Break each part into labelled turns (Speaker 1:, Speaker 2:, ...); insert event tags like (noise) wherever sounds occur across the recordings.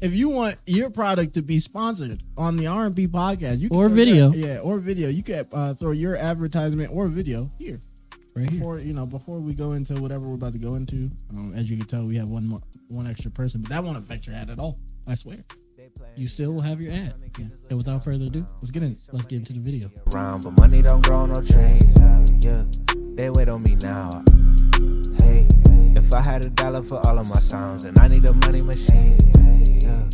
Speaker 1: if you want your product to be sponsored on the R&B podcast, you can
Speaker 2: Or
Speaker 1: throw
Speaker 2: video.
Speaker 1: your- yeah, or video, you can uh, throw your advertisement or video here.
Speaker 2: Right here.
Speaker 1: Before you know, before we go into whatever we're about to go into, um, as you can tell, we have one more, one extra person, but that won't affect your ad at all. I swear.
Speaker 2: You still will have your ad. And without further ado, let's get in. Let's get into the video.
Speaker 3: around, but money don't grow no trees. Yeah, yeah. they wait on me now. Hey, hey. if I had a dollar for all of my songs, and I need a money machine. Hey, yeah.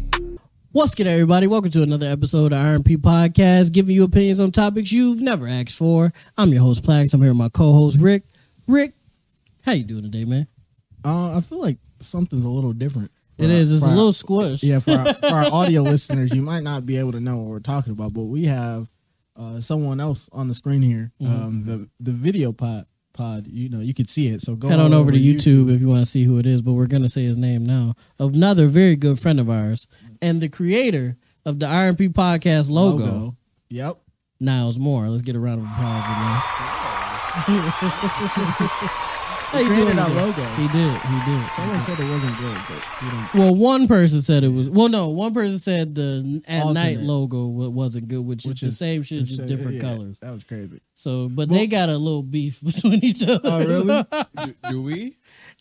Speaker 2: What's good, everybody? Welcome to another episode of RMP Podcast, giving you opinions on topics you've never asked for. I'm your host, Plax. I'm here with my co-host, Rick. Rick, how you doing today, man?
Speaker 1: Uh, I feel like something's a little different. for
Speaker 2: It
Speaker 1: our-
Speaker 2: is. It's
Speaker 1: for
Speaker 2: a
Speaker 1: our-
Speaker 2: little squished.
Speaker 1: Yeah, for our, for
Speaker 2: (laughs)
Speaker 1: our audio listeners, you might not be able to know what we're talking about, but we have uh, someone else on the screen here.
Speaker 2: Mm-hmm.
Speaker 1: Um, the the video pod pod, you know, you could see it. So go
Speaker 2: Head on over to
Speaker 1: YouTube.
Speaker 2: YouTube if you want to see who it is, but we're going to say his name now. Another very good friend of ours and the creator of the RMP Podcast logo,
Speaker 1: Yep.
Speaker 2: Niles Moore. Let's get a round of applause again. How
Speaker 1: (laughs)
Speaker 2: you
Speaker 1: created
Speaker 2: doing?
Speaker 1: our
Speaker 2: today?
Speaker 1: logo.
Speaker 2: He did. He did.
Speaker 1: Someone said it wasn't good, but we don't.
Speaker 2: Well, one person said it was. Well, no, one person said the at night
Speaker 1: Alternate.
Speaker 2: logo wa- wasn't good, which, is, the same shit, just different
Speaker 1: yeah,
Speaker 2: colors.
Speaker 1: That was crazy.
Speaker 2: So, but they got a little beef (laughs) between each other.
Speaker 1: Oh,
Speaker 2: (laughs)
Speaker 1: really?
Speaker 4: do, do we?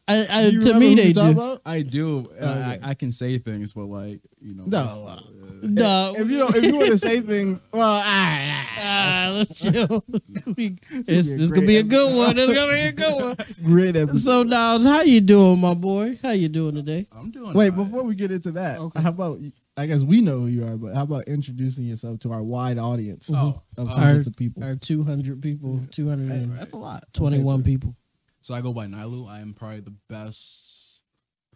Speaker 2: I, I,
Speaker 1: Do you
Speaker 2: Uh, to
Speaker 1: remember
Speaker 2: me,
Speaker 1: who
Speaker 2: they
Speaker 1: we talking
Speaker 2: do.
Speaker 1: about?
Speaker 4: I do. and I,
Speaker 1: Okay.
Speaker 4: I can say things, but like you know,
Speaker 1: No. uh,
Speaker 2: No,
Speaker 1: If you don't, if you want to say things, well, all right, all right.
Speaker 2: Ah,
Speaker 1: (laughs)
Speaker 2: let's chill. (laughs) We-
Speaker 1: This
Speaker 2: it's,
Speaker 1: will be a
Speaker 2: this gonna
Speaker 1: great
Speaker 2: be a good one. This gonna be a good
Speaker 1: great (laughs)
Speaker 2: one.
Speaker 1: episode.
Speaker 2: So, Niles, how you doing, my boy? How you doing today?
Speaker 4: I'm doing.
Speaker 1: Wait,
Speaker 4: all right.
Speaker 1: before we get into that,
Speaker 2: Okay.
Speaker 1: how about I guess we know who you are, but how about introducing yourself to our wide audience
Speaker 4: Oh,
Speaker 1: of
Speaker 4: uh,
Speaker 1: hundreds of people?
Speaker 2: Our two hundred people, two hundred and
Speaker 1: That's a lot.
Speaker 2: twenty-one people.
Speaker 4: So I go by Nilu. I am probably the best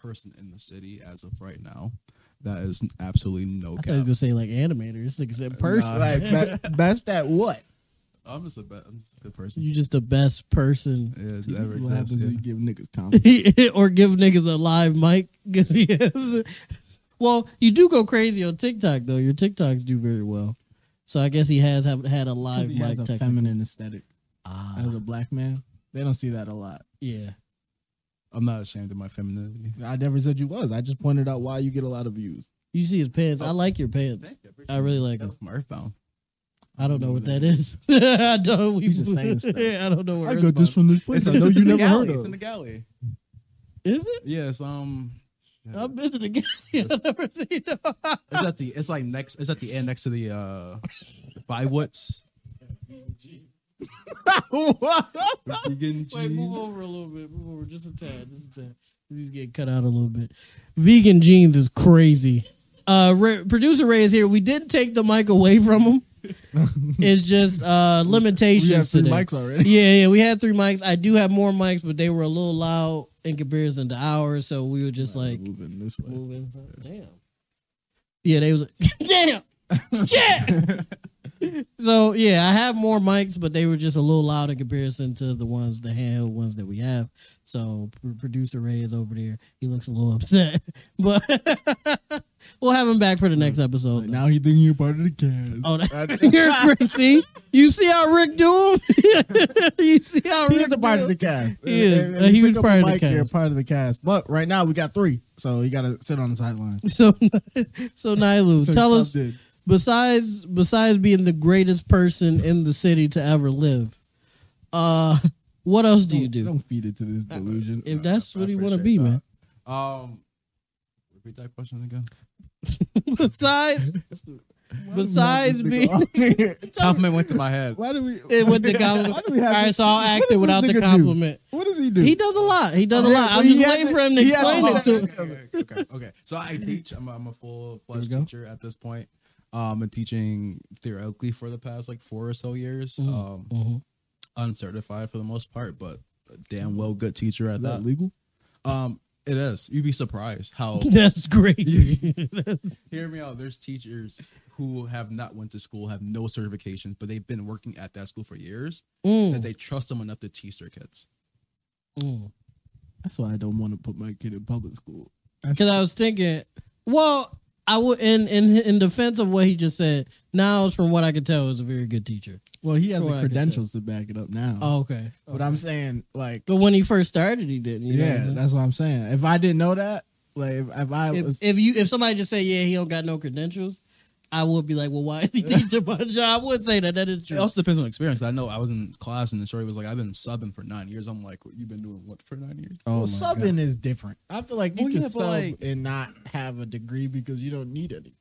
Speaker 4: person in the city as of right now. That is absolutely no
Speaker 2: I thought you were
Speaker 4: cap.
Speaker 2: gonna say like animators, like said (laughs) person.
Speaker 4: Nah.
Speaker 1: Like be- best at what?
Speaker 4: I'm just the best. I'm just a good person.
Speaker 2: you just the best person
Speaker 4: Yeah, it's
Speaker 1: This
Speaker 4: ever
Speaker 1: is what happens
Speaker 4: existed.
Speaker 1: when you give
Speaker 2: (laughs)
Speaker 1: niggas time.
Speaker 2: or give niggas a live mic. 'cause he has- (laughs) well, you do go crazy on TikTok though. Your TikToks do very well. So I guess he has have, had a live
Speaker 1: he
Speaker 2: mic.
Speaker 1: has a
Speaker 2: technique.
Speaker 1: feminine aesthetic
Speaker 2: Ah,
Speaker 1: as a black man. They don't see that a lot.
Speaker 2: yeah.
Speaker 4: I'm not ashamed of my femininity.
Speaker 1: I never said you was. I just pointed out why you get a lot of views.
Speaker 2: You see his pants.
Speaker 1: Oh.
Speaker 2: I like your pants. I really like
Speaker 4: That's
Speaker 2: them.
Speaker 4: from Earthbound.
Speaker 2: I don't know what that is. (laughs) I don't. We
Speaker 1: You just saying stuff.
Speaker 2: (laughs) I don't know where.
Speaker 1: I got this
Speaker 2: Earthbound-
Speaker 1: from this place. I know
Speaker 4: it's
Speaker 1: you
Speaker 4: in the
Speaker 1: never heard
Speaker 4: galley. It's
Speaker 1: of.
Speaker 4: in the galley.
Speaker 2: Is it?
Speaker 4: Yeah, it's um. shit.
Speaker 2: I've been to the (laughs) game. I've never seen it.
Speaker 4: It's at the. It's like next. It's at the end next to the uh, five woods. Vegan
Speaker 2: Wait,
Speaker 4: G.
Speaker 2: move over a little bit. Move over just a tad. Just a tad. He's getting cut out a little bit. Vegan jeans is crazy. Uh, Ray, producer Ray is here. We did take the mic away
Speaker 1: (laughs)
Speaker 2: from him. it's just uh limitations
Speaker 1: we have three
Speaker 2: today.
Speaker 1: mics already.
Speaker 2: Yeah, yeah, we had three mics. I do have more mics, but they were a little loud in comparison to ours, so we were just like
Speaker 1: moving this way.
Speaker 2: moving. Damn. Yeah, they was like, (laughs) damn, shit. so yeah, I have more mics, but they were just a little loud in comparison to the ones, the handheld ones that we have. So pr- producer Ray is over there. He looks a little upset, (laughs) but we'll have him back for the next episode. though.
Speaker 1: Now he thinking you're part of the cast.
Speaker 2: Oh, that, (laughs) you're crazy. You see how Rick do him? (laughs) you see how
Speaker 1: He
Speaker 2: Rick
Speaker 1: is a part
Speaker 2: do
Speaker 1: of the cast.
Speaker 2: He is.
Speaker 1: If
Speaker 2: Uh, he
Speaker 1: you
Speaker 2: was
Speaker 1: pick up
Speaker 2: part
Speaker 1: a
Speaker 2: of the
Speaker 1: mic, You're
Speaker 2: cast.
Speaker 1: part of the cast. But right now we got three, so you got to sit on the sideline.
Speaker 2: him? So, (laughs) so Nilu,
Speaker 1: So
Speaker 2: tell us.
Speaker 1: Tom did.
Speaker 2: besides besides being the greatest person in the city to ever live, uh, what else do you
Speaker 1: Don't-
Speaker 2: do? Uh,
Speaker 1: Don't feed it to this delusion.
Speaker 2: If that's
Speaker 4: I
Speaker 2: what you want to be,
Speaker 4: appreciate
Speaker 2: man. (laughs)
Speaker 4: that. Um, repeat that question again.
Speaker 2: Besides, besides
Speaker 1: Why does
Speaker 2: being (laughs)
Speaker 1: this nigga-
Speaker 4: Compliment went to my
Speaker 1: (laughs)
Speaker 4: head.
Speaker 1: why do we?
Speaker 2: it with
Speaker 1: (laughs)
Speaker 2: the
Speaker 1: Why
Speaker 2: compliment.
Speaker 1: do
Speaker 2: All
Speaker 1: we have
Speaker 2: right,
Speaker 1: this-
Speaker 2: so I'll ask
Speaker 1: does
Speaker 2: it without
Speaker 1: this
Speaker 2: the
Speaker 1: nigga do?
Speaker 2: compliment.
Speaker 1: What does he do?
Speaker 2: He does a lot. He does a
Speaker 1: Yeah,
Speaker 2: lot. I'm
Speaker 1: but he
Speaker 2: just
Speaker 1: has
Speaker 2: waiting
Speaker 1: to-
Speaker 2: for him to
Speaker 1: he has
Speaker 2: explain
Speaker 1: to-
Speaker 2: it to him. (laughs)
Speaker 4: Oh, okay, okay, okay. So I teach. I'm, I'm a full fledged
Speaker 1: Here we go.
Speaker 4: teacher at this point. Um, I'm teaching theoretically for the past like four or so years.
Speaker 1: Mm-hmm.
Speaker 4: Um,
Speaker 2: Mhm.
Speaker 4: uncertified for the most part, but a damn well good teacher at
Speaker 1: Is that
Speaker 4: that.
Speaker 1: legal?
Speaker 4: Um, it is. You'd be surprised
Speaker 1: (laughs)
Speaker 4: how.
Speaker 2: That's great.
Speaker 4: hear me out. There's teachers who have not went to school, have no certifications, but they've been working at that school for years. That
Speaker 2: Mm,
Speaker 4: they trust them enough to teach their kids.
Speaker 2: mm.
Speaker 1: That's why I don't want to put my kid in public school. That's-
Speaker 2: Because I was thinking, well, I would in in in defense of what he just said. Niles, from what I could tell, is a very good teacher.
Speaker 1: well, he has
Speaker 2: Well,
Speaker 1: the
Speaker 2: I could
Speaker 1: credentials to back it up now.
Speaker 2: Oh, okay.
Speaker 1: But I'm saying, like,
Speaker 2: But when he first started, he didn't. you know what
Speaker 1: yeah,
Speaker 2: I'm saying?
Speaker 1: that's what I'm saying. If I didn't know that, Like if, if I
Speaker 2: If,
Speaker 1: was,
Speaker 2: if you if somebody just say yeah he don't got no credentials, I would be like well why
Speaker 1: (laughs)
Speaker 2: is he teaching my job? I would say that that is
Speaker 4: It
Speaker 2: true.
Speaker 4: also depends on experience. I know I was in class and the story was like, I've been subbing for nine years. I'm like, you've been doing what for nine years?
Speaker 1: well,
Speaker 2: my
Speaker 1: subbing is different. I feel like you
Speaker 4: Well,
Speaker 1: can
Speaker 4: yeah, but
Speaker 1: sub
Speaker 4: like-
Speaker 1: and not have a degree because you don't need anything.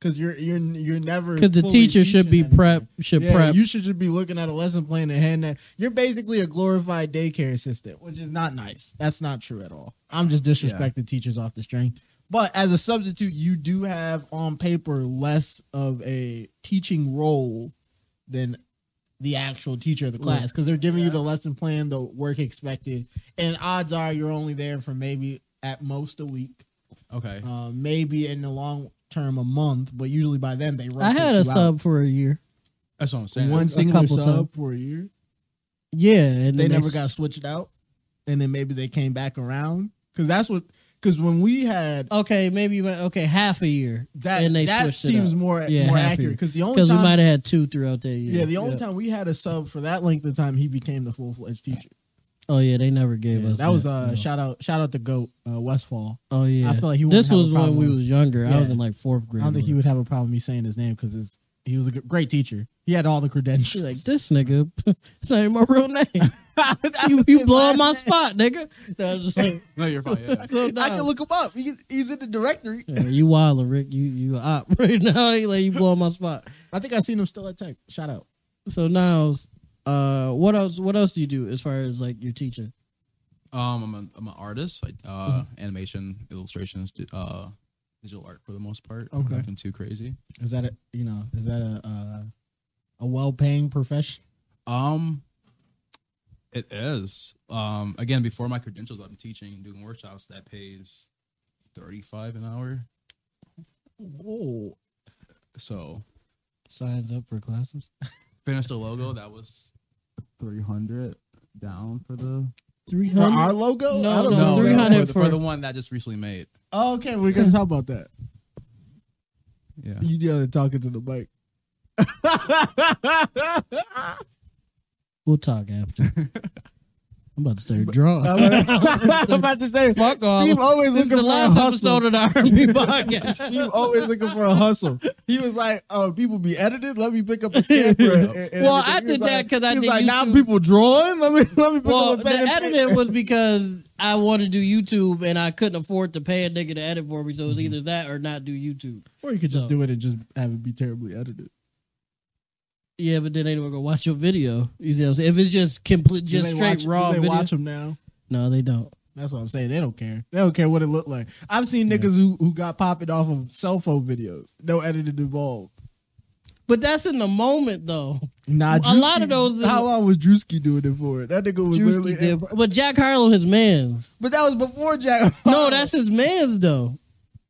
Speaker 1: Because you're you're you're never
Speaker 2: Because the
Speaker 1: fully
Speaker 2: teacher should be
Speaker 1: teaching anything.
Speaker 2: prep should
Speaker 1: Yeah,
Speaker 2: prep.
Speaker 1: you should just be looking at a lesson plan and hand that. You're basically a glorified daycare assistant, which is not nice. That's not true at all. I'm just disrespecting teachers off the string. But as a substitute, you do have on paper less of a teaching role than the actual teacher of the class because they're giving you the lesson plan, the work expected, and odds are you're only there for maybe at most a week,
Speaker 4: Okay.
Speaker 1: uh, maybe in the long term a month, but usually by then they
Speaker 2: I
Speaker 1: rotate
Speaker 2: had
Speaker 1: you
Speaker 2: a
Speaker 1: out.
Speaker 2: sub for a year.
Speaker 4: That's what I'm saying.
Speaker 1: one
Speaker 2: It's a
Speaker 1: single
Speaker 2: couple
Speaker 1: sub
Speaker 2: times.
Speaker 1: for a year.
Speaker 2: Yeah, and
Speaker 1: they
Speaker 2: then
Speaker 1: never
Speaker 2: s-
Speaker 1: got switched out, and then maybe they came back around because that's what because when we had
Speaker 2: Okay, maybe you went okay half a year.
Speaker 1: that
Speaker 2: and they
Speaker 1: that
Speaker 2: switched it
Speaker 1: seems
Speaker 2: up.
Speaker 1: more
Speaker 2: Yeah,
Speaker 1: more
Speaker 2: half
Speaker 1: accurate
Speaker 2: year.
Speaker 1: because the only
Speaker 2: because we
Speaker 1: time
Speaker 2: might have had two throughout that year.
Speaker 1: yeah the only
Speaker 2: Yep.
Speaker 1: time we had a sub for that length of time he became the full fledged teacher.
Speaker 2: Oh yeah, they never gave
Speaker 1: Yeah,
Speaker 2: us
Speaker 1: that was
Speaker 2: uh
Speaker 1: uh shout out shout out to Goat uh, Westfall.
Speaker 2: oh yeah.
Speaker 1: I feel like he wouldn't
Speaker 2: this
Speaker 1: have a
Speaker 2: was when
Speaker 1: problem
Speaker 2: we
Speaker 1: with-
Speaker 2: was younger. I was
Speaker 1: Yeah.
Speaker 2: in like fourth grade.
Speaker 1: I don't think he would
Speaker 2: like,
Speaker 1: have a problem me saying his name because he was a g- great teacher. He had all the (laughs)
Speaker 2: She's
Speaker 1: credentials.
Speaker 2: like, this nigga, (laughs) it's not even my real name. you you
Speaker 1: His
Speaker 2: blowing my
Speaker 1: last name.
Speaker 2: spot, nigga. And I was
Speaker 1: (laughs)
Speaker 2: just like,
Speaker 4: No, you're fine. Yeah.
Speaker 2: (laughs) so
Speaker 1: I can
Speaker 2: nah.
Speaker 1: look him up. He, he's in the directory.
Speaker 2: Yeah, you wildin', Rick. You you a op (laughs) right now. You like you blowing my spot.
Speaker 1: I think I seen him still at Tech. Shout out.
Speaker 2: So now, uh, what else? What else do you do as far as like your teaching?
Speaker 4: Um, I'm, a, I'm an artist. I, uh,
Speaker 1: Mm-hmm.
Speaker 4: animation, illustrations, di- uh, digital art for the most part.
Speaker 1: Okay.
Speaker 4: Nothing too crazy.
Speaker 1: Is that a you know is that a uh, a well paying profession?
Speaker 4: Um, it is. Um, again, before my credentials, I'm teaching and doing workshops that pays thirty five an hour.
Speaker 1: Whoa.
Speaker 4: So
Speaker 2: Signs up for classes.
Speaker 4: finished the logo. That was three hundred down for the
Speaker 2: Three
Speaker 1: For our
Speaker 2: hundred.
Speaker 1: logo?
Speaker 2: No,
Speaker 1: I don't
Speaker 2: no,
Speaker 1: know.
Speaker 4: for,
Speaker 2: 300
Speaker 4: the, for
Speaker 2: for-
Speaker 4: the one that I just recently made.
Speaker 1: Oh, okay, we're gonna talk about that. (laughs)
Speaker 4: Yeah.
Speaker 1: You gotta talking to the mic.
Speaker 2: We'll talk after.
Speaker 1: (laughs)
Speaker 2: I'm about to start drawing.
Speaker 1: (laughs) uh, I'm about to say
Speaker 2: Fuck off.
Speaker 1: Steve always
Speaker 2: this is
Speaker 1: looking
Speaker 2: the
Speaker 1: for a
Speaker 2: last
Speaker 1: hustle.
Speaker 2: episode of the
Speaker 1: (laughs)
Speaker 2: RB podcast.
Speaker 1: Steve always looking for a hustle. He was like, "Oh, people be edited. Let me pick up a
Speaker 4: (laughs)
Speaker 1: camera." and- and everything."
Speaker 2: Well, I
Speaker 1: He was
Speaker 2: did that
Speaker 1: like-
Speaker 2: 'cause I
Speaker 1: he was
Speaker 2: did
Speaker 1: like, now
Speaker 2: YouTube.
Speaker 1: people drawing. Let me let me pick
Speaker 2: Well,
Speaker 1: up a
Speaker 2: the
Speaker 1: pen and paper."
Speaker 2: editing
Speaker 1: (laughs)
Speaker 2: was because I wanted to do YouTube and I couldn't afford to pay a nigga to edit for me, so it
Speaker 1: Mm-hmm.
Speaker 2: was either that or not do YouTube.
Speaker 1: Or you could just
Speaker 2: So-
Speaker 1: do it and just have it be terribly edited.
Speaker 2: Yeah, but then ain't no one gonna watch your video. You see what I'm saying? If it's just complete,
Speaker 1: Do
Speaker 2: just
Speaker 1: they
Speaker 2: straight
Speaker 1: watch-
Speaker 2: raw
Speaker 1: do they
Speaker 2: video,
Speaker 1: watch them now.
Speaker 2: no, they don't.
Speaker 1: That's what I'm saying. They don't care. They don't care what it looked like. I've seen niggas who, who got popping off of cell phone videos. No editing involved.
Speaker 2: But that's in the moment though.
Speaker 1: Nah,
Speaker 2: A lot of those is-
Speaker 1: How long was Drewski doing it for? That nigga was
Speaker 2: Juicy
Speaker 1: literally. eh,
Speaker 2: did, but Jack Harlow his man's.
Speaker 1: But that was before Jack.
Speaker 2: No, that's his man's though.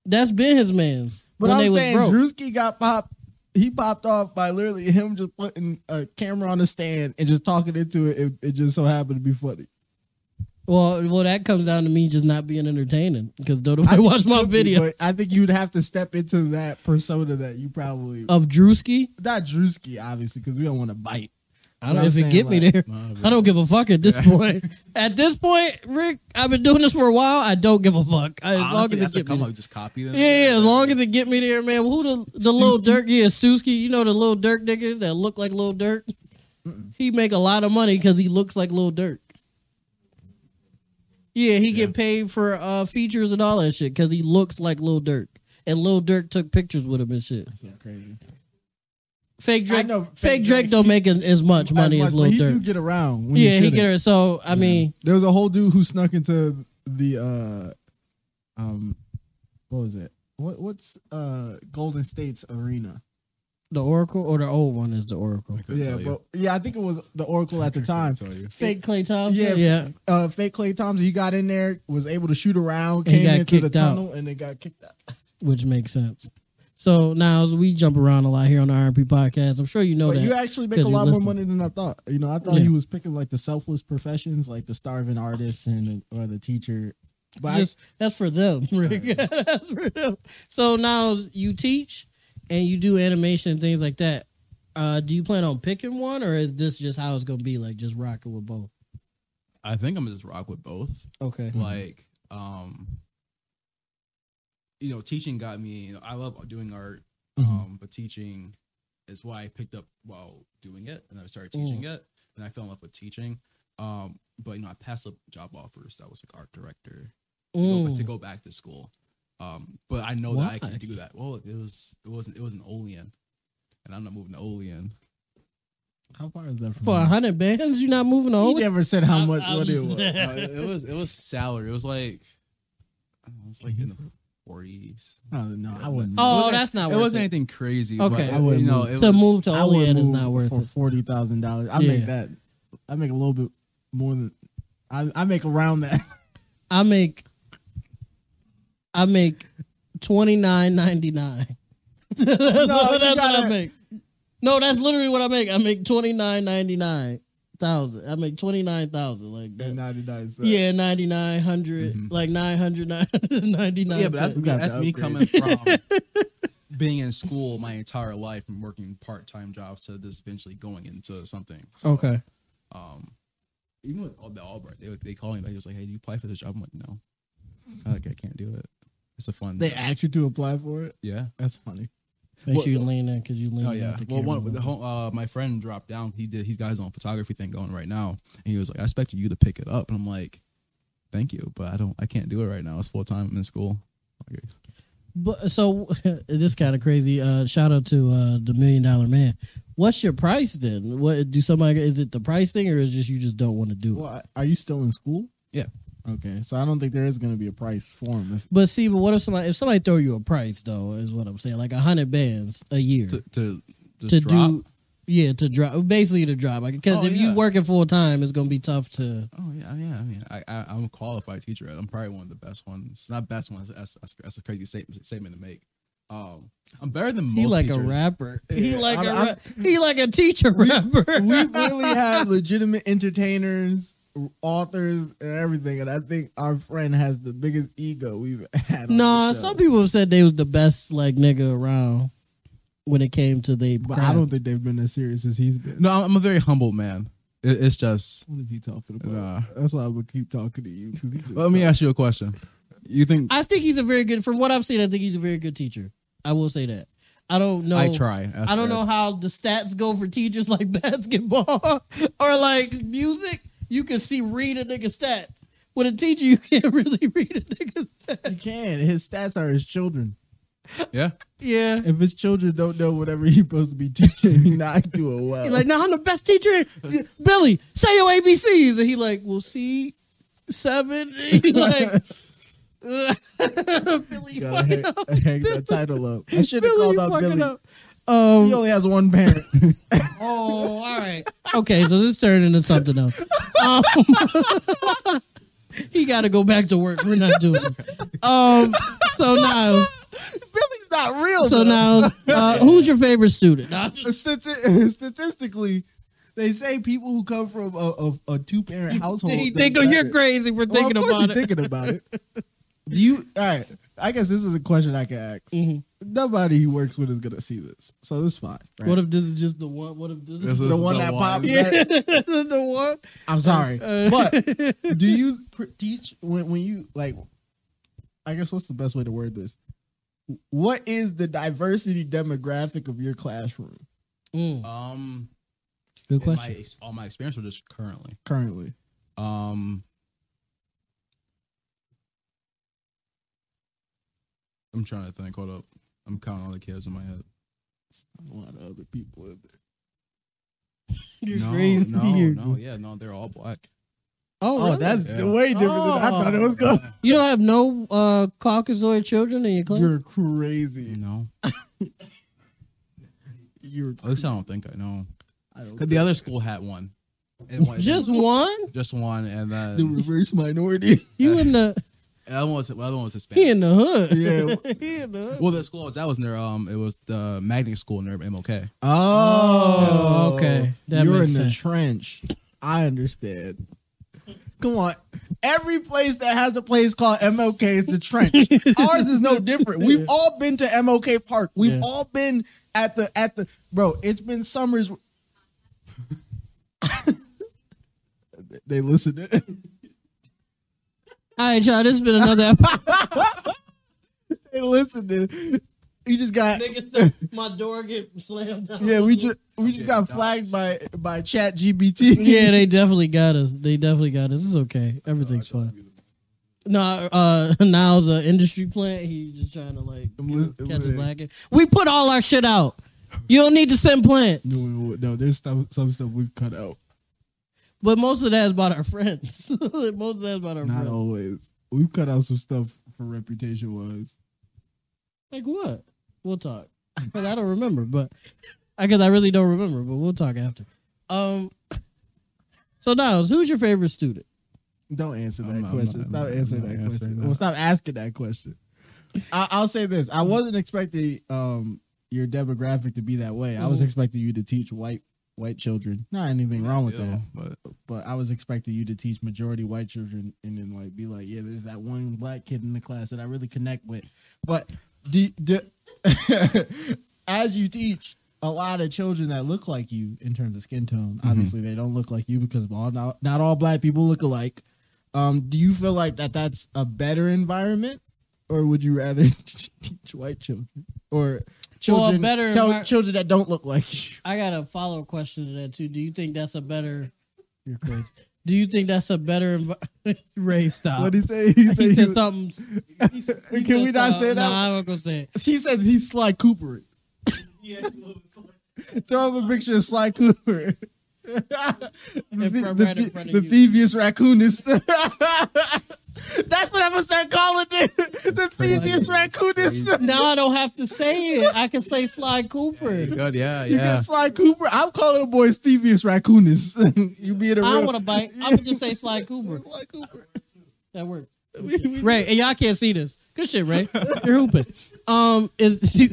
Speaker 2: That's been his man's
Speaker 1: But
Speaker 2: when
Speaker 1: I'm
Speaker 2: they was
Speaker 1: saying
Speaker 2: broke.
Speaker 1: Drewski got popped. He popped off by literally him just putting a camera on the stand and just talking into it. It, it just so happened to be funny.
Speaker 2: well, well, that comes down to me just not being entertaining because don't nobody watch my video
Speaker 1: But I think you'd have to step into that persona that you probably
Speaker 2: of Drewski.
Speaker 1: not Drewski obviously because we don't want to bite.
Speaker 2: I
Speaker 1: But
Speaker 2: don't
Speaker 1: I'm
Speaker 2: if it
Speaker 1: saying,
Speaker 2: get me
Speaker 1: like,
Speaker 2: there. I don't give a fuck at
Speaker 4: (laughs)
Speaker 2: this point. At this point, Rick, I've been doing this for a while. I don't give a fuck. As long
Speaker 4: Honestly,
Speaker 2: as
Speaker 4: that's
Speaker 2: it
Speaker 4: a
Speaker 2: get me
Speaker 4: come
Speaker 2: there.
Speaker 4: up. Just copy them.
Speaker 2: Yeah, yeah, as long as it get me there, man. Who the the little Dirk? Yeah, Stewski. You know the little Dirk nigga that look like little Dirk. He make a lot of money because he looks like little Dirk. Yeah, he get paid for uh, features and all that shit because he looks like little Dirk, and little Dirk took pictures with him and shit.
Speaker 1: crazy.
Speaker 2: Fake Drake,
Speaker 1: know
Speaker 2: fake, Drake, don't make as, as much money as,
Speaker 1: much, but
Speaker 2: little
Speaker 1: he
Speaker 2: Dirk.
Speaker 1: do get around. When
Speaker 2: yeah, he
Speaker 1: shouldn't.
Speaker 2: get her. So I mean,
Speaker 1: There was a whole dude who snuck into the uh um what was it? What what's uh Golden State's arena?
Speaker 2: the Oracle or the old one is the Oracle.
Speaker 1: Yeah, but yeah, I think it was the Oracle at the time.
Speaker 2: Fake Clay Thompson.
Speaker 1: Yeah.
Speaker 2: yeah.
Speaker 1: Uh fake Clay Thompson, he got in there, was able to shoot around,
Speaker 2: And he
Speaker 1: came
Speaker 2: got
Speaker 1: into the
Speaker 2: kicked out.
Speaker 1: tunnel, and then got kicked out.
Speaker 2: which makes sense. So now as we jump around a lot here on the RP podcast, I'm sure you know
Speaker 1: But
Speaker 2: Oh, that.
Speaker 1: you actually make a
Speaker 2: 'cause you
Speaker 1: lot more
Speaker 2: listen.
Speaker 1: money than I thought. You know, I thought
Speaker 2: Yeah.
Speaker 1: he was picking like the selfless professions, like the starving artists and or the teacher. But I-
Speaker 2: Just- that's for them. (laughs) Rick. that's for them. So now you teach and you do animation and things like that. Uh, do you plan on picking one, or is this just how it's gonna be? Like just rocking with both. Mm-hmm.
Speaker 4: I think I'm gonna just rock with both.
Speaker 2: Okay.
Speaker 4: Like, um, you know, teaching got me. You know, I love doing art,
Speaker 2: Mhm.
Speaker 4: um, but teaching is why I picked up while doing it, and I started
Speaker 2: Mm.
Speaker 4: teaching it, and I fell in love with teaching. Um, but you know, I passed up job offers. I was like art director to, go,
Speaker 2: Mm.
Speaker 4: to go back to school. Um, but I know that I
Speaker 2: Why?
Speaker 4: can do that. Well, it was it wasn't it was an Olean, and I'm not moving to Olean.
Speaker 2: (laughs)
Speaker 1: How far is that from?
Speaker 2: For a
Speaker 1: here?
Speaker 2: hundred bands, you're not moving
Speaker 1: He
Speaker 2: on.
Speaker 1: never said how
Speaker 2: I-
Speaker 1: much
Speaker 2: I
Speaker 1: what
Speaker 2: was-
Speaker 1: it
Speaker 2: (laughs)
Speaker 1: was.
Speaker 4: No, it, it was it was salary. It was like I don't know, it was like in the 40s.
Speaker 1: Oh, no, I wouldn't.
Speaker 2: Oh,
Speaker 4: It wasn't-
Speaker 2: that's not
Speaker 4: It
Speaker 2: worth
Speaker 4: wasn't
Speaker 2: it.
Speaker 4: anything crazy.
Speaker 2: Okay.
Speaker 4: but
Speaker 1: I wouldn't
Speaker 4: you know,
Speaker 1: move.
Speaker 4: it
Speaker 2: to
Speaker 4: was,
Speaker 2: move to
Speaker 1: I would
Speaker 2: Olean is
Speaker 1: move
Speaker 2: not worth
Speaker 1: for
Speaker 2: it.
Speaker 1: forty thousand dollars. I
Speaker 2: Yeah.
Speaker 1: make that. I make a little bit more than. I, I make around that. (laughs)
Speaker 2: I make I make twenty nine ninety (laughs) nine. That's
Speaker 1: you
Speaker 2: what that's what
Speaker 1: gotta-
Speaker 2: I make. No, that's literally what I make. I make twenty nine ninety nine thousand. I make twenty nine thousand like that.
Speaker 1: ninety nine cents.
Speaker 2: Yeah, ninety nine hundred,
Speaker 4: Mhm.
Speaker 2: like nine hundred ninety nine.
Speaker 4: Yeah, but that's
Speaker 1: We got
Speaker 4: that's
Speaker 1: the
Speaker 4: me coming
Speaker 1: upgrade.
Speaker 4: from
Speaker 2: (laughs)
Speaker 4: being in school my entire life and working part time jobs to this eventually going into something. So,
Speaker 1: Okay.
Speaker 4: Um, even with all the Albright, they would- they called me back. He was like, "Hey, do you apply for this job?" I'm like, "No, I like I can't do it. It's a fun.
Speaker 1: They asked you to apply for it.
Speaker 4: yeah,
Speaker 1: That's funny.
Speaker 2: Make
Speaker 4: Well-
Speaker 2: sure you lean in because you lean.
Speaker 4: Oh yeah.
Speaker 2: out the
Speaker 4: Well, one
Speaker 2: camera.
Speaker 4: the whole, uh, my friend dropped down. He did. He's got his own photography thing going right now, and he was like, "I expected you to pick it up," and I'm like, "Thank you, but I don't. I can't do it right now. It's full time in school." Like,
Speaker 2: But so (laughs) this kind of crazy. Uh, shout out to uh, the Million Dollar Man. What's your price then? What do somebody? Is it the price thing, or is just you just don't want to do it?
Speaker 1: Well, I- are you still in school?
Speaker 4: Yeah.
Speaker 1: Okay, so I don't think there is going to be a price for him. If, (laughs)
Speaker 2: But see, but what if somebody if somebody throw you a price though? Is what I'm saying, like a hundred bands a year
Speaker 4: to
Speaker 2: to,
Speaker 4: to just drop.
Speaker 2: do. Yeah, to drop basically to drop. Because
Speaker 4: Oh,
Speaker 2: if
Speaker 4: yeah.
Speaker 2: you working full time, it's gonna be tough to.
Speaker 4: Oh yeah, yeah. I mean, I, I I'm a qualified teacher. I'm probably one of the best ones. Not best ones. That's that's, that's a crazy statement, statement to make. Um, I'm better than most.
Speaker 2: He like a
Speaker 4: teachers.
Speaker 2: rapper. He
Speaker 1: Yeah,
Speaker 2: like a
Speaker 1: I'm-
Speaker 2: ra- he like a teacher rapper. (laughs)
Speaker 1: we really have legitimate entertainers, authors, and everything, and I think our friend has the biggest ego we've (laughs) had. on
Speaker 2: nah,
Speaker 1: the show.
Speaker 2: some people have said they was the best like nigga around when it came to they.
Speaker 1: But I
Speaker 2: craft.
Speaker 1: don't think they've been as serious as he's been.
Speaker 4: No, I'm- I'm a very humble man. It, it's just.
Speaker 1: What is he talking about?
Speaker 4: Nah.
Speaker 1: That's why I would keep talking to you because he just.
Speaker 4: Let me ask you a question. You think
Speaker 2: I think he's a very good. From what I've seen, I think he's a very good teacher. I will say that. I don't know.
Speaker 4: I try? That's-
Speaker 2: I don't know
Speaker 4: that's-
Speaker 2: how the stats go for teachers (laughs) like basketball (laughs) or like music. You can see read a nigga stats. With a teacher, (laughs) you can't really read a nigga.
Speaker 1: you can. His stats are his children.
Speaker 4: Yeah.
Speaker 2: Yeah.
Speaker 1: If his children don't know whatever he's supposed to be teaching, he not doing well.
Speaker 2: He's
Speaker 1: (laughs)
Speaker 2: like, no, I'm the best teacher. in- (laughs) Billy, say your ABCs. And he like, well, see, seven. He (laughs) like, Billy,
Speaker 1: You
Speaker 2: fucking
Speaker 1: gotta
Speaker 2: up.
Speaker 1: hang, hang that title up. I should have
Speaker 2: Billy,
Speaker 1: called
Speaker 2: you
Speaker 1: out
Speaker 2: fucking
Speaker 1: Billy.
Speaker 2: up.
Speaker 1: He
Speaker 2: Um,
Speaker 1: only has one parent. (laughs)
Speaker 2: Oh, all right. Okay, so this turned into something else. Um, (laughs) he got to go back to work. We're not doing it. Um, so now,
Speaker 1: Billy's not real.
Speaker 2: so
Speaker 1: though.
Speaker 2: now, uh, who's your favorite student?
Speaker 1: Stati- (laughs) statistically, they say people who come from a, a, a two parent household.
Speaker 2: He
Speaker 1: don't
Speaker 2: think
Speaker 1: have
Speaker 2: you're
Speaker 1: it.
Speaker 2: crazy for
Speaker 1: Oh, Well,
Speaker 2: thinking
Speaker 1: of course
Speaker 2: about
Speaker 1: you're
Speaker 2: it.
Speaker 1: Thinking about it. Do you all right? I guess this is a question I can ask.
Speaker 2: Mhm.
Speaker 1: Nobody he works with is gonna see this, so it's fine. right?
Speaker 2: What if this is just the one? What if this
Speaker 4: This
Speaker 2: is
Speaker 4: is
Speaker 1: the one
Speaker 4: the
Speaker 1: that
Speaker 4: one.
Speaker 1: pops?
Speaker 2: (laughs) yeah,
Speaker 1: that-
Speaker 2: this is the one?
Speaker 1: I'm sorry,
Speaker 2: Uh,
Speaker 1: but do you pr- teach when when you like? I guess what's the best way to word this? What is the diversity demographic of your classroom
Speaker 2: (laughs) Mm,
Speaker 4: (laughs) Um.
Speaker 2: good
Speaker 4: in my
Speaker 2: question.
Speaker 4: ex- all my experience with just currently.
Speaker 1: currently?
Speaker 4: Um. I'm trying to think. Hold up. I'm counting all the kids in my head.
Speaker 1: A lot of other people in there.
Speaker 2: You're
Speaker 4: no,
Speaker 2: crazy.
Speaker 4: no,
Speaker 2: You're-
Speaker 4: no, yeah, no, they're all black.
Speaker 2: Oh,
Speaker 1: Oh,
Speaker 2: really?
Speaker 1: that's
Speaker 4: Yeah.
Speaker 1: way different than I thought it was going.
Speaker 2: you don't have no uh, Caucasoid children in your class.
Speaker 1: You're crazy.
Speaker 4: No,
Speaker 1: You're.
Speaker 4: at least I don't think I know.
Speaker 1: I don't
Speaker 4: 'Cause the other school had one,
Speaker 2: (laughs)
Speaker 4: And one-
Speaker 2: just one.
Speaker 4: just one, and then
Speaker 1: the reverse (laughs) minority.
Speaker 2: You in the
Speaker 4: the other one was the other one was
Speaker 2: he
Speaker 4: Hispanic.
Speaker 2: in the hood.
Speaker 1: Yeah.
Speaker 2: (laughs) he in the hood.
Speaker 4: Well, the school I was that was near um, it was the magnet school near MLK.
Speaker 2: Uh, Oh, okay. That
Speaker 1: You're
Speaker 2: makes
Speaker 1: in
Speaker 2: sense.
Speaker 1: the trench. I understand. Come on. Every place that has a place called MLK is the
Speaker 2: (laughs)
Speaker 1: trench. Ours is no different. We've all been to MLK Park. We've
Speaker 2: Yeah.
Speaker 1: all been at the at the bro. It's been summers. (laughs) they listen. To (laughs)
Speaker 2: All right, y'all. This has been another episode.
Speaker 1: Hey, listen, dude. You just got
Speaker 2: Niggas, my door get slammed down.
Speaker 1: yeah. We just we just got flagged by by Chat GBT.
Speaker 2: (laughs) yeah, they definitely got us. They definitely got us. It's okay. Everything's fine. No, uh, (laughs) now's an industry plant. He's just trying to like you know, catch his lacking. We put all our shit out. You don't need to send plants.
Speaker 1: (laughs) No, no, there's some, some stuff we've cut out.
Speaker 2: But most of that is about our friends. (laughs) most of that is about our
Speaker 1: Not
Speaker 2: friends.
Speaker 1: always. We've cut out some stuff for reputation wise.
Speaker 2: Like what? We'll talk. But I don't remember, but I guess I really don't remember, but we'll talk after. Um (laughs) so Niles, who's your favorite student?
Speaker 1: Don't answer that
Speaker 4: I'm not- I'm
Speaker 1: question.
Speaker 4: not-
Speaker 1: Oh, stop
Speaker 4: I'm not-
Speaker 1: answering
Speaker 4: I'm
Speaker 1: that
Speaker 4: not
Speaker 1: question.
Speaker 4: answering that.
Speaker 1: Well, stop asking that question. I, I'll say this: I wasn't expecting um your demographic to be that way. I was
Speaker 2: Mhm.
Speaker 1: expecting you to teach white white children. Mm-hmm. Not anything wrong with that,
Speaker 4: But
Speaker 1: but I was expecting you to teach majority white children, and then like be like, yeah, there's that one black kid in the class that I really connect with. But the, the (laughs) as you teach. A lot of children that look like you in terms of skin tone. Obviously, they don't look like you because all not, not all black people look alike. Um, do you feel like that that's a better environment, or would you rather (laughs) teach white children or children
Speaker 2: better
Speaker 1: tell-
Speaker 2: envir-
Speaker 1: children that don't look like you?
Speaker 2: I got a follow up question to that too. Do you think that's a better
Speaker 1: You're crazy.
Speaker 2: do you think that's a better envi- (laughs) Ray stop.
Speaker 1: What he say? He
Speaker 2: he,
Speaker 1: said, he,
Speaker 2: said
Speaker 1: (laughs)
Speaker 2: something he s- he
Speaker 1: Can we
Speaker 2: said
Speaker 1: not
Speaker 2: something-
Speaker 1: say that?
Speaker 2: Nah, I'm not gonna say it.
Speaker 1: he said he's Sly Cooper. (laughs) Throw up a picture of Sly
Speaker 2: (laughs)
Speaker 1: Cooper. the
Speaker 2: front-
Speaker 1: the-
Speaker 2: right in front of
Speaker 1: the
Speaker 2: you.
Speaker 1: thieviest raccoonist. (laughs) That's what I'm gonna start calling it. (laughs) The thieviest raccoonist. (laughs)
Speaker 2: No, I don't have to say it. I can say Sly Cooper.
Speaker 4: good, yeah,
Speaker 1: You
Speaker 4: yeah.
Speaker 1: get Sly Cooper. I'm calling the boy Thievius Raccoonus. (laughs) you be in a
Speaker 2: I don't
Speaker 1: real-
Speaker 2: want to bite. I'm gonna just say Sly
Speaker 1: (laughs)
Speaker 2: Cooper.
Speaker 1: Sly Cooper.
Speaker 2: That worked.
Speaker 1: (laughs)
Speaker 2: Good
Speaker 1: We-
Speaker 2: shit.
Speaker 1: we-
Speaker 2: Ray, and y'all can't see this. Good
Speaker 1: (laughs)
Speaker 2: shit, Ray. You're hooping. Um, is (laughs) do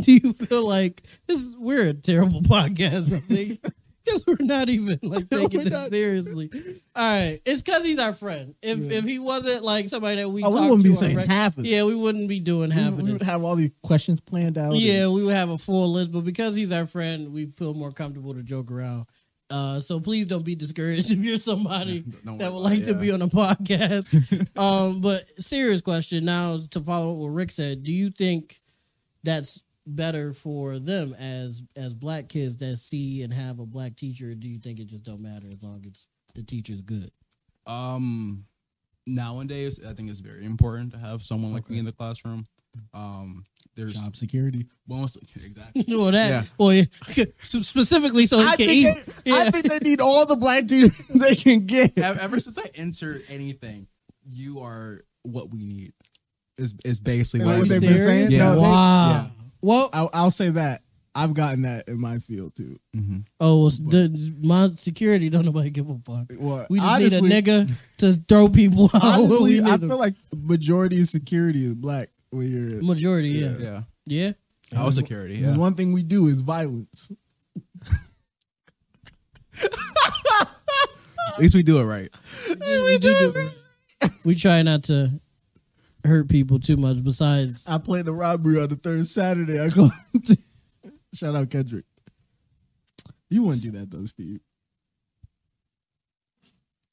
Speaker 2: do you feel like this? Is, we're a terrible podcast.
Speaker 1: (laughs)
Speaker 2: I think because we're not even like taking
Speaker 1: We're
Speaker 2: this
Speaker 1: not.
Speaker 2: seriously. All right, it's because he's our friend. If if he wasn't like somebody that we,
Speaker 1: Oh, we
Speaker 2: talk
Speaker 1: wouldn't
Speaker 2: to
Speaker 1: be
Speaker 2: on a
Speaker 1: saying
Speaker 2: reg-
Speaker 1: half of it.
Speaker 2: Yeah, we wouldn't be doing
Speaker 1: We,
Speaker 2: half of
Speaker 1: we
Speaker 2: this.
Speaker 1: would have all these questions planned out. and-
Speaker 2: Yeah, we would have a full list, but because he's our friend, we feel more comfortable to joke around. Uh, so please don't be discouraged (laughs) if you're somebody
Speaker 4: Don't
Speaker 1: Oh
Speaker 2: that would
Speaker 4: worry
Speaker 2: like
Speaker 4: about
Speaker 2: to
Speaker 4: it,
Speaker 2: be on
Speaker 1: (laughs)
Speaker 2: a podcast. um, but serious question now to follow up what Rick said, do you think that's better for them as as black kids that see and have a black teacher? Or do you think it just don't matter as long as the teacher's good? (laughs)
Speaker 4: Um, nowadays, I think it's very important to have someone like me in the classroom. Um, there's
Speaker 1: Job security.
Speaker 4: well, it's- (laughs)
Speaker 2: (laughs)
Speaker 4: exactly.
Speaker 2: or that,
Speaker 4: Yeah.
Speaker 2: or yeah, (laughs) specifically so he
Speaker 1: I
Speaker 2: can
Speaker 1: think,
Speaker 2: eat.
Speaker 1: they, I
Speaker 2: Yeah.
Speaker 1: think they need all the black dudes (laughs) they can get.
Speaker 4: Ev- Ever since I entered anything, you are what we need. Is is basically
Speaker 1: Like
Speaker 4: what
Speaker 1: what
Speaker 4: I
Speaker 1: they've
Speaker 4: do.
Speaker 1: been saying?
Speaker 4: Yeah.
Speaker 1: No, they-
Speaker 2: wow. Well,
Speaker 1: I'll, I'll say that. I've gotten that in my field too.
Speaker 4: Mhm.
Speaker 2: Oh, well, the, my security don't nobody give a fuck.
Speaker 1: Well,
Speaker 2: We just
Speaker 1: honestly,
Speaker 2: need a nigga (laughs) to throw people (laughs) out. when
Speaker 1: honestly,
Speaker 2: we
Speaker 1: I
Speaker 2: need
Speaker 1: feel
Speaker 2: them.
Speaker 1: like majority of security is black. When you're
Speaker 2: majority, yeah, yeah.
Speaker 4: Yeah, I was security.
Speaker 1: Because
Speaker 4: Yeah.
Speaker 1: one thing we do is violence.
Speaker 4: At least we do it right.
Speaker 2: We, do do- we try not to hurt people too much. Besides,
Speaker 1: I played the robbery on the third Saturday. I go (laughs) shout out Kendrick. You wouldn't do that though, Steve.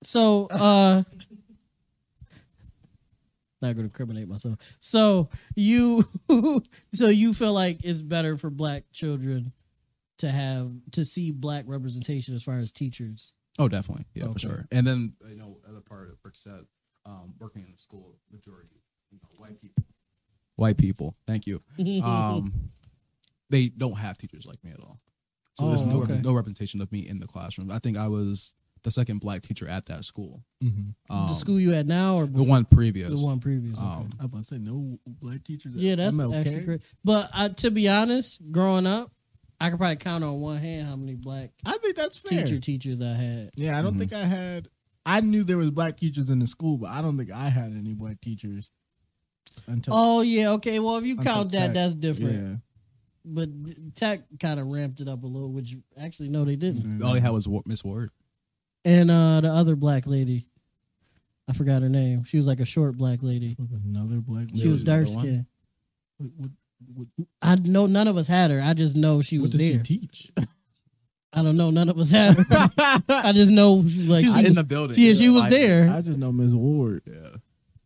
Speaker 2: so uh, not going to criminate myself. So you, (laughs) so you feel like it's better for black children to have to see black representation as far as teachers.
Speaker 4: Oh, definitely. Yeah, for
Speaker 2: Okay.
Speaker 4: sure. And then you know, other part of Rick said, um, working in the school, majority, you know, white people. White people. Thank (laughs) you. Um, they don't have teachers like me at all. So there's
Speaker 2: Oh,
Speaker 4: no,
Speaker 2: okay.
Speaker 4: no representation of me in the classroom. I think I was the second black teacher at that school. Um,
Speaker 2: the school you at now, or
Speaker 4: the one previous.
Speaker 2: the one previous. okay.
Speaker 4: Um,
Speaker 1: I'm about to say no black teachers. at
Speaker 2: Yeah, that's
Speaker 1: MLK.
Speaker 2: actually crazy. But uh, to be honest, growing up, I could probably count on one hand how many black
Speaker 1: I think that's fair.
Speaker 2: teacher teachers I had.
Speaker 1: Yeah, I don't
Speaker 4: Mhm.
Speaker 1: think I had. I knew there was black teachers in the school, but I don't think I had any black teachers until.
Speaker 2: Oh yeah, okay. Well, if you
Speaker 1: Until
Speaker 2: count
Speaker 1: tech,
Speaker 2: that, that's
Speaker 1: yeah.
Speaker 2: different. But tech kind of ramped it up a little, which actually no, they didn't.
Speaker 1: Mhm.
Speaker 4: All they had was Wa- Miss Ward.
Speaker 2: And uh the other black lady, I forgot her name. She was like a short black lady.
Speaker 1: Another black.
Speaker 2: She
Speaker 4: There
Speaker 2: was
Speaker 4: was another
Speaker 2: dark skinned.
Speaker 1: What, what, what,
Speaker 2: I know none of us had her. I just know she
Speaker 1: what
Speaker 2: was
Speaker 1: does she
Speaker 2: there.
Speaker 1: teach?
Speaker 2: I don't know. None of us had her. I just know like she
Speaker 4: in
Speaker 2: was,
Speaker 4: the building.
Speaker 2: yeah, she was
Speaker 4: I-
Speaker 2: there.
Speaker 1: I just know Miss Ward.
Speaker 4: Yeah.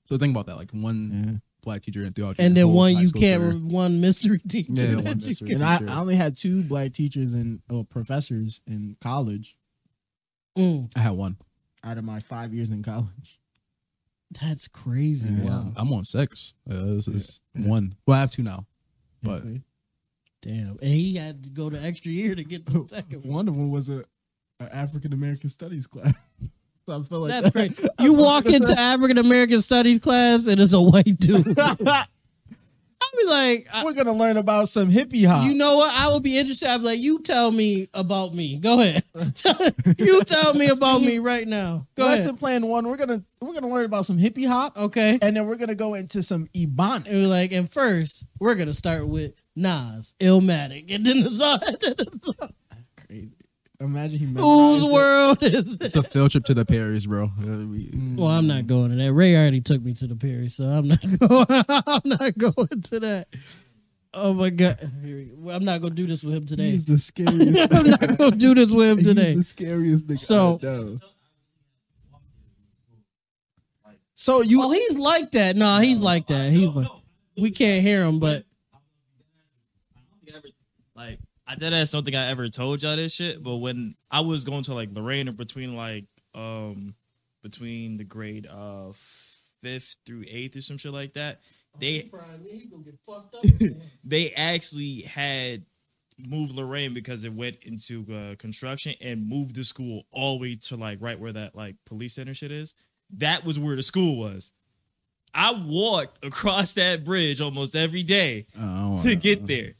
Speaker 4: So think about that. Like one
Speaker 1: Yeah.
Speaker 4: black teacher and throughout.
Speaker 2: and then
Speaker 4: your whole
Speaker 2: one
Speaker 4: high
Speaker 2: you
Speaker 4: school
Speaker 2: can't
Speaker 4: career.
Speaker 2: re- one mystery (laughs) teacher.
Speaker 4: Yeah, one
Speaker 2: that you
Speaker 4: mystery
Speaker 1: And
Speaker 2: can't-
Speaker 1: I,
Speaker 4: Sure.
Speaker 1: I only had two black teachers and well, professors in college
Speaker 2: Mm,
Speaker 4: I had one.
Speaker 1: out of my five years in college.
Speaker 2: that's crazy.
Speaker 4: Yeah,
Speaker 2: Wow.
Speaker 4: I'm on six. Uh, this is one. Well, I have two now. But
Speaker 1: Basically.
Speaker 2: Damn. And he had to go the extra year to get the second one.
Speaker 1: one of them was a, a African American studies class. (laughs) so I feel like (laughs)
Speaker 2: That's crazy. You walk into African American Studies class and it's a
Speaker 1: (laughs)
Speaker 2: white dude. I'd be like, I-
Speaker 1: We're gonna learn about some hippie hop.
Speaker 2: you know what? I would be interested. I'd be like, you tell me about me. Go ahead. (laughs) you tell me about me right now. Go
Speaker 1: lesson
Speaker 2: ahead.
Speaker 1: plan one. We're gonna we're gonna learn about some hippie hop,
Speaker 2: Okay.
Speaker 1: and then we're gonna go into some Ebonics.
Speaker 2: It was like, and first we're gonna start with Nas, Illmatic, and then the song.
Speaker 1: Crazy. Imagine he
Speaker 2: (laughs) Whose
Speaker 1: memorized it.
Speaker 2: world is
Speaker 4: it's
Speaker 2: this?
Speaker 4: a field trip to the Paris, bro. Uh, we-
Speaker 1: Mm.
Speaker 2: Well, I'm not going to that. Ray already took me to the Perry, so I'm not (laughs) going. I'm not going to that. Oh my god! Here we go. Well, I'm not gonna do this with him today.
Speaker 1: He's the scariest.
Speaker 2: (laughs) I'm not gonna do this with
Speaker 1: (laughs)
Speaker 2: him
Speaker 1: he's
Speaker 2: today.
Speaker 1: the scariest nigga.
Speaker 2: So-
Speaker 1: I know. So you
Speaker 2: Oh, he's like that. No, he's like that. He's like, we can't hear him, but
Speaker 5: Like I dead ass don't think I ever told y'all this shit, but when I was going to like Lorraine or between like um between the grade uh fifth through eighth or some shit like that, they
Speaker 1: (laughs)
Speaker 5: they actually had moved Lorraine because it went into uh, construction and moved the school all the way to like right where that like police center shit is. That was where the school was. I walked across that bridge almost every day
Speaker 4: I don't
Speaker 5: to
Speaker 4: wanna-
Speaker 5: get there.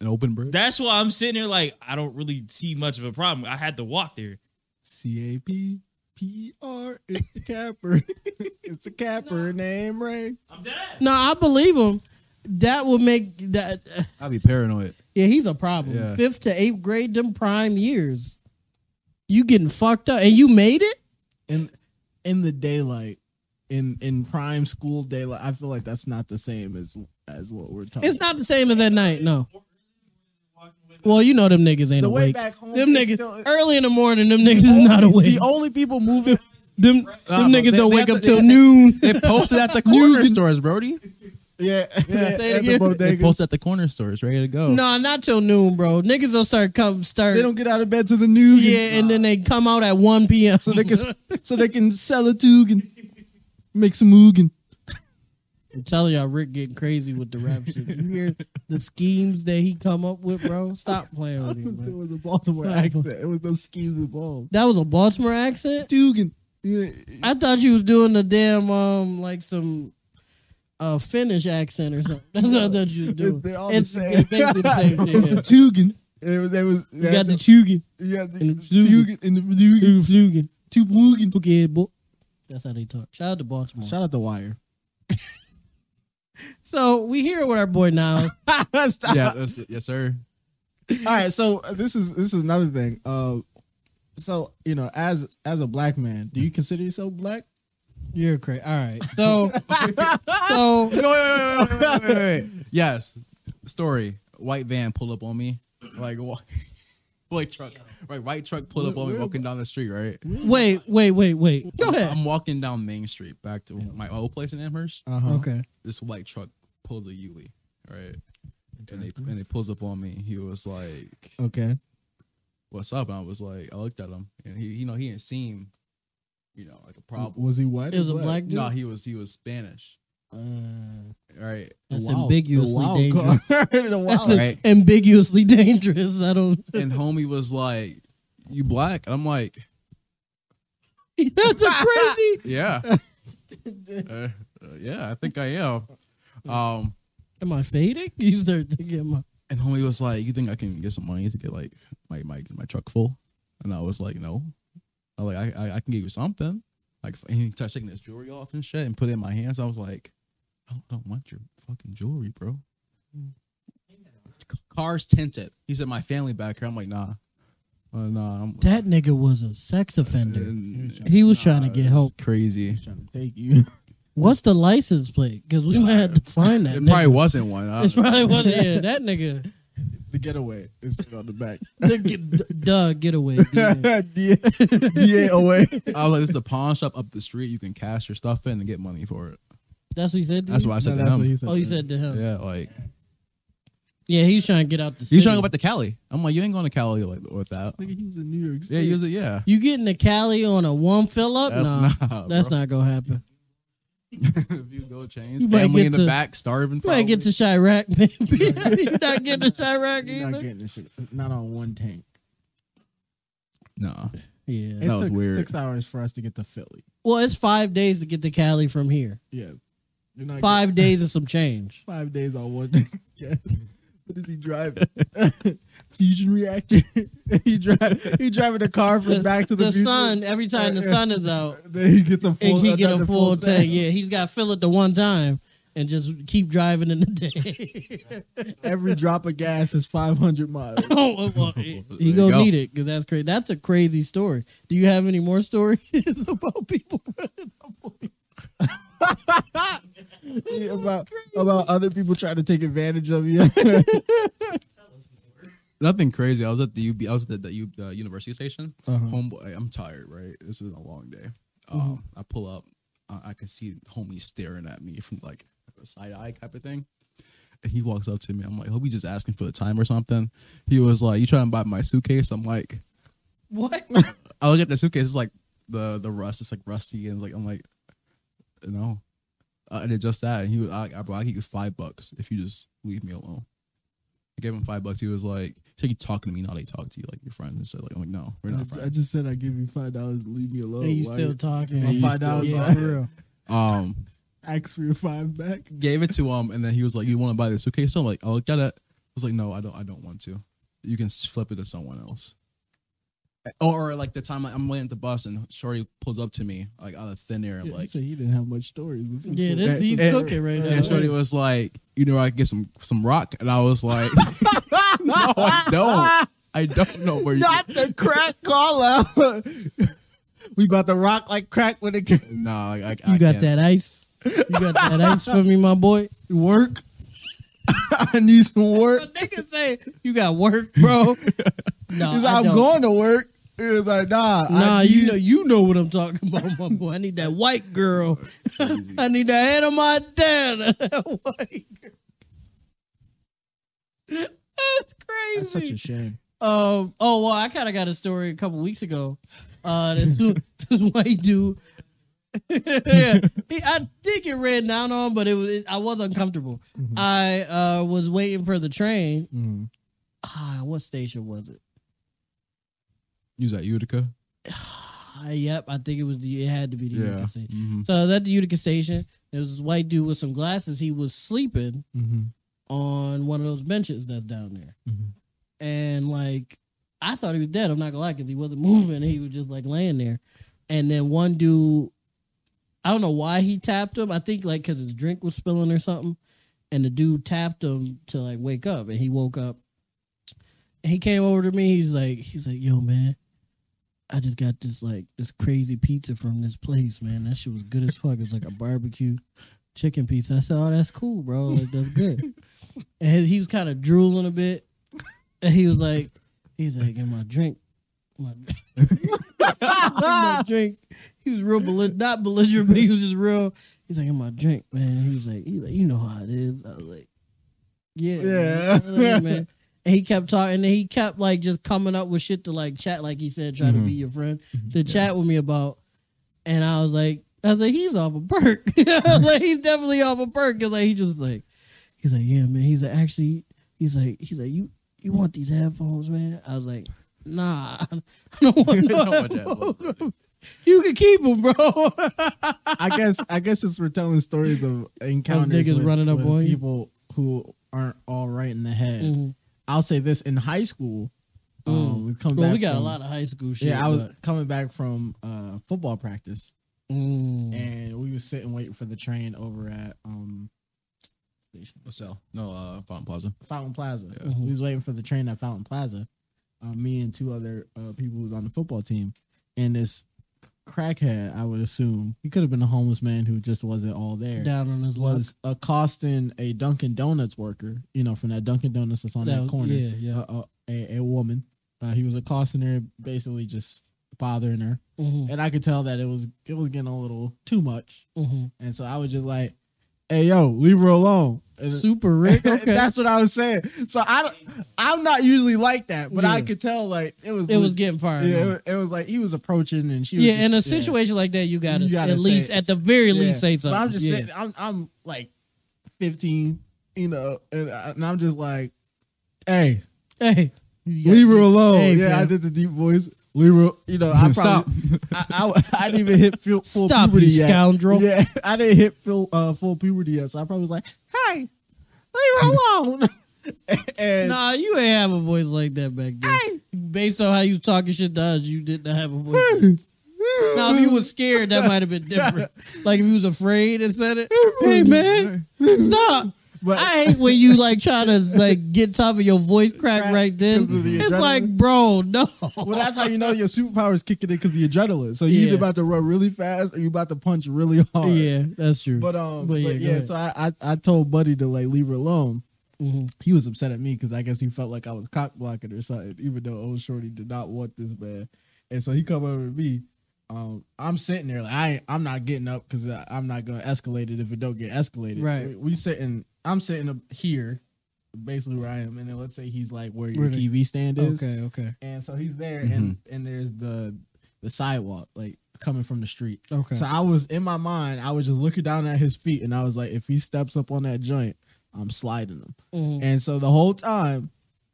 Speaker 4: An open bridge.
Speaker 5: That's why I'm sitting here like I don't really see much of a problem. I had to walk there.
Speaker 1: C A P P R. It's a capper. (laughs) it's a capper named Ray.
Speaker 5: I'm dead.
Speaker 4: (laughs)
Speaker 2: no, I believe him. That would make that.
Speaker 4: I'd be paranoid.
Speaker 2: Yeah, he's a problem.
Speaker 4: Yeah.
Speaker 2: Fifth to eighth grade, them prime years. You getting fucked up, and you made it.
Speaker 1: in in the daylight in in prime school daylight i feel like that's not the same as as what we're talking
Speaker 2: It's not the same as at night. No. Well, you know them niggas ain't
Speaker 1: the way
Speaker 2: awake.
Speaker 1: back home
Speaker 2: Them
Speaker 1: is
Speaker 2: niggas
Speaker 1: still- Oh,
Speaker 2: early in the morning. Them niggas is not awake.
Speaker 1: the Uh-huh. only people moving (laughs)
Speaker 2: Them
Speaker 4: Nah,
Speaker 2: them
Speaker 4: bro,
Speaker 2: niggas
Speaker 4: they-
Speaker 2: don't
Speaker 4: they
Speaker 2: wake
Speaker 4: have
Speaker 2: up
Speaker 4: to-
Speaker 2: till
Speaker 4: they-
Speaker 2: noon.
Speaker 4: They posted at the corner stores, Brody.
Speaker 1: yeah,
Speaker 2: Yeah, say it
Speaker 1: at the
Speaker 2: again.
Speaker 4: They
Speaker 1: bodega.
Speaker 4: posted at the corner stores, ready to go.
Speaker 2: Nah, not till noon, bro. Niggas don't start come start.
Speaker 1: they don't get out of bed to the noon
Speaker 2: yeah, and then they come out at one p.m.
Speaker 1: so they can so they can sell a tug and make some oogan
Speaker 2: I'm telling y'all, Rick getting crazy with the rap shit. You hear the schemes that he come up with, bro? Stop playing with him.
Speaker 1: (laughs) it
Speaker 2: Bro.
Speaker 1: was a baltimore accent it was no schemes involved
Speaker 2: That was a Baltimore accent.
Speaker 1: Dugan. Yeah.
Speaker 2: I thought you was doing the damn um like some uh Finnish accent or something. That's what I thought you was doing.
Speaker 1: They're all
Speaker 2: it's
Speaker 1: the same.
Speaker 2: it's basically
Speaker 1: (laughs)
Speaker 2: the same
Speaker 1: It's
Speaker 2: thing.
Speaker 1: a Tugan. It was, it was,
Speaker 2: Yeah. You got the Tugan
Speaker 1: yeah, the,
Speaker 2: and the Flugen.
Speaker 1: Tugan and the Flugen.
Speaker 2: and the Flugen.
Speaker 1: Two Flugen.
Speaker 2: Okay, boy. That's how they talk. Shout out to Baltimore.
Speaker 1: Shout out the
Speaker 2: (laughs)
Speaker 1: wire.
Speaker 2: So we here with our boy now.
Speaker 1: Stop.
Speaker 4: Yeah, that's it. yes, sir.
Speaker 1: All right, so uh, this is this is another thing. Uh, so you know, as as a black man, do you consider yourself black?
Speaker 2: You're crazy. All right.
Speaker 1: (laughs)
Speaker 2: So so
Speaker 4: No, wait, wait, wait, wait, wait, wait, wait. Yes. Story. White van pull up on me. Like (laughs) walk like truck. Right, white truck pull up on me walking down the street, right?
Speaker 2: wait, wait, wait, wait. Go ahead.
Speaker 4: I'm walking down Main Street back to my old place in Amherst.
Speaker 1: Uh-huh.
Speaker 2: Okay.
Speaker 4: This white truck pulled a Yuli, right? And they and it pulls up on me. He was like,
Speaker 1: Okay.
Speaker 4: What's up? And I was like, I looked at him and he you know, he didn't seem, you know, like a problem.
Speaker 1: Uh, Was he white?
Speaker 2: It was a black dude.
Speaker 4: No, he was he was Spanish.
Speaker 1: Uh,
Speaker 4: Right.
Speaker 2: That's
Speaker 1: Wow.
Speaker 2: ambiguously
Speaker 1: The wild
Speaker 2: dangerous.
Speaker 1: card. (laughs) The wild-
Speaker 2: That's a-
Speaker 4: right.
Speaker 2: (laughs) ambiguously dangerous. I don't.
Speaker 4: (laughs)
Speaker 2: (laughs)
Speaker 4: and homie was like, "You black?" And I'm like,
Speaker 2: That's a crazy.
Speaker 1: (laughs)
Speaker 4: "Yeah,
Speaker 2: (laughs)
Speaker 4: Uh, uh, yeah, I think I am." Um,
Speaker 2: Am I fading? You start thinking, am I-
Speaker 4: and homie was like, "You think I can get some money to get like my my my truck full?" And I was like, "No." I like I I, I can give you something. Like and he started taking his jewelry off and shit and put it in my hands. I was like, "I don't, don't want your fucking jewelry, bro." Cars tinted. He said, "My family back here." I'm like, "Nah, uh, nah." I'm,
Speaker 2: that nigga was a sex offender.
Speaker 4: and-
Speaker 2: He was trying to get help.
Speaker 4: Crazy.
Speaker 1: trying to take you.
Speaker 2: What's the license plate? Because we might have to find that.
Speaker 4: It
Speaker 2: nigga.
Speaker 4: probably wasn't one. I-
Speaker 2: It's (laughs) probably one. Yeah, that nigga.
Speaker 1: the getaway is on the back.
Speaker 2: The get, duh, get away.
Speaker 4: (laughs)
Speaker 2: Yeah.
Speaker 1: D- DAOA.
Speaker 4: I was like, this is a pawn shop up the street. You can cash your stuff in and get money for it.
Speaker 2: That's what he said.
Speaker 1: (laughs)
Speaker 2: to
Speaker 4: That's
Speaker 2: you?
Speaker 4: what I said
Speaker 1: No,
Speaker 4: to
Speaker 1: that's
Speaker 4: him.
Speaker 1: what he said.
Speaker 2: Oh, you said to him. Yeah,
Speaker 4: Yeah, like
Speaker 2: he's trying to get out the.
Speaker 4: he's
Speaker 2: City.
Speaker 4: trying to go back to Cali. I'm like, you ain't going to Cali like without.
Speaker 1: Nigga, he was in New York
Speaker 4: Yeah,
Speaker 1: State.
Speaker 4: use it. Yeah,
Speaker 2: You getting to Cali on a one fill up?
Speaker 4: That's-
Speaker 2: No,
Speaker 4: nah,
Speaker 2: that's
Speaker 4: bro.
Speaker 2: not gonna happen.
Speaker 4: (laughs) if you go chains,
Speaker 2: You might
Speaker 4: family
Speaker 2: get
Speaker 4: in the
Speaker 2: to-
Speaker 4: back starving.
Speaker 2: You might
Speaker 4: probably.
Speaker 2: get to Chirac, (laughs) maybe.
Speaker 4: (laughs)
Speaker 2: You're not getting to Chirac
Speaker 1: You're not
Speaker 2: either.
Speaker 1: getting this shit. Not on one tank.
Speaker 4: no.
Speaker 1: It
Speaker 2: Yeah.
Speaker 4: That was
Speaker 1: took
Speaker 4: weird.
Speaker 1: Six hours for us to get to Philly.
Speaker 2: Well, it's five days to get to Cali from here.
Speaker 1: Yeah, You're not
Speaker 2: Five days and some change.
Speaker 1: getting five days on one (laughs) tank. Yeah. What is he driving? (laughs) Fusion reactor. (laughs) he drive. He driving a car from back to the,
Speaker 2: the
Speaker 1: future.
Speaker 2: sun. Every time the sun is out,
Speaker 1: Then he gets a full.
Speaker 2: and he get a
Speaker 1: another
Speaker 2: full tank.
Speaker 1: tank.
Speaker 2: Yeah, he's got to fill it the one time and just keep driving in the day.
Speaker 1: Every drop of gas is five hundred
Speaker 2: (laughs)
Speaker 1: miles.
Speaker 2: oh, well, he
Speaker 4: There
Speaker 2: he
Speaker 4: you
Speaker 2: gonna
Speaker 4: go.
Speaker 2: need it because that's crazy. That's a crazy story. Do you have any more stories (laughs) about people?
Speaker 1: Yeah, about about other people trying to take advantage of you. (laughs)
Speaker 4: Nothing crazy. I was at the UB. I was at the, the, U, the university station.
Speaker 2: Uh-huh.
Speaker 4: Homeboy, I'm tired. Right, this has been a long day. Um,
Speaker 2: Mm-hmm.
Speaker 4: I pull up. I, I can see homie staring at me from like a side eye type of thing. And he walks up to me. I'm like, hope he's just asking for the time or something. He was like, "You trying to buy my suitcase?" I'm like,
Speaker 5: (laughs)
Speaker 2: What?
Speaker 4: I look at the suitcase. It's like the the rust. It's like rusty, and like I'm like, no. Uh, and it just that. And he was, I, I, bro, I give you five bucks if you just leave me alone. I gave him five bucks. He was like, "So you talking to me? Not they talk to you like your friends?" And so like, I'm like, no, we're not
Speaker 1: I
Speaker 4: friends.
Speaker 1: just said I give you five dollars, leave me alone.
Speaker 2: and you
Speaker 1: Oh, Why-
Speaker 2: still talking?
Speaker 1: My
Speaker 2: And you
Speaker 1: five
Speaker 2: still-
Speaker 1: dollars
Speaker 2: Yeah,
Speaker 1: off.
Speaker 2: for real.
Speaker 4: Um,
Speaker 1: ask for your five back?
Speaker 4: gave it to him, and then he was like, "You want to buy the suitcase?" So I'm like, I looked at it. I was like, "No, I don't. I don't want to. You can s- flip it to someone else." Or, like the time I'm waiting at the bus and Shorty pulls up to me like out of thin air, and
Speaker 1: Yeah,
Speaker 4: like,
Speaker 1: so he didn't have much stories. This is
Speaker 2: Yeah,
Speaker 1: so-
Speaker 2: this, he's
Speaker 4: And-
Speaker 2: cooking right now.
Speaker 4: And Shorty was like, you know, I can get some some rock, and I was like, (laughs) no, I don't. I don't know where you.
Speaker 1: not the crack call out. (laughs) we about to rock like crack when it.
Speaker 4: no, I, I,
Speaker 2: You got that ice. You got that ice for me, my boy. Work.
Speaker 1: I need some work.
Speaker 2: Bro, nigga say you got work, bro. (laughs) No,
Speaker 1: He's
Speaker 2: I
Speaker 1: like, I'm
Speaker 2: don't.
Speaker 1: going to work. It's like, nah. I
Speaker 2: Nah, you
Speaker 1: need-
Speaker 2: know, you know what I'm talking about, my boy. I need that white girl. I need the head of my dad. (laughs) That white girl. That's crazy.
Speaker 1: That's such a shame.
Speaker 2: Um. Oh well, I kind of got a story a couple weeks ago. Uh, this, dude- (laughs) this white dude. (laughs) yeah, he, I did get ran down on, but it was it, I was uncomfortable. I uh was waiting for the train. Ah, what station was it?
Speaker 4: Use that Utica.
Speaker 2: Ah, yep, I think it was the. It had to be the
Speaker 4: Yeah.
Speaker 2: Utica station.
Speaker 4: Mhm.
Speaker 2: So I was at the Utica station. There was this white dude with some glasses. He was sleeping on one of those benches that's down there.
Speaker 1: Mhm.
Speaker 2: And like, I thought he was dead. I'm not gonna lie, because he wasn't (laughs) moving. He was just like laying there. And then one dude, I don't know why he tapped him. I think like because his drink was spilling or something. And the dude tapped him to like wake up, and he woke up. And he came over to me. He's like, he's like, yo, man. I just got this like this crazy pizza from this place, man. That shit was good as fuck. It's like a barbecue chicken pizza. I said, "Oh, that's cool, bro. Like that's good." and he- he was kind of drooling a bit. And he was like, "He's like, in my drink, my, (laughs) my drink." He was real belli- not belligerent, but he was just real. He's like, "In my drink, man." He was like, "He like, you know how it is." I was like, "Yeah,
Speaker 1: Yeah.
Speaker 2: man. Yeah, man." And he kept talking, and he kept like just coming up with shit to like chat, like he said, try to be your friend, to chat with me about. And I was like, I was like, he's off a perk. (laughs) I was like, he's definitely off a perk. Cause like he just like, he's like, yeah, man. He's like, actually, he's like, he's like, you you want these headphones, man? I was like, nah, (laughs) I don't want no
Speaker 4: Don't watch that.
Speaker 2: headphones. You can keep them,
Speaker 1: (laughs)
Speaker 2: bro.
Speaker 1: I guess I guess it's for telling stories of encounters
Speaker 2: niggas
Speaker 1: with,
Speaker 2: running up
Speaker 1: with
Speaker 2: on you.
Speaker 1: people who aren't all right in the head.
Speaker 2: Mhm.
Speaker 1: I'll say this in high school. Um, we come
Speaker 2: Mm. Well,
Speaker 1: back
Speaker 2: we got a
Speaker 1: from-
Speaker 2: lot of high school shit.
Speaker 1: Yeah, I was coming back from uh, football practice,
Speaker 2: but- Mm.
Speaker 1: and we was sitting waiting for the train over at um, station
Speaker 4: LaSalle. No, uh, Fountain Plaza.
Speaker 1: Fountain Plaza.
Speaker 4: Yeah.
Speaker 1: We was
Speaker 2: Mm-hmm.
Speaker 1: waiting for the train at Fountain Plaza. Uh, me and two other uh, people who was on the football team, and this crackhead, I would assume he could have been a homeless man who just wasn't all there.
Speaker 2: down on his luck.
Speaker 1: was accosting a Dunkin' Donuts worker, you know, from that Dunkin' Donuts that's on that,
Speaker 2: That was-
Speaker 1: corner.
Speaker 2: yeah, yeah.
Speaker 1: Uh, a, a woman. Uh, he was accosting her, basically just bothering her,
Speaker 2: Mhm,
Speaker 1: and I could tell that it was it was getting a little too much. (laughs)
Speaker 2: mhm.
Speaker 1: And so I was just like, hey yo, leave her alone. (laughs) And-
Speaker 2: Super Rick. Okay.
Speaker 1: That's what I was saying. So I don't, I'm not usually like that, but I
Speaker 2: Yeah.
Speaker 1: could tell like it was
Speaker 2: it was getting fired.
Speaker 1: yeah, it,
Speaker 2: up.
Speaker 1: was- it was like he was approaching and she was
Speaker 2: yeah, in a
Speaker 1: just- yeah.
Speaker 2: situation like that, you gotta,
Speaker 1: You gotta
Speaker 2: at
Speaker 1: say
Speaker 2: least,
Speaker 1: it.
Speaker 2: at the very
Speaker 1: Yeah.
Speaker 2: least, say something.
Speaker 1: But I'm just
Speaker 2: yeah.
Speaker 1: sitting, I'm I'm like 15, you know, and, I, and I'm just like, hey,
Speaker 2: Hey,
Speaker 1: leave her alone.
Speaker 2: Hey,
Speaker 1: yeah, I
Speaker 2: fam.
Speaker 1: did the deep voice. Leave her, you know. I probably,
Speaker 4: Stop.
Speaker 1: I, I, I didn't even hit full, full
Speaker 2: Stop, you
Speaker 1: puberty yet.
Speaker 2: scoundrel.
Speaker 1: Yeah, (laughs) I didn't hit full uh, full puberty yet, so I probably was like, hey, leave her alone. (laughs) and
Speaker 2: Nah, you ain't have a voice like that back then. Based on how you talking shit to us, you didn't have a voice. now, if you was scared, that might have
Speaker 1: (laughs)
Speaker 2: been different. like if you was afraid and said it. Hey man, stop.
Speaker 1: but
Speaker 2: I hate when you like try to like get top of your voice crack right then.
Speaker 1: 'Cause of the
Speaker 2: It's
Speaker 1: adrenaline.
Speaker 2: like, bro, no.
Speaker 1: (laughs) Well, that's how you know your superpower is kicking in because the adrenaline. So you
Speaker 2: Yeah.
Speaker 1: either about to run really fast or you about to punch really hard.
Speaker 2: Yeah, that's true.
Speaker 1: But um,
Speaker 2: But
Speaker 1: but
Speaker 2: yeah,
Speaker 1: yeah.
Speaker 2: go ahead.
Speaker 1: so I, I I told Buddy to like leave her alone.
Speaker 2: Mhm.
Speaker 1: He was upset at me because I guess he felt like I was cock blocking or something, even though old shorty did not want this man. And so he come over to me. Um, I'm sitting there like I ain't- I'm not getting up because I'm not gonna escalate it if it don't get escalated.
Speaker 2: Right.
Speaker 1: We, we sitting. I'm sitting up here, basically where I am, and then let's say he's like where your
Speaker 2: Where the-
Speaker 1: TV stand is
Speaker 2: okay, okay,
Speaker 1: and so he's there and and there's the the sidewalk like coming from the street
Speaker 2: Okay.
Speaker 1: so i was in my mind i was just looking down at his feet and i was like if he steps up on that joint i'm sliding him
Speaker 2: Mhm.
Speaker 1: and so the whole time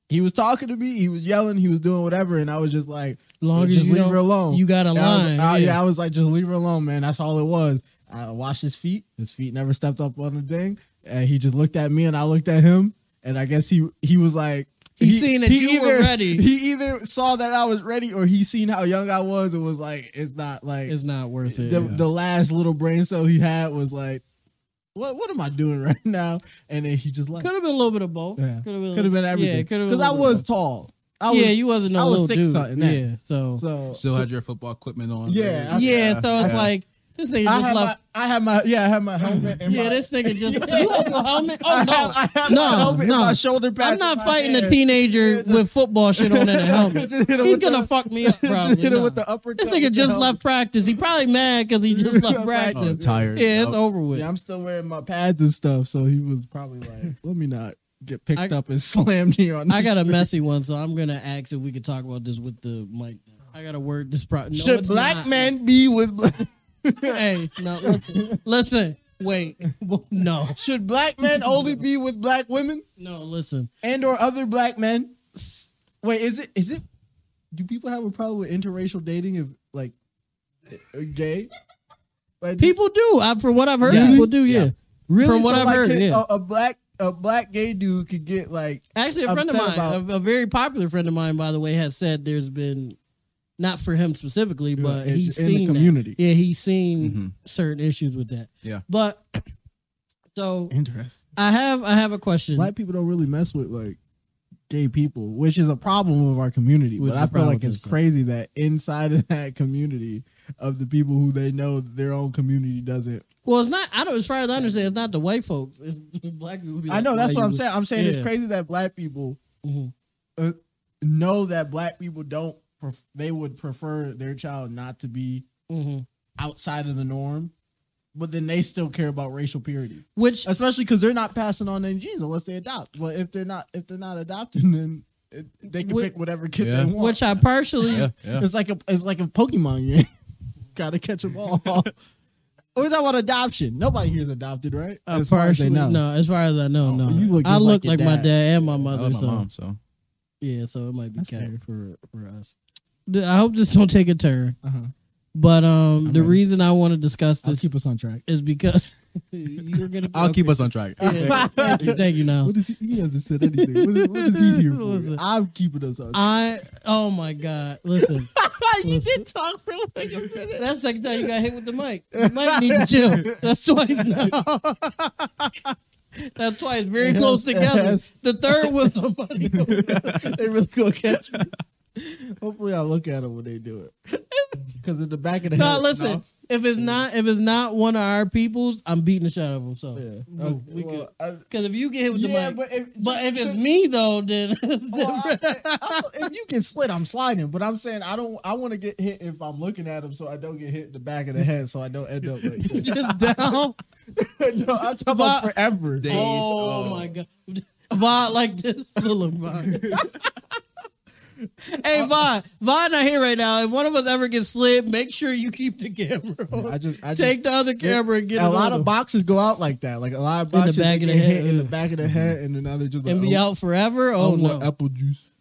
Speaker 1: he was talking to me he was yelling he was doing whatever and i was just like
Speaker 2: Long as
Speaker 1: just
Speaker 2: you
Speaker 1: leave
Speaker 2: don't-
Speaker 1: her alone
Speaker 2: you got a
Speaker 1: And I was-
Speaker 2: line,
Speaker 1: I- yeah.
Speaker 2: yeah.
Speaker 1: i was like just leave her alone man that's all it was i washed his feet his feet never stepped up on the thing and he just looked at me and i looked at him and i guess he he was like
Speaker 2: He seen that you were ready.
Speaker 1: (laughs) He either saw that I was ready, or he seen how young I was, and was like, "It's not like
Speaker 2: it's not worth it.
Speaker 1: the,
Speaker 2: yeah.
Speaker 1: the last little brain cell he had was like, what What am I doing (laughs) right now?" And then he just left.
Speaker 2: Could have been a little bit of both.
Speaker 1: Yeah.
Speaker 2: Could have been,
Speaker 1: Could have been
Speaker 2: Yeah,
Speaker 1: everything.
Speaker 2: could have
Speaker 1: Because I was tall. I was,
Speaker 2: yeah, you wasn't no
Speaker 1: I was
Speaker 2: little
Speaker 1: six
Speaker 2: dude.
Speaker 1: something then.
Speaker 2: Yeah, so,
Speaker 1: so
Speaker 4: Still had your football equipment on.
Speaker 1: Yeah, I-
Speaker 2: yeah, so it's
Speaker 1: yeah.
Speaker 2: like this nigga
Speaker 1: I
Speaker 2: just
Speaker 1: had my,
Speaker 2: left.
Speaker 1: I had my yeah I had my
Speaker 2: (laughs)
Speaker 1: helmet. And
Speaker 2: yeah,
Speaker 1: my,
Speaker 2: this nigga just you have a helmet.
Speaker 1: (laughs) I
Speaker 2: Oh
Speaker 1: had,
Speaker 2: no,
Speaker 1: I had
Speaker 2: No,
Speaker 1: my helmet and
Speaker 2: no.
Speaker 1: my shoulder pads.
Speaker 2: I'm
Speaker 1: in
Speaker 2: not
Speaker 1: my
Speaker 2: fighting a
Speaker 1: hand. (laughs)
Speaker 2: teenager with football shit on and a helmet.
Speaker 1: Just hit him
Speaker 2: He's
Speaker 1: with
Speaker 2: gonna
Speaker 1: the-
Speaker 2: fuck me
Speaker 1: (laughs)
Speaker 2: up probably.
Speaker 1: Hit him
Speaker 2: no.
Speaker 1: with the uppercut.
Speaker 2: this nigga
Speaker 1: with the
Speaker 2: just
Speaker 1: helmet.
Speaker 2: left practice. He probably mad because
Speaker 1: (laughs)
Speaker 2: he just left
Speaker 1: Right.
Speaker 4: Oh, I'm
Speaker 2: practice.
Speaker 4: tired.
Speaker 2: Yeah, it's
Speaker 4: Yep.
Speaker 2: over with.
Speaker 1: Yeah, I'm still wearing my pads and stuff, so he was probably
Speaker 2: (laughs)
Speaker 1: like, "Let me not get picked
Speaker 2: I-
Speaker 1: up and (laughs) slammed here on." (laughs)
Speaker 2: I got a messy one, so I'm gonna ask if we could talk about this with the mic. I gotta word this pro. No,
Speaker 1: Should
Speaker 2: it's
Speaker 1: black
Speaker 2: not.
Speaker 1: men be with black?
Speaker 2: (laughs) Hey, no, listen, listen, wait, (laughs) no,
Speaker 1: (laughs) Should black men only be with black women
Speaker 2: no, listen.
Speaker 1: and or other black men? S- Wait, is it is it? Do people have a problem with interracial dating if like uh, gay? Like,
Speaker 2: People do. I, from what I've heard,
Speaker 1: Really?
Speaker 2: people do. Yeah.
Speaker 1: Yeah. really?
Speaker 2: from what
Speaker 1: So,
Speaker 2: I've
Speaker 1: like, uh,
Speaker 2: heard,
Speaker 1: can-
Speaker 2: yeah.
Speaker 1: a, a black a black gay dude could get like
Speaker 2: Actually, a
Speaker 1: I'm
Speaker 2: friend of
Speaker 1: upset
Speaker 2: mine, a, a very popular friend of mine, by the way, has said there's been, not for him specifically, but
Speaker 1: in-
Speaker 2: he's
Speaker 1: in the
Speaker 2: seen that.
Speaker 1: community.
Speaker 2: Yeah, he's seen
Speaker 1: Mm-hmm.
Speaker 4: Mhm.
Speaker 2: certain issues with that.
Speaker 4: Yeah.
Speaker 2: But so
Speaker 1: interest.
Speaker 2: I have I have a question.
Speaker 1: black people don't really mess with like gay people, which is a problem of our community.
Speaker 2: Which
Speaker 1: but
Speaker 2: is
Speaker 1: I
Speaker 2: a
Speaker 1: feel
Speaker 2: problem
Speaker 1: like
Speaker 2: with
Speaker 1: it's
Speaker 2: us.
Speaker 1: crazy that inside of that community of the people who they know their own community doesn't.
Speaker 2: Well, it's not. I don't. As far as I understand, it's not the white folks. It's (laughs) black people. be
Speaker 1: I
Speaker 2: like,
Speaker 1: know that's what
Speaker 2: why you-
Speaker 1: I'm saying. I'm saying
Speaker 2: Yeah.
Speaker 1: it's crazy that black people
Speaker 2: Mhm.
Speaker 1: uh, know that black people don't. Pref- they would prefer their child not to be
Speaker 2: Mhm.
Speaker 1: outside of the norm, but then they still care about racial purity,
Speaker 2: Which
Speaker 1: especially because they're not passing on their genes unless they adopt. But if they're not, if they're not adopting, then it, they can
Speaker 2: Wh-
Speaker 1: pick whatever kid
Speaker 4: Yeah.
Speaker 1: they want.
Speaker 2: which I partially
Speaker 4: Yeah, yeah.
Speaker 1: It's like a it's like a Pokemon game. (laughs) Gotta catch them
Speaker 2: (laughs)
Speaker 1: all. We're talking about adoption. Nobody here's adopted, right?
Speaker 2: I
Speaker 1: As far as they
Speaker 2: Uh, partially-
Speaker 1: know.
Speaker 2: No, as far as I know,
Speaker 1: Oh,
Speaker 2: no.
Speaker 1: you look
Speaker 2: I
Speaker 1: just
Speaker 2: look like,
Speaker 1: like your
Speaker 2: my
Speaker 1: dad. Oh,
Speaker 2: dad and my
Speaker 4: I
Speaker 2: mother.
Speaker 4: love
Speaker 2: so
Speaker 4: my mom, so
Speaker 2: yeah, so it might be
Speaker 1: That's
Speaker 2: counted for for us. The- I hope this don't take a turn.
Speaker 1: Uh-huh.
Speaker 2: But um, the
Speaker 1: ready.
Speaker 2: reason I want to discuss
Speaker 1: I'll
Speaker 2: this
Speaker 1: keep us on track.
Speaker 2: is because (laughs) you're gonna.
Speaker 4: I'll keep
Speaker 2: okay.
Speaker 4: us on track. (laughs)
Speaker 1: (laughs)
Speaker 2: Yeah, thank you, thank you. Now
Speaker 1: What is he? He hasn't said anything. What is, what is he here for?
Speaker 2: Listen.
Speaker 1: I'm keeping us on.
Speaker 2: I. Oh my God! Listen,
Speaker 1: you did talk for like a minute.
Speaker 2: that's the second time you got hit with the mic. You might need to chill. That's twice
Speaker 1: (laughs)
Speaker 2: now. That's twice, very close together.
Speaker 1: yes.
Speaker 2: The third
Speaker 1: (laughs)
Speaker 2: was somebody.
Speaker 1: (laughs) they really gonna catch me. Hopefully, I look at them when they do
Speaker 2: (laughs)
Speaker 1: it. Because in the back of the
Speaker 2: No,
Speaker 1: head.
Speaker 2: listen. If it's not if it's not one of our peoples, I'm beating the shit out of him. So, because
Speaker 1: Yeah. Okay, well, I-
Speaker 2: if you get hit with
Speaker 1: yeah,
Speaker 2: the mic, but,
Speaker 1: but if,
Speaker 2: if it's
Speaker 1: just-
Speaker 2: me though, then (laughs)
Speaker 1: Well, I- I- if you can slit, I'm sliding. But I'm saying I don't. I want to
Speaker 2: (laughs)
Speaker 1: get hit if I'm looking at him, so I don't get hit in the back of the head, so I don't end up like.
Speaker 2: just down.
Speaker 1: Yo, I talk
Speaker 2: Vi-
Speaker 1: about forever.
Speaker 4: Days.
Speaker 2: Oh,
Speaker 4: of-
Speaker 2: my god. Vi like
Speaker 1: (laughs)
Speaker 2: this. Little Vi. hey Vi, Vi not here right now. If one of us ever gets slid, make sure you keep the camera on.
Speaker 1: I just I just-
Speaker 2: Take the other camera and get
Speaker 1: a
Speaker 2: it
Speaker 1: lot
Speaker 2: on
Speaker 1: of boxers go out like that. Like a lot of
Speaker 2: In the
Speaker 1: boxers
Speaker 2: back
Speaker 1: they get
Speaker 2: of the
Speaker 1: hit
Speaker 2: head,
Speaker 1: in the
Speaker 2: yeah.
Speaker 1: back of the head, and then now they're just like,
Speaker 2: and be
Speaker 1: oh,
Speaker 2: out forever.
Speaker 1: I
Speaker 2: Oh
Speaker 1: want
Speaker 2: no.
Speaker 1: apple juice. (laughs)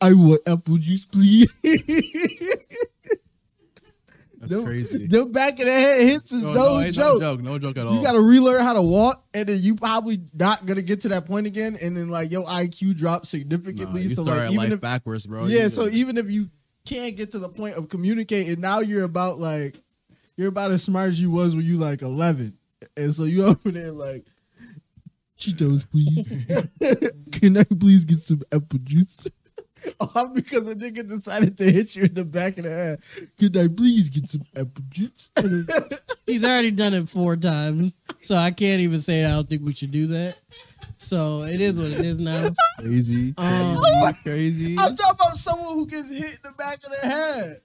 Speaker 1: I want apple juice, please.
Speaker 4: That's
Speaker 1: Them- (laughs)
Speaker 4: crazy.
Speaker 1: The back of the head hits is no,
Speaker 4: ain't
Speaker 1: joke.
Speaker 4: Oh, No joke. No joke at all.
Speaker 1: You gotta relearn how to walk, and then you probably not gonna get to that point again. And then like your IQ drops
Speaker 4: nah,
Speaker 1: significantly.
Speaker 4: you
Speaker 1: so
Speaker 4: start
Speaker 1: like
Speaker 4: at
Speaker 1: even
Speaker 4: life
Speaker 1: if
Speaker 4: backwards, bro.
Speaker 1: yeah,
Speaker 4: Oh, You-
Speaker 1: so even if you can't get to the point of communicating, now you're about like you're about as smart as you was when you like eleven, and so you (laughs) over there like Cheetos, please. (laughs) Can I please get some apple juice? (laughs) All because a nigga decided to hit you in the back of the head. Can I please get some apple juice? (laughs)
Speaker 2: He's already done it four times, so I can't even say I don't think we should do that. So it is what it is now.
Speaker 1: (laughs)
Speaker 4: crazy,
Speaker 2: Um,
Speaker 4: crazy.
Speaker 1: I'm talking about someone who gets hit in the back of the head.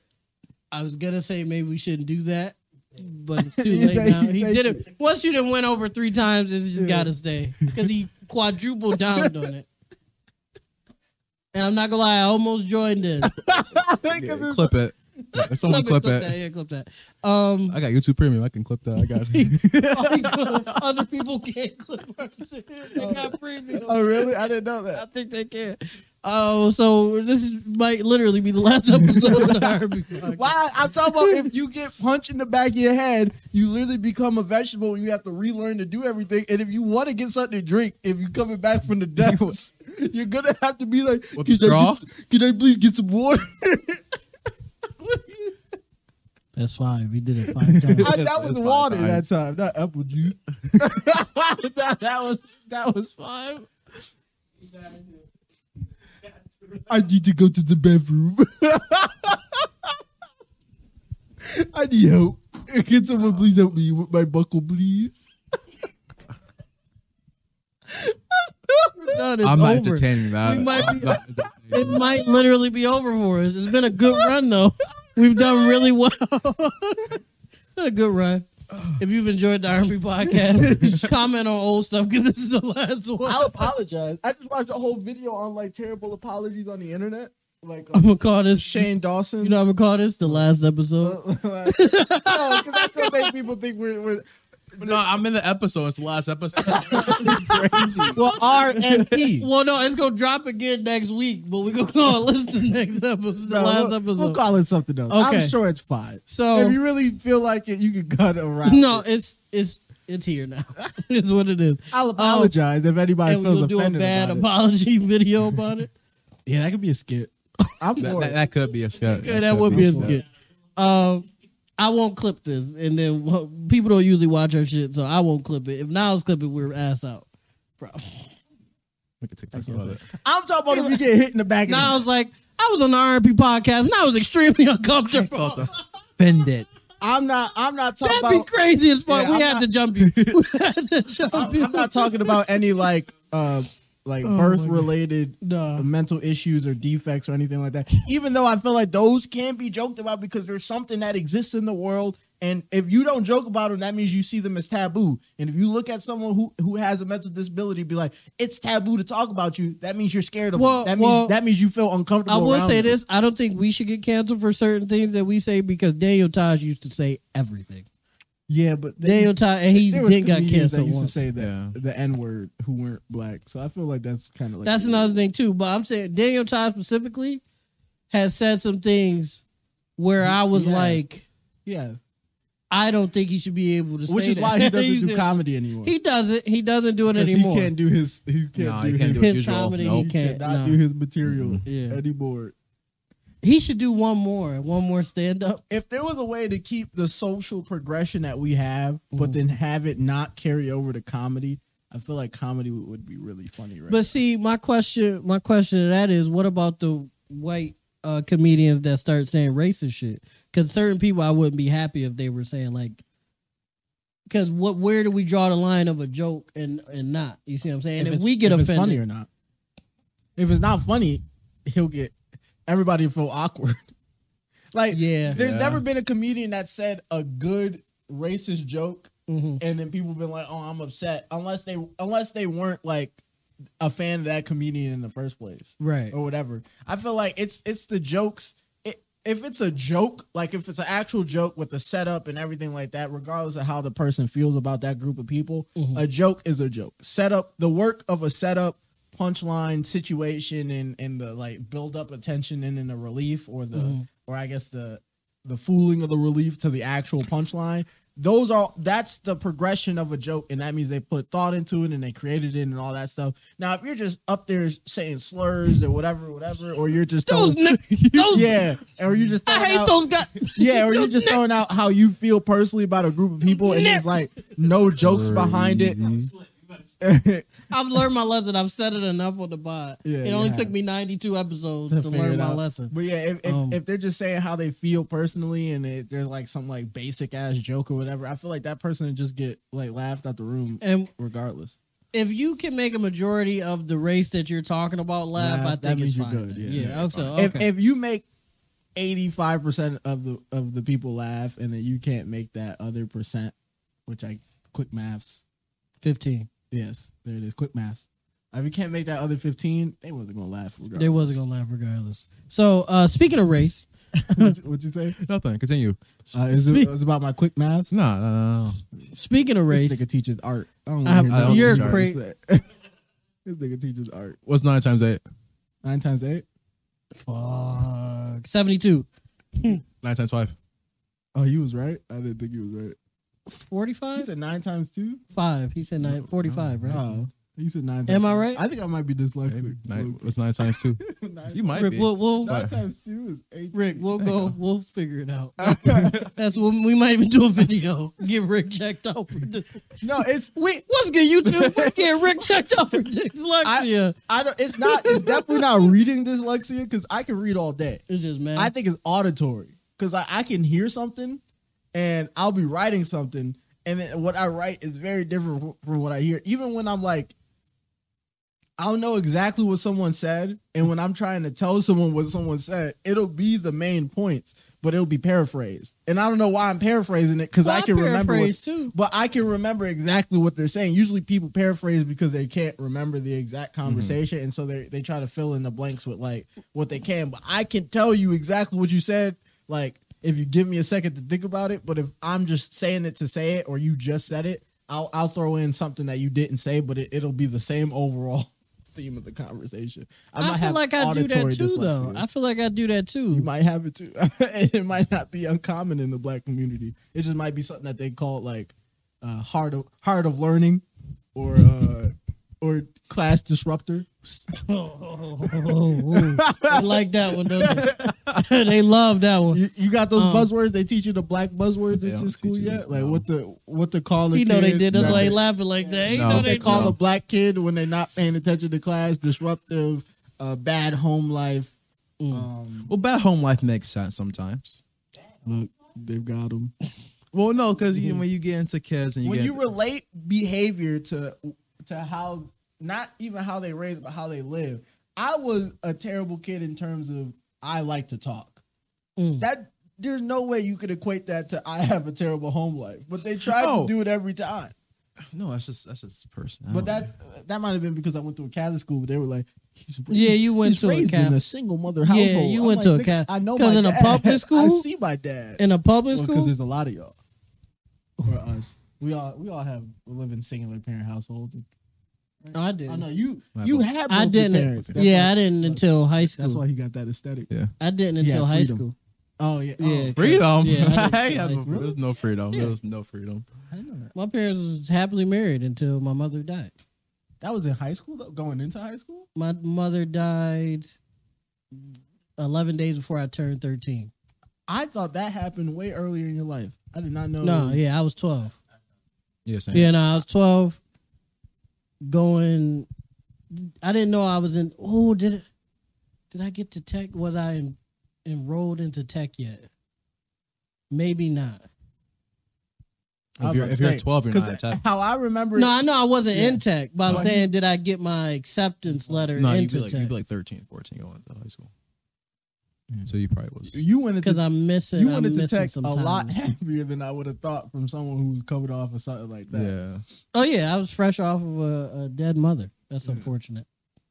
Speaker 2: I was gonna say maybe we shouldn't do that, but
Speaker 1: (laughs)
Speaker 2: it's too
Speaker 1: You
Speaker 2: late
Speaker 1: think-
Speaker 2: now.
Speaker 1: you
Speaker 2: He
Speaker 1: think
Speaker 2: did it once. You done went over three times. It's just
Speaker 1: Yeah.
Speaker 2: gotta stay
Speaker 1: (laughs)
Speaker 2: because he quadrupled down on it. And I'm not gonna lie, I almost joined in.
Speaker 4: Yeah, clip it.
Speaker 2: (laughs)
Speaker 4: Someone
Speaker 2: Clip it, clip
Speaker 4: clip, it.
Speaker 2: that. Yeah, clip that. Um, (laughs)
Speaker 4: I got YouTube Premium. I can clip
Speaker 1: (laughs)
Speaker 4: that. I got. it.
Speaker 2: other people can't clip. (laughs) our shit. They got premium.
Speaker 1: Oh, really? I didn't know
Speaker 2: I
Speaker 1: that.
Speaker 2: think they can. Oh, so this is- might literally be the last episode of the
Speaker 1: (laughs)
Speaker 2: Harvey podcast.
Speaker 1: Why? I'm talking about if you get punched in the back of your head, you literally become a vegetable and you have to relearn to do everything. And if you want to get something to drink, if you're coming back from
Speaker 4: (laughs)
Speaker 1: the depths, you're going to have to be like,
Speaker 4: With
Speaker 1: can I,
Speaker 4: the straw?
Speaker 1: get, can I please get some water?
Speaker 2: That's fine. We did
Speaker 1: (laughs)
Speaker 2: it five times.
Speaker 1: I- that was
Speaker 4: That's
Speaker 1: water
Speaker 4: fine.
Speaker 1: that time, not apple juice. (laughs) that, that was that was fine. I need to go to the bathroom. (laughs) I need help. Can someone please help me with my buckle, please?
Speaker 2: We're done. It's
Speaker 4: I'm not
Speaker 2: over.
Speaker 4: entertaining that.
Speaker 2: We might
Speaker 4: I'm
Speaker 2: be-
Speaker 4: not
Speaker 2: It
Speaker 4: entertaining that.
Speaker 2: might literally be over for us. It's been a good run though. We've done really well. been a good run. If you've enjoyed the
Speaker 1: (laughs)
Speaker 2: RP podcast, comment on old stuff because this is the last one.
Speaker 1: I'll apologize. I just watched a whole video on like terrible apologies on the internet. Like
Speaker 2: I'm
Speaker 1: um,
Speaker 2: gonna call this
Speaker 1: Shane Dawson.
Speaker 2: You know, I'm gonna call this the last episode.
Speaker 1: (laughs) no, because that's gonna make people think we're, we're
Speaker 4: No, I'm in the episode. It's the
Speaker 1: (laughs)
Speaker 4: last episode.
Speaker 1: well R and P.
Speaker 2: Well, no, it's gonna drop again next week, but we're gonna call this the next episode, the
Speaker 1: No,
Speaker 2: last
Speaker 1: we'll,
Speaker 2: episode.
Speaker 1: we'll call it something else.
Speaker 2: Okay.
Speaker 1: I'm sure it's fine.
Speaker 2: so
Speaker 1: if you really feel like it, you can cut around.
Speaker 2: no, it's it's it's here now. (laughs) it's what it is.
Speaker 1: I'll apologize if anybody
Speaker 2: Um, and
Speaker 1: feels
Speaker 2: we'll do a
Speaker 1: offended
Speaker 2: bad
Speaker 1: about it.
Speaker 2: apology (laughs) video about it.
Speaker 1: Yeah, that could be a skit. (laughs) I'm
Speaker 4: that,
Speaker 1: for
Speaker 4: that,
Speaker 1: it.
Speaker 4: that could be a skit.
Speaker 2: Yeah, that would be a
Speaker 4: skit.
Speaker 2: skit. Um, I won't clip this, and then (laughs) wha- people don't usually watch our shit, so I won't clip it. If Niles clip it, we're ass out.
Speaker 4: We could take that about it.
Speaker 1: I'm talking about if you get hit in the back. of
Speaker 2: Niles like I was on the R&B podcast, and I was extremely (laughs) uncomfortable.
Speaker 4: Felt the-
Speaker 1: the, I'm not. I'm not talking
Speaker 2: That'd be
Speaker 1: about.
Speaker 2: crazy as fuck.
Speaker 1: Yeah,
Speaker 2: we
Speaker 1: I'm
Speaker 2: had
Speaker 1: not- (laughs)
Speaker 2: to jump you. we had to jump
Speaker 1: I'm,
Speaker 2: you.
Speaker 1: I'm not talking about any like, uh, like birth related
Speaker 2: Oh
Speaker 1: uh,
Speaker 2: Nah.
Speaker 1: mental issues or defects or anything like that. Even though I feel like those can be joked about because there's something that exists in the world. And if you don't joke about them, that means you see them as taboo. And if you look at someone who, who has a mental disability, be like, it's taboo to talk about you. That means you're scared of
Speaker 2: Well-
Speaker 1: them. That
Speaker 2: well,
Speaker 1: means that means you feel
Speaker 2: I
Speaker 1: uncomfortable.
Speaker 2: will
Speaker 1: around
Speaker 2: say
Speaker 1: them.
Speaker 2: this: I don't think we should get canceled for certain things that we say because Daniel Taj used to say everything.
Speaker 1: Yeah, but they,
Speaker 2: Daniel Taj, and he
Speaker 1: there was
Speaker 2: didn't got
Speaker 1: comedians that
Speaker 2: canceled.
Speaker 1: used to
Speaker 2: once.
Speaker 1: say that
Speaker 4: Yeah.
Speaker 1: the N word who weren't black. So I feel like that's kind of like
Speaker 2: That's another thing too. But I'm saying Daniel Todd specifically has said some things where I was
Speaker 1: Yes.
Speaker 2: like,
Speaker 1: yeah,
Speaker 2: I don't think he should be able to
Speaker 1: which
Speaker 2: say
Speaker 1: is
Speaker 2: that. (laughs)
Speaker 1: why (laughs) he doesn't
Speaker 2: He's-
Speaker 1: do comedy anymore.
Speaker 2: He doesn't. He doesn't do it
Speaker 1: Because
Speaker 2: anymore.
Speaker 1: He can't do his. He can't
Speaker 4: No,
Speaker 1: do
Speaker 4: you
Speaker 1: his,
Speaker 4: can't
Speaker 1: Mm-hmm.
Speaker 4: do it.
Speaker 2: His
Speaker 4: Usual.
Speaker 2: comedy,
Speaker 4: Nope.
Speaker 2: he
Speaker 1: He
Speaker 2: can't.
Speaker 1: cannot
Speaker 2: nah.
Speaker 1: do his material
Speaker 2: Yeah.
Speaker 1: anymore.
Speaker 2: He should do one more, one more stand up.
Speaker 1: If there was a way to keep the social progression that we have,
Speaker 2: Mhm.
Speaker 1: but then have it not carry over to comedy, I feel like comedy would, would be really funny, right?
Speaker 2: But see, my question, my question to that is, what about the white uh, comedians that start saying racist shit? Because certain people, I wouldn't be happy if they were saying like, because what, where do we draw the line of a joke and and not? You see what I'm saying? And if,
Speaker 1: it's-
Speaker 2: we get
Speaker 1: if it's funny
Speaker 2: offended,
Speaker 1: or not. If it's not funny, he'll get everybody will feel awkward. (laughs) Like,
Speaker 2: Yeah.
Speaker 1: there's
Speaker 4: Yeah.
Speaker 1: never been a comedian that said a good racist joke
Speaker 2: Mhm.
Speaker 1: and then people been like, "Oh, I'm upset," unless they unless they weren't like a fan of that comedian in the first place
Speaker 2: Right.
Speaker 1: or whatever. I feel like it's it's the jokes. It, if it's a joke, like if it's an actual joke with the setup and everything like that, regardless of how the person feels about that group of people,
Speaker 2: Mhm.
Speaker 1: a joke is a joke. Setup, the work of a setup, punchline, situation, and and the like build up attention and then the relief or the
Speaker 2: Mhm.
Speaker 1: or I guess the the fooling of the relief to the actual punchline. Those are that's the progression of a joke, and that means they put thought into it and they created it and all that stuff. Now, if you're just up there saying slurs or whatever, whatever, or you're just
Speaker 2: Those,
Speaker 1: throwing, (laughs)
Speaker 2: ni- those
Speaker 1: oh. yeah, or you just
Speaker 2: I
Speaker 1: throwing
Speaker 2: hate
Speaker 1: out-
Speaker 2: those guys.
Speaker 1: (laughs) yeah, or you're just throwing out how you feel personally about a group of people, and there's like no jokes behind it.
Speaker 2: (laughs) I've learned my lesson. I've said it enough on the bot.
Speaker 1: Yeah,
Speaker 2: it only
Speaker 1: you
Speaker 2: took
Speaker 1: have.
Speaker 2: me 92 episodes
Speaker 1: To
Speaker 2: to,
Speaker 1: figure it
Speaker 2: learn my
Speaker 1: out.
Speaker 2: lesson.
Speaker 1: But yeah, if, if,
Speaker 2: Um,
Speaker 1: if they're just saying how they feel personally and it, there's like some like basic ass joke or whatever, I feel like that person would just get like laughed out the room
Speaker 2: And
Speaker 1: regardless.
Speaker 2: if you can make a majority of the race that you're talking about laugh,
Speaker 1: Laugh,
Speaker 2: I
Speaker 1: that
Speaker 2: think
Speaker 1: means
Speaker 2: it's
Speaker 1: you're
Speaker 2: fine.
Speaker 1: good,
Speaker 2: Yeah,
Speaker 1: yeah.
Speaker 2: yeah, I'm so-
Speaker 1: If
Speaker 2: Oh, okay.
Speaker 1: if you make 85% of the of the people laugh and then you can't make that other percent, which I quick maths.
Speaker 2: 15.
Speaker 1: Yes, there it is. Quick maths. If you can't make that other 15, they wasn't gonna laugh regardless.
Speaker 2: They wasn't going to laugh regardless. So, uh, speaking of race,
Speaker 1: What'd you- what'd you say?
Speaker 4: Nothing. Continue.
Speaker 1: Uh, is it, it was about my quick maths.
Speaker 4: No, no, no, no.
Speaker 2: speaking of
Speaker 1: This
Speaker 2: race,
Speaker 1: nigga teaches art. I don't
Speaker 2: I have-
Speaker 1: wanna hear
Speaker 4: you're
Speaker 1: nothing
Speaker 2: cra-
Speaker 1: about this. (laughs) This nigga teaches art.
Speaker 4: What's nine times eight?
Speaker 1: Nine times eight.
Speaker 2: fuck, 72,
Speaker 4: Nine times five.
Speaker 1: Oh, he was right. I didn't think he was right. He
Speaker 2: 45?
Speaker 1: said nine times two.
Speaker 2: Five. He said nine, 45, right?
Speaker 1: Oh, he said nine.
Speaker 2: Am
Speaker 1: times
Speaker 2: I
Speaker 1: two.
Speaker 2: right?
Speaker 1: I think I might be dyslexic.
Speaker 4: Nine, what's nine times two?
Speaker 1: (laughs) Nine-
Speaker 4: You might
Speaker 2: Rick,
Speaker 4: be.
Speaker 2: we'll, we'll,
Speaker 1: nine times two is eight.
Speaker 2: Rick, we'll go. We'll figure it
Speaker 1: (laughs)
Speaker 2: out. That's when we might even do a video. Get Rick checked out for this.
Speaker 1: No, it's
Speaker 2: Wait, what's good, YouTube? We're getting Rick checked out for
Speaker 1: I,
Speaker 2: dyslexia.
Speaker 1: I don't. It's not. It's definitely not reading dyslexia because I can read all day.
Speaker 2: it's just man.
Speaker 1: I think it's auditory because I, I can hear something and I'll be writing something, and then what I write is very different fr- from what I hear. Even when I'm like, I'll know exactly what someone said, and when I'm trying to tell someone what someone said, it'll be the main points, but it'll be paraphrased. And I don't know why I'm paraphrasing it because
Speaker 2: Well,
Speaker 1: I can remember. What,
Speaker 2: paraphrase, too.
Speaker 1: but I can remember exactly what they're saying. Usually people paraphrase because they can't remember the exact conversation. And so they they try to fill in the blanks with like what they can. But I can tell you exactly what you said, like if you give me a second to think about it. But if I'm just saying it to say it or you just said it, I'll I'll throw in something that you didn't say, but it, it'll be the same overall (laughs) theme of the conversation.
Speaker 2: I,
Speaker 1: might
Speaker 2: feel
Speaker 1: have
Speaker 2: like I do that
Speaker 1: auditory
Speaker 2: too, though.
Speaker 1: dyslexia.
Speaker 2: I feel like I do that
Speaker 1: You
Speaker 2: too.
Speaker 1: (laughs) might have it too. it might not be uncommon in the black community. It just might be something that they call like uh, heart of heart of learning, or uh, or class
Speaker 4: (laughs)
Speaker 1: disruptor.
Speaker 2: (laughs) Oh, they like that one, don't they? (laughs) they love that one.
Speaker 1: You, you got those
Speaker 2: Um,
Speaker 1: buzzwords they teach you the black buzzwords
Speaker 4: They
Speaker 1: at your
Speaker 4: don't
Speaker 1: school
Speaker 4: teach you
Speaker 1: yet?
Speaker 4: this,
Speaker 1: Like
Speaker 4: no.
Speaker 1: what the what to call a
Speaker 2: You know they
Speaker 1: kid?
Speaker 2: did. That's
Speaker 1: No.
Speaker 2: why they laughing like that. You
Speaker 4: No.
Speaker 2: know
Speaker 4: They
Speaker 1: They
Speaker 2: they
Speaker 1: call
Speaker 4: No.
Speaker 1: a black kid when they're not paying attention to class disruptive, uh, bad home life.
Speaker 4: Mm.
Speaker 1: Um,
Speaker 4: Well, bad home life makes sense sometimes.
Speaker 1: look, they've got them.
Speaker 4: Well, no, because you know, Mm-hmm. when you get into kids and you
Speaker 1: when
Speaker 4: get
Speaker 1: you relate behavior to to how not even how they raise but how they live i was a terrible kid in terms of i like to talk
Speaker 2: Mm.
Speaker 1: that there's no way you could equate that to i have a terrible home life but they try
Speaker 4: Oh.
Speaker 1: to do it every time
Speaker 4: no, that's just that's just personal.
Speaker 1: but that's that might have been because i went to a catholic school but they were like He's raised,
Speaker 2: Yeah, you went
Speaker 1: he's
Speaker 2: to a
Speaker 1: raised in
Speaker 2: Catholic-
Speaker 1: a single mother
Speaker 2: Yeah,
Speaker 1: household.
Speaker 2: you
Speaker 1: I'm
Speaker 2: went
Speaker 1: like,
Speaker 2: to a
Speaker 1: "Nigga,
Speaker 2: Cath-
Speaker 1: I know
Speaker 2: 'cause
Speaker 1: my
Speaker 2: in a
Speaker 1: dad. (laughs)
Speaker 2: public
Speaker 1: I
Speaker 2: school-
Speaker 1: see my dad
Speaker 2: in a public
Speaker 1: because
Speaker 2: school.
Speaker 1: there's a lot of y'all. Or us, we all we all have we live in singular parent households.
Speaker 2: I did.
Speaker 1: I know you
Speaker 4: My
Speaker 1: you
Speaker 4: book.
Speaker 1: had
Speaker 2: I
Speaker 1: both your
Speaker 2: didn't.
Speaker 1: parents. That's
Speaker 2: Yeah,
Speaker 1: why-
Speaker 2: I didn't until high
Speaker 1: That's
Speaker 2: school.
Speaker 1: why he got that aesthetic.
Speaker 4: yeah.
Speaker 2: I didn't
Speaker 1: He had
Speaker 2: until high
Speaker 1: freedom.
Speaker 2: school.
Speaker 1: Oh yeah. Oh,
Speaker 2: Yeah.
Speaker 4: Freedom.
Speaker 2: Yeah, I didn't
Speaker 4: (laughs) I ain't
Speaker 2: feel
Speaker 4: have no-
Speaker 2: like-
Speaker 4: there was no freedom.
Speaker 2: Yeah.
Speaker 4: There was no freedom.
Speaker 1: I didn't know that.
Speaker 2: My parents was happily married until my mother died.
Speaker 1: That was in high school though, going into high school?
Speaker 2: My mother died 11 days before I turned 13.
Speaker 1: I thought that happened way earlier in your life. I did not know. it
Speaker 2: No,
Speaker 1: was-
Speaker 2: yeah, I was 12.
Speaker 4: Yeah, same.
Speaker 2: Yeah, no, I was 12 going I didn't know I was in oh, did it did I get to tech? Was I en- enrolled into tech yet? Maybe not.
Speaker 1: I was
Speaker 4: If you're
Speaker 1: about
Speaker 4: if
Speaker 1: to
Speaker 4: you're
Speaker 1: say,
Speaker 4: twelve, you're
Speaker 1: 'cause
Speaker 4: not a tech.
Speaker 1: How I remember
Speaker 2: No, I know I wasn't
Speaker 1: Yeah.
Speaker 2: in tech, but
Speaker 1: No.
Speaker 2: I'm saying did I get my acceptance letter
Speaker 4: No, you'd be
Speaker 2: into
Speaker 4: like
Speaker 2: tech?
Speaker 4: you'd be like 13, 14 going to high school. So Mm. you probably was.
Speaker 1: You went
Speaker 2: because
Speaker 1: into
Speaker 2: I'm missing.
Speaker 1: you
Speaker 2: I'm
Speaker 1: went into
Speaker 2: missing
Speaker 1: tech a
Speaker 2: some
Speaker 1: lot (laughs)
Speaker 2: time.
Speaker 1: happier than I would have thought from someone who's coming off of something like that.
Speaker 4: yeah.
Speaker 2: Oh yeah, I was fresh off of a, a dead mother. That's unfortunate,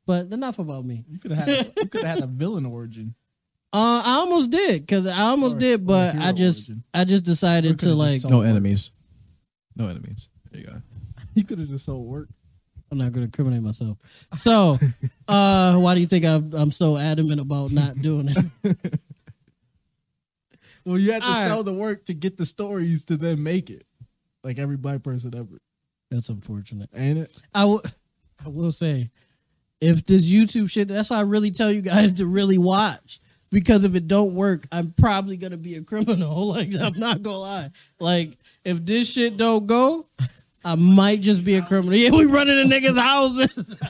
Speaker 2: but enough about me.
Speaker 1: You could have had a, you could have had a villain origin.
Speaker 2: Uh, I almost did because I almost
Speaker 1: Or-
Speaker 2: did, but
Speaker 1: or
Speaker 2: I
Speaker 1: hero
Speaker 2: just
Speaker 1: origin.
Speaker 2: I just decided to
Speaker 1: could've
Speaker 2: like.
Speaker 1: just
Speaker 4: No enemies. No enemies. There you go.
Speaker 1: You could have just sold work.
Speaker 2: I'm not going to incriminate myself.
Speaker 1: (laughs)
Speaker 2: So, uh, why do you think I'm, I'm so adamant
Speaker 1: (laughs)
Speaker 2: about not doing it?
Speaker 1: Well, you had to
Speaker 2: All right.
Speaker 1: sell the work to get the stories to then make it, like every black person ever,
Speaker 2: That's unfortunate.
Speaker 1: ain't it?
Speaker 2: I w- I will say, if this YouTube shit, that's why I really tell you guys to really watch because if it don't work, I'm probably gonna be a criminal. (laughs) Like I'm not gonna lie. Like if this shit don't go, I might just be a criminal. Yeah, we running the niggas' houses.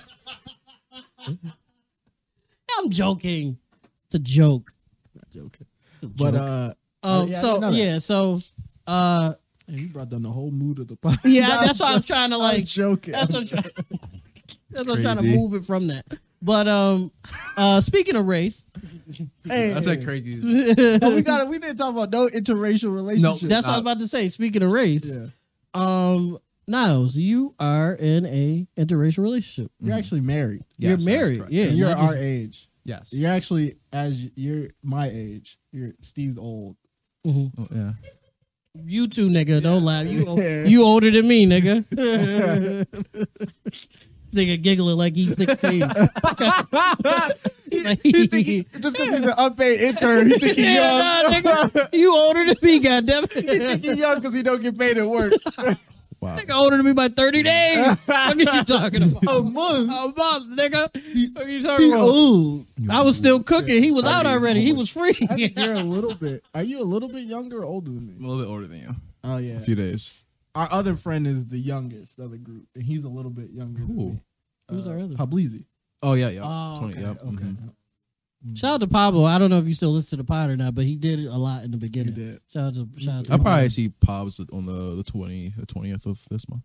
Speaker 2: (laughs) I'm joking. It's a joke.
Speaker 1: Not joking.
Speaker 2: It's a joke.
Speaker 1: But uh,
Speaker 2: Um,
Speaker 1: yeah, I didn't know
Speaker 2: so
Speaker 1: that.
Speaker 2: yeah, so uh,
Speaker 1: man, you brought down the whole mood of the podcast.
Speaker 2: yeah, that's why I'm trying
Speaker 1: (laughs)
Speaker 2: to
Speaker 1: I'm
Speaker 2: like.
Speaker 1: joking.
Speaker 2: That's what I'm trying. (laughs) that's what I'm trying to
Speaker 4: Crazy.
Speaker 2: move it from that. But um, uh, speaking of race,
Speaker 1: Hey,
Speaker 4: That's like crazy. (laughs)
Speaker 2: that's
Speaker 1: oh, we got We didn't talk about no interracial relationships.
Speaker 2: what I was about to say. Speaking of race,
Speaker 1: yeah.
Speaker 2: um, Niles, you are in a interracial relationship.
Speaker 1: You're actually married.
Speaker 2: You're
Speaker 4: Yes, that's
Speaker 2: married.
Speaker 4: correct.
Speaker 2: Yeah,
Speaker 1: And you're
Speaker 2: not
Speaker 1: our
Speaker 2: just-
Speaker 1: age.
Speaker 4: Yes.
Speaker 1: You're actually as you're my age. You're Steve's old.
Speaker 2: Mhm.
Speaker 4: Oh, yeah.
Speaker 2: you too, nigga. Don't lie. You ol-
Speaker 1: Yeah.
Speaker 2: you older than
Speaker 1: (laughs)
Speaker 2: me, nigga. nigga giggling like he's sixteen. (laughs) Like,
Speaker 1: (laughs) He think he, just because he's an unpaid intern, he think he's young.
Speaker 2: yeah, nah, nigga, you older than me, (laughs) goddammit.
Speaker 1: He think he's young because he don't get paid at work.
Speaker 4: (laughs) (laughs) Wow.
Speaker 2: Nigga older than me by 30 days. what are you talking about?
Speaker 1: A month.
Speaker 2: (laughs) A month, nigga. What are you talking about? Ooh, I was still cooking. He was out already. He was free.
Speaker 1: I
Speaker 2: (laughs)
Speaker 1: think you're a little bit. Are you a little bit younger or older than
Speaker 4: I'm
Speaker 1: me?
Speaker 4: a little bit older than you.
Speaker 1: Oh yeah.
Speaker 4: A few days.
Speaker 1: Our other friend is the youngest of the group, and he's a little bit younger. Than
Speaker 4: Who?
Speaker 1: me.
Speaker 2: Who's our other?
Speaker 1: Publisi.
Speaker 4: Oh yeah, yeah.
Speaker 1: Oh,
Speaker 4: 20,
Speaker 1: okay,
Speaker 4: yep,
Speaker 1: okay.
Speaker 4: mhm.
Speaker 2: Shout out to Pablo. I don't know if you still listen to the pod or not, but he did it a lot in the beginning.
Speaker 1: He did.
Speaker 2: Shout out to shout out to
Speaker 4: I'll probably
Speaker 2: Pablo.
Speaker 4: see Pobs on the the twenty the twentieth of this month.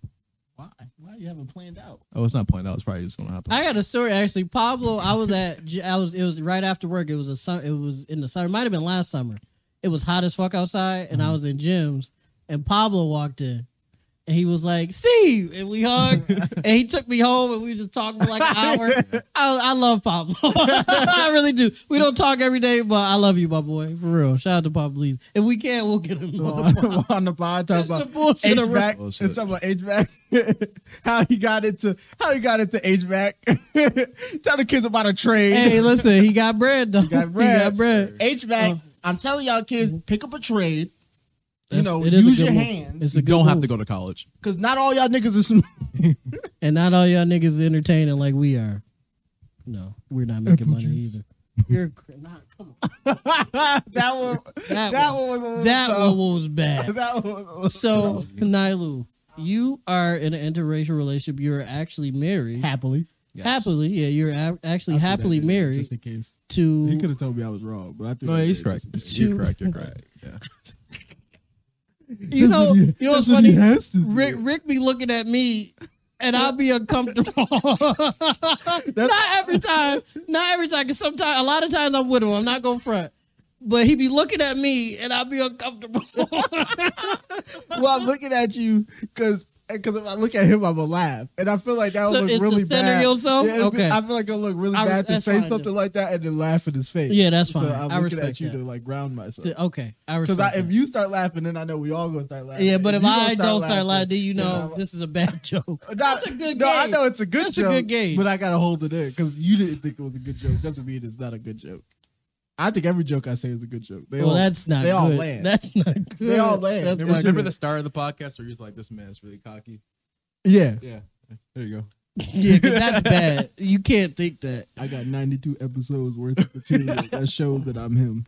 Speaker 1: Why? Why you haven't planned out?
Speaker 4: Oh, it's not planned out. It's probably just gonna happen.
Speaker 2: I got a story actually. Pablo, I was at I was it was right after work. It was a summer it was in the summer. It might have been last summer. It was hot as fuck outside and
Speaker 1: Mm-hmm.
Speaker 2: I was in gyms and Pablo walked in and he was like, Steve, and
Speaker 1: (laughs)
Speaker 2: we hugged and he took me home and we just talked for like an hour. I, I love Pablo. (laughs) I really do. We don't talk every day, but I love you, my boy. For real. Shout out to Pablo Lee. If we can, we'll
Speaker 1: (laughs)
Speaker 2: get him on the
Speaker 1: on, on the pod talking
Speaker 2: It's the
Speaker 1: about
Speaker 2: bullshit of-
Speaker 1: HVAC.
Speaker 4: Oh, shit.
Speaker 1: it's talking about HVAC. (laughs) how he got into how he got into HVAC. (laughs) Tell the kids about a trade.
Speaker 2: Hey, listen, he got bread though. (laughs) He
Speaker 1: got bread.
Speaker 2: He got Uh. Mm-hmm. bread.
Speaker 1: HVAC. I'm telling y'all kids, pick up a trade. You
Speaker 2: That's-
Speaker 1: know,
Speaker 2: it is a
Speaker 1: use
Speaker 2: good
Speaker 1: your
Speaker 2: move.
Speaker 1: hands
Speaker 2: It's a
Speaker 4: you
Speaker 2: good
Speaker 4: don't have
Speaker 2: move.
Speaker 4: to go to college.
Speaker 1: because not all y'all niggas is. (laughs) sm-
Speaker 2: And not all y'all niggas is entertaining like we are. No, we're not making money either. (laughs) You're a cr- nah, come on.
Speaker 1: (laughs) that one.
Speaker 2: That,
Speaker 1: That
Speaker 2: one,
Speaker 1: one. was-
Speaker 2: that
Speaker 1: so-
Speaker 2: one was bad.
Speaker 1: (laughs) That one. was-
Speaker 2: So, Nilu, you are in an interracial relationship. You're actually married.
Speaker 1: Happily,
Speaker 4: Yes.
Speaker 2: Happily, yeah, you're a- actually happily married
Speaker 1: Just in case he could
Speaker 2: to.
Speaker 1: have told me I was wrong, but I threw
Speaker 4: No,
Speaker 1: that
Speaker 4: he's
Speaker 1: in
Speaker 4: correct.
Speaker 1: just in
Speaker 4: You're
Speaker 2: Two.
Speaker 4: correct. You're correct. Yeah.
Speaker 2: You know, you know what's
Speaker 1: case.
Speaker 2: funny?
Speaker 1: He has to do
Speaker 2: Rick,
Speaker 1: it.
Speaker 2: Rick be looking at me, and I'll be uncomfortable. (laughs) not every time. Not every time. Cause sometimes, a lot of times, I'm with him. I'm not going front. But he be looking at me, and I'll
Speaker 1: (laughs)
Speaker 2: be uncomfortable.
Speaker 1: well, I'm looking at you because because if I look at him, I'm gonna laugh, and I feel like that would
Speaker 2: So
Speaker 1: look
Speaker 2: it's
Speaker 1: really
Speaker 2: to center
Speaker 1: bad.
Speaker 2: yourself?
Speaker 1: it'll
Speaker 2: Okay.
Speaker 1: I feel like it'll look really
Speaker 2: I-
Speaker 1: bad to
Speaker 2: that's
Speaker 1: say
Speaker 2: fine,
Speaker 1: something
Speaker 2: then.
Speaker 1: like that and then laugh in his face.
Speaker 2: Yeah, that's fine.
Speaker 1: So I'm
Speaker 2: I
Speaker 1: looking
Speaker 2: respect
Speaker 1: at you
Speaker 2: that.
Speaker 1: to like ground myself.
Speaker 2: okay, I
Speaker 1: Because
Speaker 2: respect.
Speaker 1: if
Speaker 2: that.
Speaker 1: you start laughing, then I know we all gonna start laughing.
Speaker 2: yeah, but if
Speaker 1: you
Speaker 2: I
Speaker 1: gonna
Speaker 2: don't start laughing, do you
Speaker 1: then
Speaker 2: know
Speaker 1: I'm-
Speaker 2: this is a bad (laughs) joke?
Speaker 1: No,
Speaker 2: That's a good
Speaker 1: no, I
Speaker 2: gauge.
Speaker 1: know it's a good
Speaker 2: That's a
Speaker 1: joke.
Speaker 2: good gauge.
Speaker 1: But I gotta hold it in because you didn't think it was a good joke. Doesn't mean it's not a good joke. I think every joke I say is a good joke. They
Speaker 2: Well,
Speaker 1: all,
Speaker 2: that's not
Speaker 1: they
Speaker 2: good.
Speaker 1: all land.
Speaker 2: That's not good.
Speaker 1: They all land.
Speaker 2: That's
Speaker 1: Remember-
Speaker 2: not
Speaker 1: remember
Speaker 2: good.
Speaker 1: the
Speaker 4: start of the podcast where you're like, "This man's really cocky."
Speaker 1: yeah.
Speaker 4: Yeah. There (laughs) you go.
Speaker 2: Yeah, 'cause that's bad. You can't think that.
Speaker 1: I got 92 episodes worth of material that (laughs) shows that I'm him.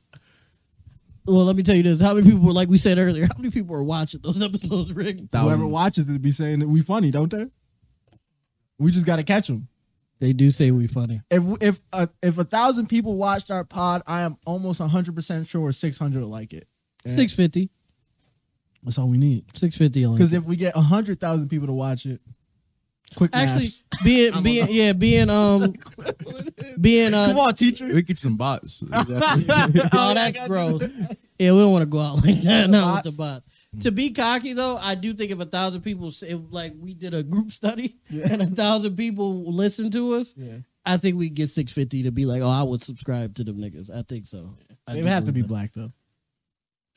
Speaker 2: Well, let me tell you this: How many people were like we said earlier? How many people are watching those (laughs) episodes, Rick?
Speaker 1: Whoever watches it be saying that we funny, don't they? We just gotta catch them.
Speaker 2: They do say we funny.
Speaker 1: If if uh, if a thousand people watched our pod, I am almost 100 percent sure 600 will like it. And
Speaker 2: 650.
Speaker 1: That's all we need.
Speaker 2: 650 only.
Speaker 1: Because if we get 100,000 people to watch it, Quick
Speaker 2: Actually,
Speaker 1: maps.
Speaker 2: being being
Speaker 1: (laughs)
Speaker 2: yeah, being um, being uh,
Speaker 1: Come
Speaker 2: (laughs)
Speaker 1: on, teacher.
Speaker 4: We get some bots.
Speaker 2: oh, that's gross. Yeah, we don't want to go out like that. No, with
Speaker 1: Bots. Mm.
Speaker 2: the bot. To be cocky though, I do think if a thousand people, say, if, like we did a group study, and a thousand people listen to us,
Speaker 1: Yeah.
Speaker 2: I think we get six fifty to be like, oh, I would subscribe to them niggas. I think so. I
Speaker 1: They
Speaker 2: think
Speaker 1: would have
Speaker 2: we
Speaker 1: to be
Speaker 2: would.
Speaker 1: black though.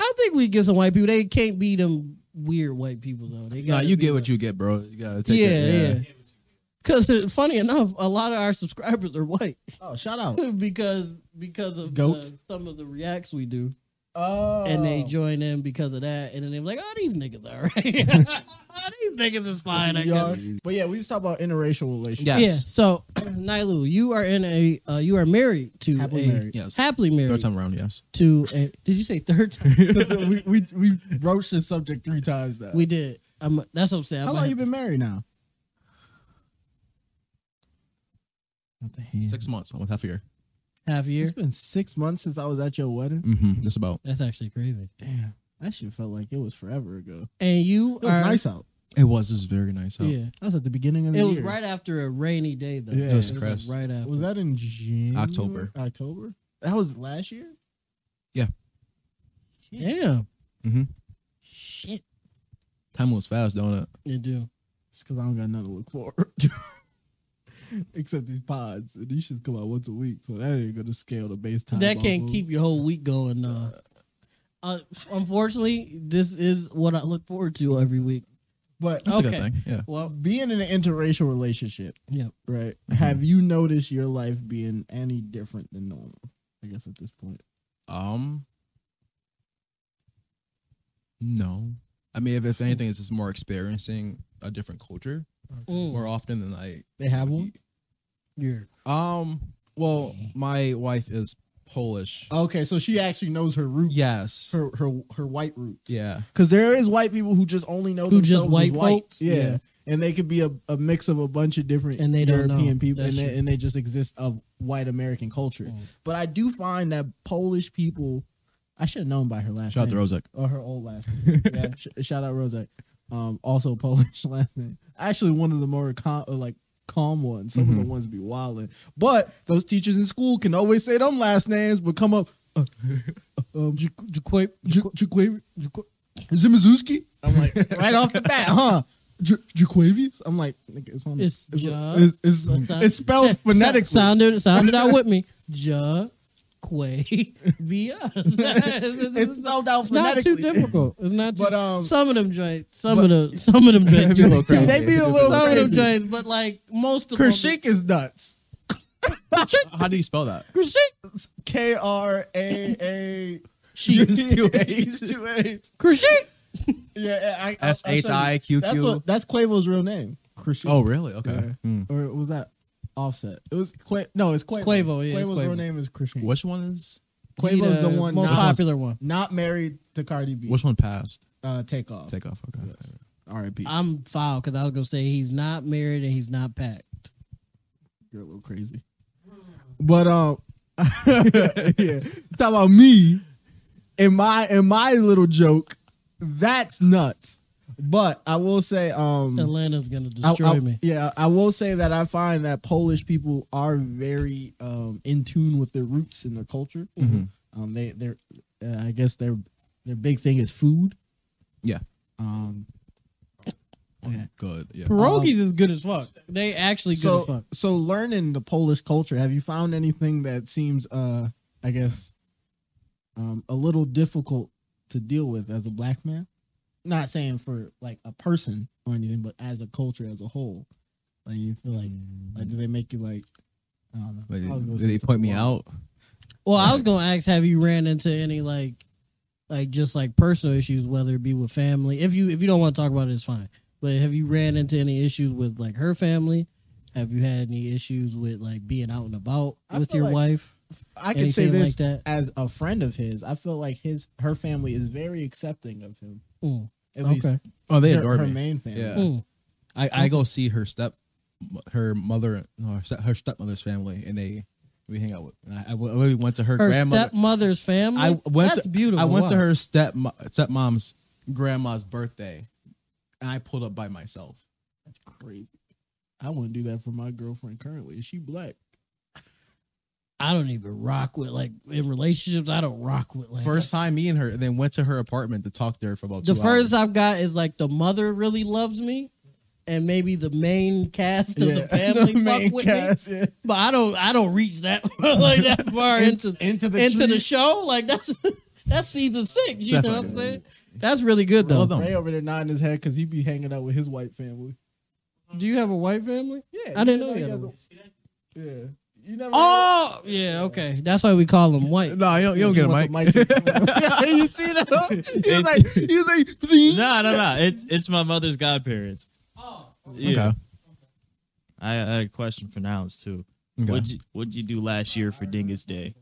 Speaker 2: I think we get some white people. They can't be them weird white people though. They
Speaker 4: nah,
Speaker 2: gotta
Speaker 4: you
Speaker 2: be
Speaker 4: get
Speaker 2: the-
Speaker 4: what you get, bro. You gotta take
Speaker 2: Yeah, yeah.
Speaker 4: it.
Speaker 2: Because funny enough, a lot of our (laughs) subscribers are white (laughs)
Speaker 1: Oh, shout out.
Speaker 2: because because of
Speaker 1: Goats.
Speaker 2: the- some of the reacts we do.
Speaker 1: Oh,
Speaker 2: and they join in because of that. And then they're like, "Oh, these niggas are right. (laughs) "Oh, these
Speaker 1: (laughs)
Speaker 2: niggas is fine." I guess.
Speaker 1: VR. But yeah, we just talk about interracial relationships.
Speaker 2: Yeah. So, (clears throat) Nailu, you are in a uh, you are married to
Speaker 1: Happily
Speaker 2: a-
Speaker 1: married.
Speaker 4: Yes.
Speaker 2: happily
Speaker 4: Third
Speaker 2: married
Speaker 4: time around, yes.
Speaker 2: to a. Did you say third time?
Speaker 1: (laughs) we, we we broached this subject three times though.
Speaker 2: we did. I'm, that's what I'm saying. I
Speaker 1: How
Speaker 2: might
Speaker 1: long
Speaker 2: have-
Speaker 1: you been married now?
Speaker 4: Six months, almost half a year.
Speaker 2: half a year?
Speaker 1: It's been six months since I was at your wedding.
Speaker 4: Mm-hmm. Just about.
Speaker 2: That's actually crazy.
Speaker 1: Damn, that shit felt like it was forever ago.
Speaker 2: And you
Speaker 1: It was
Speaker 2: are
Speaker 1: nice out.
Speaker 4: It was. It was very nice. out.
Speaker 2: Yeah.
Speaker 1: That was at the beginning of the
Speaker 2: It was
Speaker 1: year.
Speaker 2: right after a rainy day though.
Speaker 1: Yeah. It was
Speaker 2: like,
Speaker 4: crisp.
Speaker 2: right after.
Speaker 1: Was that in January?
Speaker 4: October.
Speaker 1: October. That was last year.
Speaker 2: Yeah.
Speaker 1: Mm-hmm. Shit.
Speaker 4: Time was fast, don't it?
Speaker 2: You do.
Speaker 1: It's because I don't got nothing to look forward. to. (laughs) Except these pods, and these should come out once a week, so that ain't gonna scale the base time.
Speaker 2: that
Speaker 1: off
Speaker 2: can't
Speaker 1: of-
Speaker 2: keep your whole week going. Uh, uh, unfortunately, this is what I look forward to every week.
Speaker 1: But
Speaker 4: That's a
Speaker 2: Okay.
Speaker 4: good thing. Yeah.
Speaker 2: Well,
Speaker 1: being in an interracial relationship,
Speaker 2: yeah,
Speaker 1: right?
Speaker 2: Mm-hmm.
Speaker 1: Have you noticed your life being any different than normal? I guess at this point,
Speaker 4: Um. No, I mean, if, if anything, it's just more experiencing a different culture
Speaker 1: Hmm.
Speaker 2: Mm,
Speaker 4: more often than I.
Speaker 1: they have one.
Speaker 2: yeah.
Speaker 4: Um. Well, my wife is Polish.
Speaker 1: Okay, so she actually knows her roots.
Speaker 4: Yes.
Speaker 1: her her her white roots.
Speaker 4: Yeah.
Speaker 1: because there is white people who just only know
Speaker 2: Who just
Speaker 1: themselves
Speaker 2: white
Speaker 1: as white.
Speaker 2: folks?
Speaker 1: Yeah.
Speaker 2: Yeah.
Speaker 1: and they could be a, a mix of a bunch of different
Speaker 2: And they don't know.
Speaker 1: European people,
Speaker 2: That's
Speaker 1: and they,
Speaker 2: true. Mm.
Speaker 1: and they just exist of white American culture. But I do find that Polish people, I should have known by her last
Speaker 4: Shout out to
Speaker 1: name
Speaker 4: Rozek.
Speaker 1: or her old last name. yeah,
Speaker 2: (laughs)
Speaker 1: sh- shout out Rosette. Um, also Polish (laughs) last name. Actually, one of the more calm, uh, like calm ones. Some of
Speaker 2: Mm-hmm.
Speaker 1: the ones be wilding, but those teachers in school can always say them last names, but come up. Uh, um, Ju-
Speaker 2: Jaquip,
Speaker 1: Ju- Juquavi- Juqu- Zimazewski? I'm
Speaker 2: (laughs)
Speaker 1: like, right off the bat, huh? Ju- Juquavius? I'm like, nigga, it's on
Speaker 2: It's
Speaker 1: it's,
Speaker 2: Ja-
Speaker 1: it's, (laughs) it's, it's
Speaker 2: (laughs)
Speaker 1: spelled phonetically.
Speaker 2: Sounded sounded out
Speaker 1: (laughs)
Speaker 2: with me. Ja, quay, via. (laughs)
Speaker 1: it's
Speaker 2: It's
Speaker 1: spelled out
Speaker 2: it's not
Speaker 1: phonetically.
Speaker 2: too difficult. It's not. Too,
Speaker 1: But, um,
Speaker 2: some of them joints, some of the some of
Speaker 1: (laughs)
Speaker 2: them joints, do look
Speaker 1: See,
Speaker 2: crazy.
Speaker 1: they be a little
Speaker 2: Some of them
Speaker 1: crazy.
Speaker 2: joints, but like most of them.
Speaker 1: Kershik is nuts.
Speaker 4: How do you spell that?
Speaker 2: Kershik.
Speaker 1: K R A A.
Speaker 2: Sheets.
Speaker 1: (laughs)
Speaker 4: (laughs)
Speaker 1: two A's. Two A's.
Speaker 2: Kershik.
Speaker 1: Yeah, I- I- I'll
Speaker 4: S
Speaker 1: show you.
Speaker 4: H I Q
Speaker 1: That's
Speaker 4: Q.
Speaker 1: what. That's Quavo's real name. Kershik.
Speaker 4: Oh, really? Okay.
Speaker 1: Yeah.
Speaker 4: Hmm.
Speaker 1: or was that Offset? It was Quavo. No, it's Quavo.
Speaker 2: Quavo, yeah, it's
Speaker 1: Quavo's real
Speaker 2: Quavo.
Speaker 1: name is Kershik.
Speaker 4: Which one is?
Speaker 1: Quavo's the one
Speaker 2: most
Speaker 1: not-
Speaker 2: popular one.
Speaker 1: Not married to Cardi B.
Speaker 4: Which one passed?
Speaker 1: uh, take off.
Speaker 4: Take off. Okay.
Speaker 1: R.I.P.
Speaker 2: I'm foul because I was gonna say he's not married and he's not packed.
Speaker 1: You're a little crazy. But um, (laughs) yeah, talk about me and my and my little joke. That's nuts. But I will say, um,
Speaker 2: Atlanta's gonna
Speaker 1: I-
Speaker 2: destroy
Speaker 1: I-
Speaker 2: me.
Speaker 1: Yeah, I will say that I find that Polish people are very um, in tune with their roots and their culture.
Speaker 2: Mm-hmm.
Speaker 1: Um, they they're uh, I guess their their big thing is food.
Speaker 4: Yeah.
Speaker 1: Um, yeah.
Speaker 4: Good. Yeah.
Speaker 2: Pierogies is good as fuck. They actually good as
Speaker 1: so
Speaker 2: fuck.
Speaker 1: so learning the Polish culture, have you found anything that seems uh I guess um a little difficult to deal with as a black man? Not saying for like a person or anything, but as a culture as a whole. Like you feel like like do they make you like I don't know.
Speaker 4: Like,
Speaker 1: I was gonna
Speaker 4: did
Speaker 1: say
Speaker 4: they point me
Speaker 1: something wrong.
Speaker 4: out?
Speaker 2: Well, I was gonna ask, have you ran into any like, like just like personal issues, whether it be with family? If you if you don't want to talk about it, it's fine. But have you ran into any issues with like her family? Have you had any issues with like being out and about
Speaker 1: I
Speaker 2: with
Speaker 1: feel
Speaker 2: your
Speaker 1: like-
Speaker 2: wife?
Speaker 1: I can say
Speaker 2: Anything
Speaker 1: this
Speaker 2: like that?
Speaker 1: as a friend of his. I feel like his her family is very accepting of him.
Speaker 2: Mm,
Speaker 1: At
Speaker 2: Okay.
Speaker 1: least
Speaker 4: Oh, they
Speaker 1: her,
Speaker 4: adore
Speaker 1: her
Speaker 4: me.
Speaker 1: main family.
Speaker 4: Yeah.
Speaker 2: mm.
Speaker 4: I, I go see her step, her mother, no, her step- her stepmother's family, and they we hang out with. And I, I literally went to her,
Speaker 2: Her
Speaker 4: grandmother.
Speaker 2: stepmother's family.
Speaker 4: I went
Speaker 2: That's
Speaker 4: to
Speaker 2: beautiful.
Speaker 4: I went to
Speaker 2: Wow.
Speaker 4: her step stepmom's grandma's birthday, and I pulled up by myself.
Speaker 1: That's crazy. I wouldn't do that for my girlfriend currently. She
Speaker 4: (laughs)
Speaker 1: black.
Speaker 2: I don't even rock with like in relationships. I don't rock with like
Speaker 4: First time me and her, and then went to her apartment to talk to her for about
Speaker 2: the
Speaker 4: two
Speaker 2: first
Speaker 4: (laughs) hours.
Speaker 2: I've got is like the mother really loves me, and maybe the main cast of the family fuck with me.
Speaker 1: yeah.
Speaker 2: But I don't I don't reach that (laughs) like that far into
Speaker 1: into the
Speaker 2: into the
Speaker 1: tree.
Speaker 2: show. Like that's (laughs) that's season six. You know what I'm
Speaker 4: Definitely.
Speaker 2: saying? That's really good though.
Speaker 4: Well done.
Speaker 1: Ray over there nodding his head because he be hanging out with his white family.
Speaker 2: Do you have a white family?
Speaker 1: Yeah,
Speaker 2: I didn't
Speaker 1: he
Speaker 2: know you
Speaker 1: like has
Speaker 2: had one.
Speaker 1: a- Yeah, you never.
Speaker 2: Oh yeah, okay. That's why we call them white.
Speaker 4: (laughs) No, you don't, you don't get a mic. (laughs)
Speaker 1: you see
Speaker 2: (laughs)
Speaker 1: that? He was like, he was like, "Please."
Speaker 5: No, no, no. It's it's my mother's godparents. Yeah.
Speaker 4: Okay.
Speaker 5: I, I had a question for Nouns too.
Speaker 4: Okay.
Speaker 5: What'd you What'd you do last year for Dingus Day?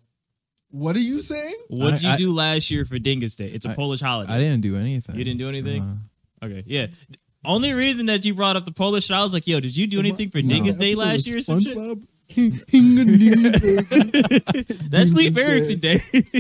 Speaker 1: What are you saying?
Speaker 5: What'd
Speaker 4: I-
Speaker 5: you
Speaker 4: I-
Speaker 5: do last year for Dingus Day? It's a
Speaker 4: I-
Speaker 5: Polish holiday.
Speaker 4: I didn't do anything.
Speaker 5: You didn't do anything?
Speaker 4: Uh,
Speaker 5: Okay, yeah. Only reason that you brought up the Polish, I was like, yo, did you do anything for
Speaker 4: No.
Speaker 5: Dingus Day
Speaker 1: Episode of
Speaker 5: last year or some shit?
Speaker 4: (laughs)
Speaker 1: SpongeBob? Ding-a-ding-a-ding.
Speaker 5: (laughs) That's Leif
Speaker 1: Day.
Speaker 5: Erikson Day. (laughs)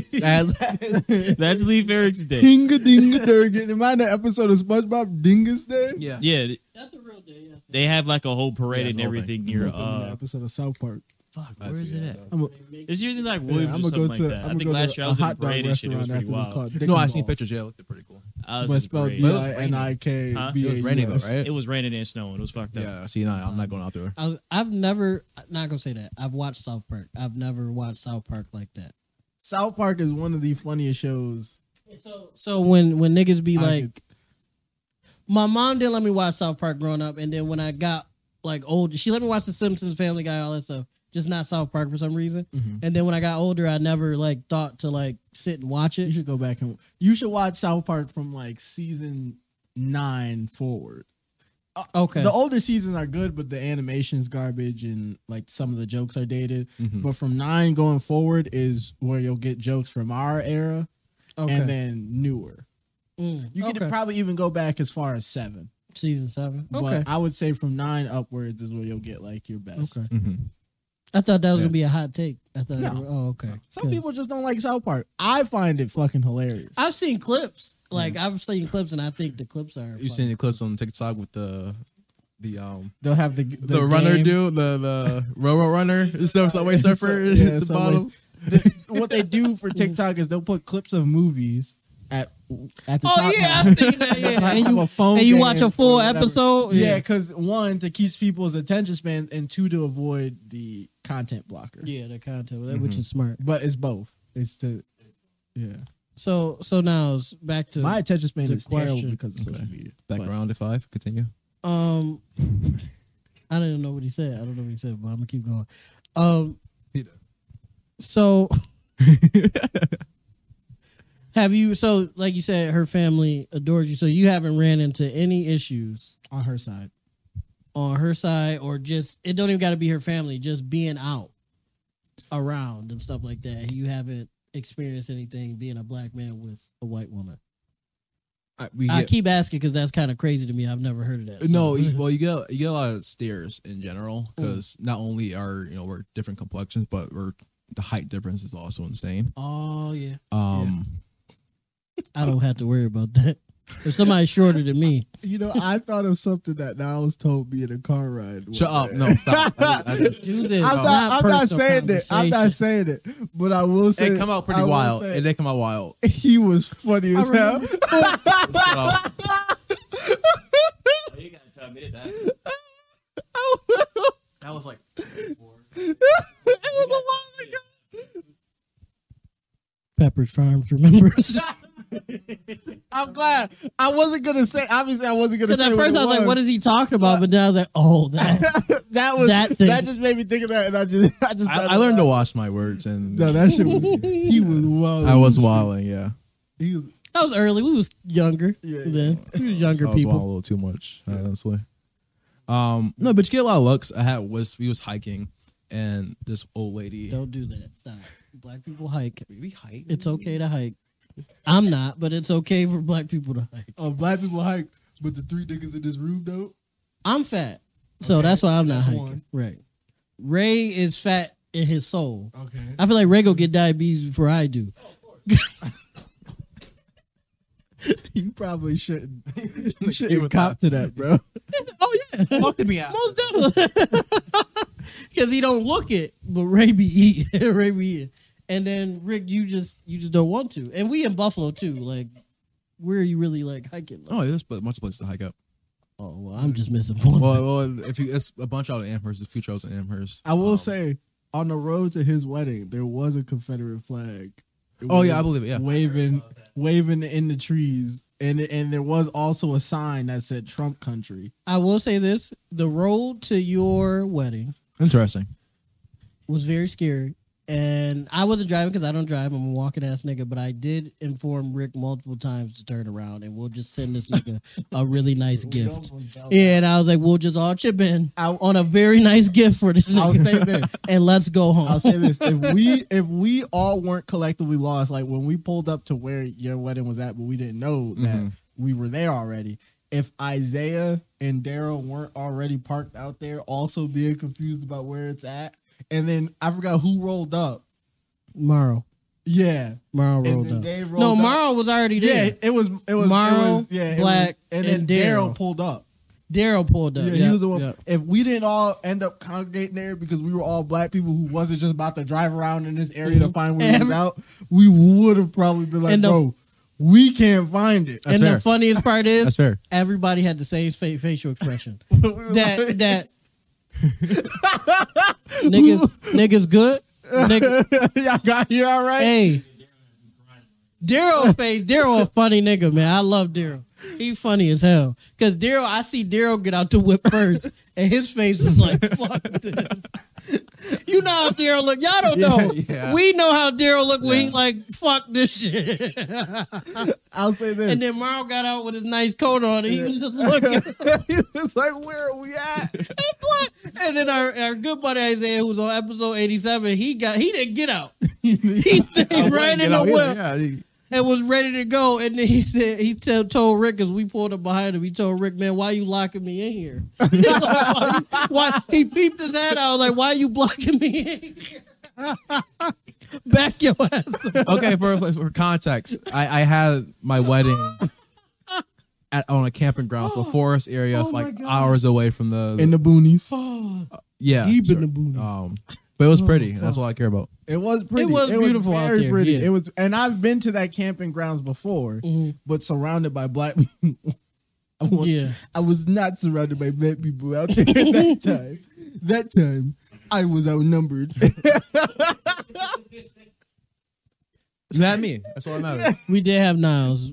Speaker 4: (laughs) as-
Speaker 5: That's Leif
Speaker 4: (laughs)
Speaker 5: Erikson Day.
Speaker 1: Ding-a-ding-a-ding. Am I in the episode of SpongeBob Dingus Day?
Speaker 4: yeah.
Speaker 5: Yeah,
Speaker 2: That's a real day. Yeah.
Speaker 5: they have like a whole parade
Speaker 4: Yeah, it's
Speaker 5: and
Speaker 4: a whole
Speaker 5: everything
Speaker 1: I'm
Speaker 5: near.
Speaker 1: up in the
Speaker 5: Uh,
Speaker 1: episode of South Park.
Speaker 5: fuck,
Speaker 4: I
Speaker 5: where
Speaker 4: do
Speaker 5: is it
Speaker 4: that.
Speaker 5: at?
Speaker 1: I'm a,
Speaker 5: It's usually like
Speaker 1: yeah, I'm
Speaker 5: Williams
Speaker 1: gonna
Speaker 5: or
Speaker 1: go
Speaker 5: something like
Speaker 1: to.
Speaker 5: that. I
Speaker 1: I'm
Speaker 5: think
Speaker 1: gonna
Speaker 5: last
Speaker 1: go to
Speaker 5: year I
Speaker 1: a
Speaker 5: was in
Speaker 1: hot
Speaker 5: the
Speaker 1: dog
Speaker 5: parade and shit. It was
Speaker 1: restaurant after this
Speaker 5: pretty wild.
Speaker 1: called. Dick
Speaker 4: No,
Speaker 1: and
Speaker 4: I seen
Speaker 1: Balls.
Speaker 4: pictures. Yeah, it looked pretty cool.
Speaker 5: I
Speaker 1: But
Speaker 5: was
Speaker 1: it's
Speaker 5: in the
Speaker 1: spelled
Speaker 5: parade.
Speaker 1: D
Speaker 4: Well,
Speaker 1: I N I K
Speaker 5: Huh?
Speaker 1: B
Speaker 4: It
Speaker 1: A
Speaker 4: was raining though,
Speaker 1: U S.
Speaker 4: right?
Speaker 5: It was raining and snowing. It was fucked up.
Speaker 4: Yeah. See, no, I'm not going out there.
Speaker 2: I was, I've never not gonna say that. I've watched South Park. I've never watched South Park like that.
Speaker 1: South Park is one of the funniest shows.
Speaker 2: So so when when niggas be
Speaker 1: I
Speaker 2: like,
Speaker 1: could-
Speaker 2: my mom didn't let me watch South Park growing up, and then when I got like older, she let me watch The Simpsons, Family Guy, all that stuff. Just not South Park for some reason.
Speaker 1: Mm-hmm.
Speaker 2: And then when I got older, I never like thought to like sit and watch
Speaker 1: You
Speaker 2: it.
Speaker 1: should go back and you should watch South Park from like season nine forward.
Speaker 2: Okay,
Speaker 1: The older seasons are good, but the animation's garbage and like some of the jokes are dated.
Speaker 2: Hmm.
Speaker 4: Mhm.
Speaker 1: But from nine going forward is where you'll get jokes from our era
Speaker 2: okay,
Speaker 1: and then newer.
Speaker 2: Mm,
Speaker 1: You
Speaker 2: okay.
Speaker 1: could probably even go back as far as seven.
Speaker 2: season seven. Okay,
Speaker 1: But I would say from nine upwards is where you'll get like your best.
Speaker 2: Okay.
Speaker 4: Mm-hmm.
Speaker 2: I thought that was
Speaker 4: Yeah.
Speaker 2: gonna be a hot take. I thought,
Speaker 1: No.
Speaker 2: oh okay.
Speaker 1: Some
Speaker 2: Good.
Speaker 1: people just don't like South Park. I find it fucking hilarious.
Speaker 2: I've seen clips. Like I've seen clips, and I think the clips are.
Speaker 4: You seen the clips on TikTok with the the um
Speaker 1: They'll have the the,
Speaker 4: the, runner
Speaker 1: game.
Speaker 4: dude, the (laughs) the railroad runner, Sub- (laughs) subway surfer
Speaker 1: Yeah,
Speaker 4: at the
Speaker 1: Subway-
Speaker 4: bottom.
Speaker 1: the- what they do
Speaker 4: (laughs)
Speaker 1: for TikTok is they'll put clips of movies at at the
Speaker 2: Oh
Speaker 1: top.
Speaker 2: yeah,
Speaker 1: now.
Speaker 2: I've seen that. Yeah,
Speaker 1: Like,
Speaker 2: and
Speaker 1: have
Speaker 2: you
Speaker 1: a phone
Speaker 2: and you
Speaker 1: game
Speaker 2: watch a
Speaker 1: or
Speaker 2: full
Speaker 1: whatever. (laughs)
Speaker 2: episode.
Speaker 1: Yeah, because one to keep people's attention span, and two to avoid the content blocker.
Speaker 2: yeah, the content, that-
Speaker 1: Mm-hmm.
Speaker 2: which is smart.
Speaker 1: But it's both. It's to yeah.
Speaker 2: So so now it's back to
Speaker 1: My attention span
Speaker 2: the
Speaker 1: is terrible
Speaker 2: question-
Speaker 1: because of social
Speaker 4: Okay.
Speaker 1: media.
Speaker 4: Back
Speaker 1: But
Speaker 4: around at five. Continue.
Speaker 2: um. I don't even know what he said. I don't know what he said, but I'm gonna keep going. Um. So. (laughs) Have you so like you said her family adored you so you haven't ran into any issues
Speaker 1: on her side,
Speaker 2: on her side or just it don't even got to be her family just being out around and stuff like that you haven't experienced anything being a black man with a white woman
Speaker 4: I, we
Speaker 2: i
Speaker 4: get-
Speaker 2: keep asking because that's kind of crazy to me i've never heard of that so-
Speaker 4: no, (laughs) you, well, you get you get a lot of stares in general because not only are you know we're different complexions, but we're the height difference is also insane.
Speaker 2: oh yeah
Speaker 4: Um,
Speaker 2: i don't have to worry about that there's somebody shorter than me
Speaker 1: you know, I thought of something that Niles told me in a car ride. one
Speaker 4: shut up!
Speaker 1: day.
Speaker 4: No, stop. I, I (laughs) just,
Speaker 2: do this
Speaker 1: I'm not. I'm not saying that. I'm not saying it. But I will say
Speaker 4: it come out pretty
Speaker 1: I will
Speaker 4: wild.
Speaker 1: say-
Speaker 4: It did come out wild.
Speaker 1: (laughs) he was funny as hell.
Speaker 2: remember.
Speaker 4: So,
Speaker 5: Oh, you gotta tell me this.
Speaker 1: (laughs) Oh.
Speaker 5: that was like.
Speaker 1: (laughs) It was a while ago.
Speaker 2: pepper's
Speaker 1: (laughs)
Speaker 2: farms remembers
Speaker 1: I'm glad. (laughs) I wasn't gonna say. Obviously, I wasn't gonna
Speaker 2: because
Speaker 1: say.
Speaker 2: at first i was like what
Speaker 1: it
Speaker 2: is he talking about but then i was like oh
Speaker 1: (laughs)
Speaker 2: that
Speaker 1: was. that was
Speaker 2: that
Speaker 1: that,
Speaker 2: thing?
Speaker 1: just made me think of that, and I just, (laughs) I just.
Speaker 4: I,
Speaker 1: thought
Speaker 4: I learned to
Speaker 1: about-
Speaker 4: watch my words, and
Speaker 1: No, that shit was. He was wild.
Speaker 4: (laughs) I was wilding. Yeah,
Speaker 1: He was,
Speaker 2: that was early we was younger
Speaker 1: Yeah, yeah.
Speaker 2: then we was younger
Speaker 4: I was
Speaker 2: people
Speaker 4: wilding a little too much, honestly. Um, no, but you get a lot of looks. I had was we was hiking, and this old lady.
Speaker 2: Don't do that. Stop. Black people hike.
Speaker 4: We hike.
Speaker 2: It's okay to hike. I'm not, but it's okay for black people to hike.
Speaker 1: uh, black people hype, but the three niggas in this room though.
Speaker 2: I'm fat, so that's why I'm not
Speaker 1: that's
Speaker 2: hiking.
Speaker 1: one.
Speaker 2: Right. Ray is fat in his soul.
Speaker 1: Okay. (laughs)
Speaker 2: I feel like Ray go get diabetes before I do.
Speaker 4: (laughs)
Speaker 1: You probably shouldn't. You shouldn't cop to that, bro.
Speaker 2: oh
Speaker 4: Fucked me out.
Speaker 2: Most definitely. (laughs) Because he don't look it, but Ray be eating. (laughs) Ray be eating. And then Rick, you just you just don't want to. And we in Buffalo too. Like, where are you really like hiking?
Speaker 4: Oh, there's but much places to hike up.
Speaker 2: Oh well, I'm just missing
Speaker 1: (laughs)
Speaker 2: one.
Speaker 4: Well, well, if you, it's a bunch out of Amherst, the future was in Amherst.
Speaker 1: I will
Speaker 4: Um,
Speaker 1: say, on the road to his wedding, there was a Confederate flag. It
Speaker 4: Oh
Speaker 1: was
Speaker 4: yeah, I believe it. Yeah,
Speaker 1: waving, waving in the trees, and and there was also a sign that said Trump Country.
Speaker 2: I will say this: the road to your wedding
Speaker 4: interesting.
Speaker 2: was very scary, and I wasn't driving because I don't drive. I'm a walking ass nigga, but I did inform Rick multiple times to turn around, and we'll just send this nigga a really nice gift. Yeah, and I was like, we'll just all chip in
Speaker 1: I-
Speaker 2: on a very nice gift for this
Speaker 1: I'll
Speaker 2: nigga,
Speaker 1: say this.
Speaker 2: (laughs) and let's go home.
Speaker 1: I'll
Speaker 2: (laughs)
Speaker 1: say this: if we if we all weren't collectively lost, like when we pulled up to where your wedding was at, but we didn't know that
Speaker 4: Mhm.
Speaker 1: we were there already. If Isaiah and Daryl weren't already parked out there, also being confused about where it's at, and then I forgot who rolled up.
Speaker 2: Morrow,
Speaker 1: Yeah,
Speaker 2: Morrow
Speaker 1: And
Speaker 2: rolled
Speaker 1: then
Speaker 2: up.
Speaker 1: they rolled
Speaker 2: No,
Speaker 1: up.
Speaker 2: Morrow was already
Speaker 1: yeah,
Speaker 2: there.
Speaker 1: it was it was it
Speaker 2: Morrow,
Speaker 1: was, yeah, it
Speaker 2: Black,
Speaker 1: was, and,
Speaker 2: and
Speaker 1: then
Speaker 2: Daryl.
Speaker 1: Daryl pulled up.
Speaker 2: Daryl pulled up.
Speaker 1: Yeah,
Speaker 2: Yep,
Speaker 1: he was the one.
Speaker 2: yep.
Speaker 1: If we didn't all end up congregating there because we were all black people who wasn't just about to drive around in this area to find where it was
Speaker 2: Every-
Speaker 1: out, we would have probably been like,
Speaker 2: Mm-hmm. And the-
Speaker 1: bro, we can't find it.
Speaker 4: That's
Speaker 2: and
Speaker 4: fair.
Speaker 2: the funniest part is,
Speaker 4: That's fair.
Speaker 2: everybody had the same fa- facial
Speaker 4: (laughs)
Speaker 2: expression.
Speaker 1: We were like-
Speaker 2: that that niggas niggas good.
Speaker 4: (laughs)
Speaker 2: Nigga,
Speaker 1: (laughs) y'all got here all right.
Speaker 2: hey,
Speaker 4: (laughs)
Speaker 2: Daryl, fa- Daryl, a funny nigga, man. I love Daryl. He funny as hell. Cause Daryl, I see Daryl get out the whip
Speaker 4: (laughs)
Speaker 2: first, and his face was like, "Fuck this." You know how Daryl look. Y'all don't know.
Speaker 4: Yeah, yeah.
Speaker 2: We know how Daryl look when he
Speaker 4: Yeah.
Speaker 2: like, "Fuck this shit."
Speaker 1: I'll say this.
Speaker 2: and then Marl got out with his nice coat on, and he was just looking.
Speaker 1: (laughs) it's like, where are we at?
Speaker 2: And then our, our good buddy Isaiah, who's on episode 87, he got he didn't get out. He stayed
Speaker 4: I
Speaker 2: right
Speaker 4: wouldn't get
Speaker 2: in the
Speaker 4: out either.
Speaker 2: whip
Speaker 4: Yeah, he-
Speaker 2: and was ready to go. And then he said he tell, told Rick as we pulled up behind him, he told Rick, man, why you locking me in here? (laughs) He's like, why, why- he peeped his head out like, why you blocking me in here? Back your ass. up.
Speaker 4: okay, for, for context, I, I had my wedding at, on a camping grounds, so forest area,
Speaker 2: Oh my
Speaker 4: like
Speaker 2: God.
Speaker 4: hours away from the,
Speaker 1: In the
Speaker 2: (gasps)
Speaker 1: boonies.
Speaker 2: Oh,
Speaker 4: yeah,
Speaker 2: deep in
Speaker 4: sure.
Speaker 2: the booty.
Speaker 4: Um, but it was pretty. and that's all I care about.
Speaker 1: It was pretty.
Speaker 2: was beautiful out
Speaker 1: very
Speaker 2: there,
Speaker 1: pretty.
Speaker 2: yeah.
Speaker 1: It was, and I've been to that camping grounds before,
Speaker 2: Mhm.
Speaker 1: but surrounded by black. people. (laughs) I was,
Speaker 2: Yeah.
Speaker 1: I was not surrounded by black people out there (laughs) that
Speaker 2: (laughs)
Speaker 1: time. That time, I was outnumbered. (laughs)
Speaker 4: Is that me? That's all that matters.
Speaker 2: We did have Niles.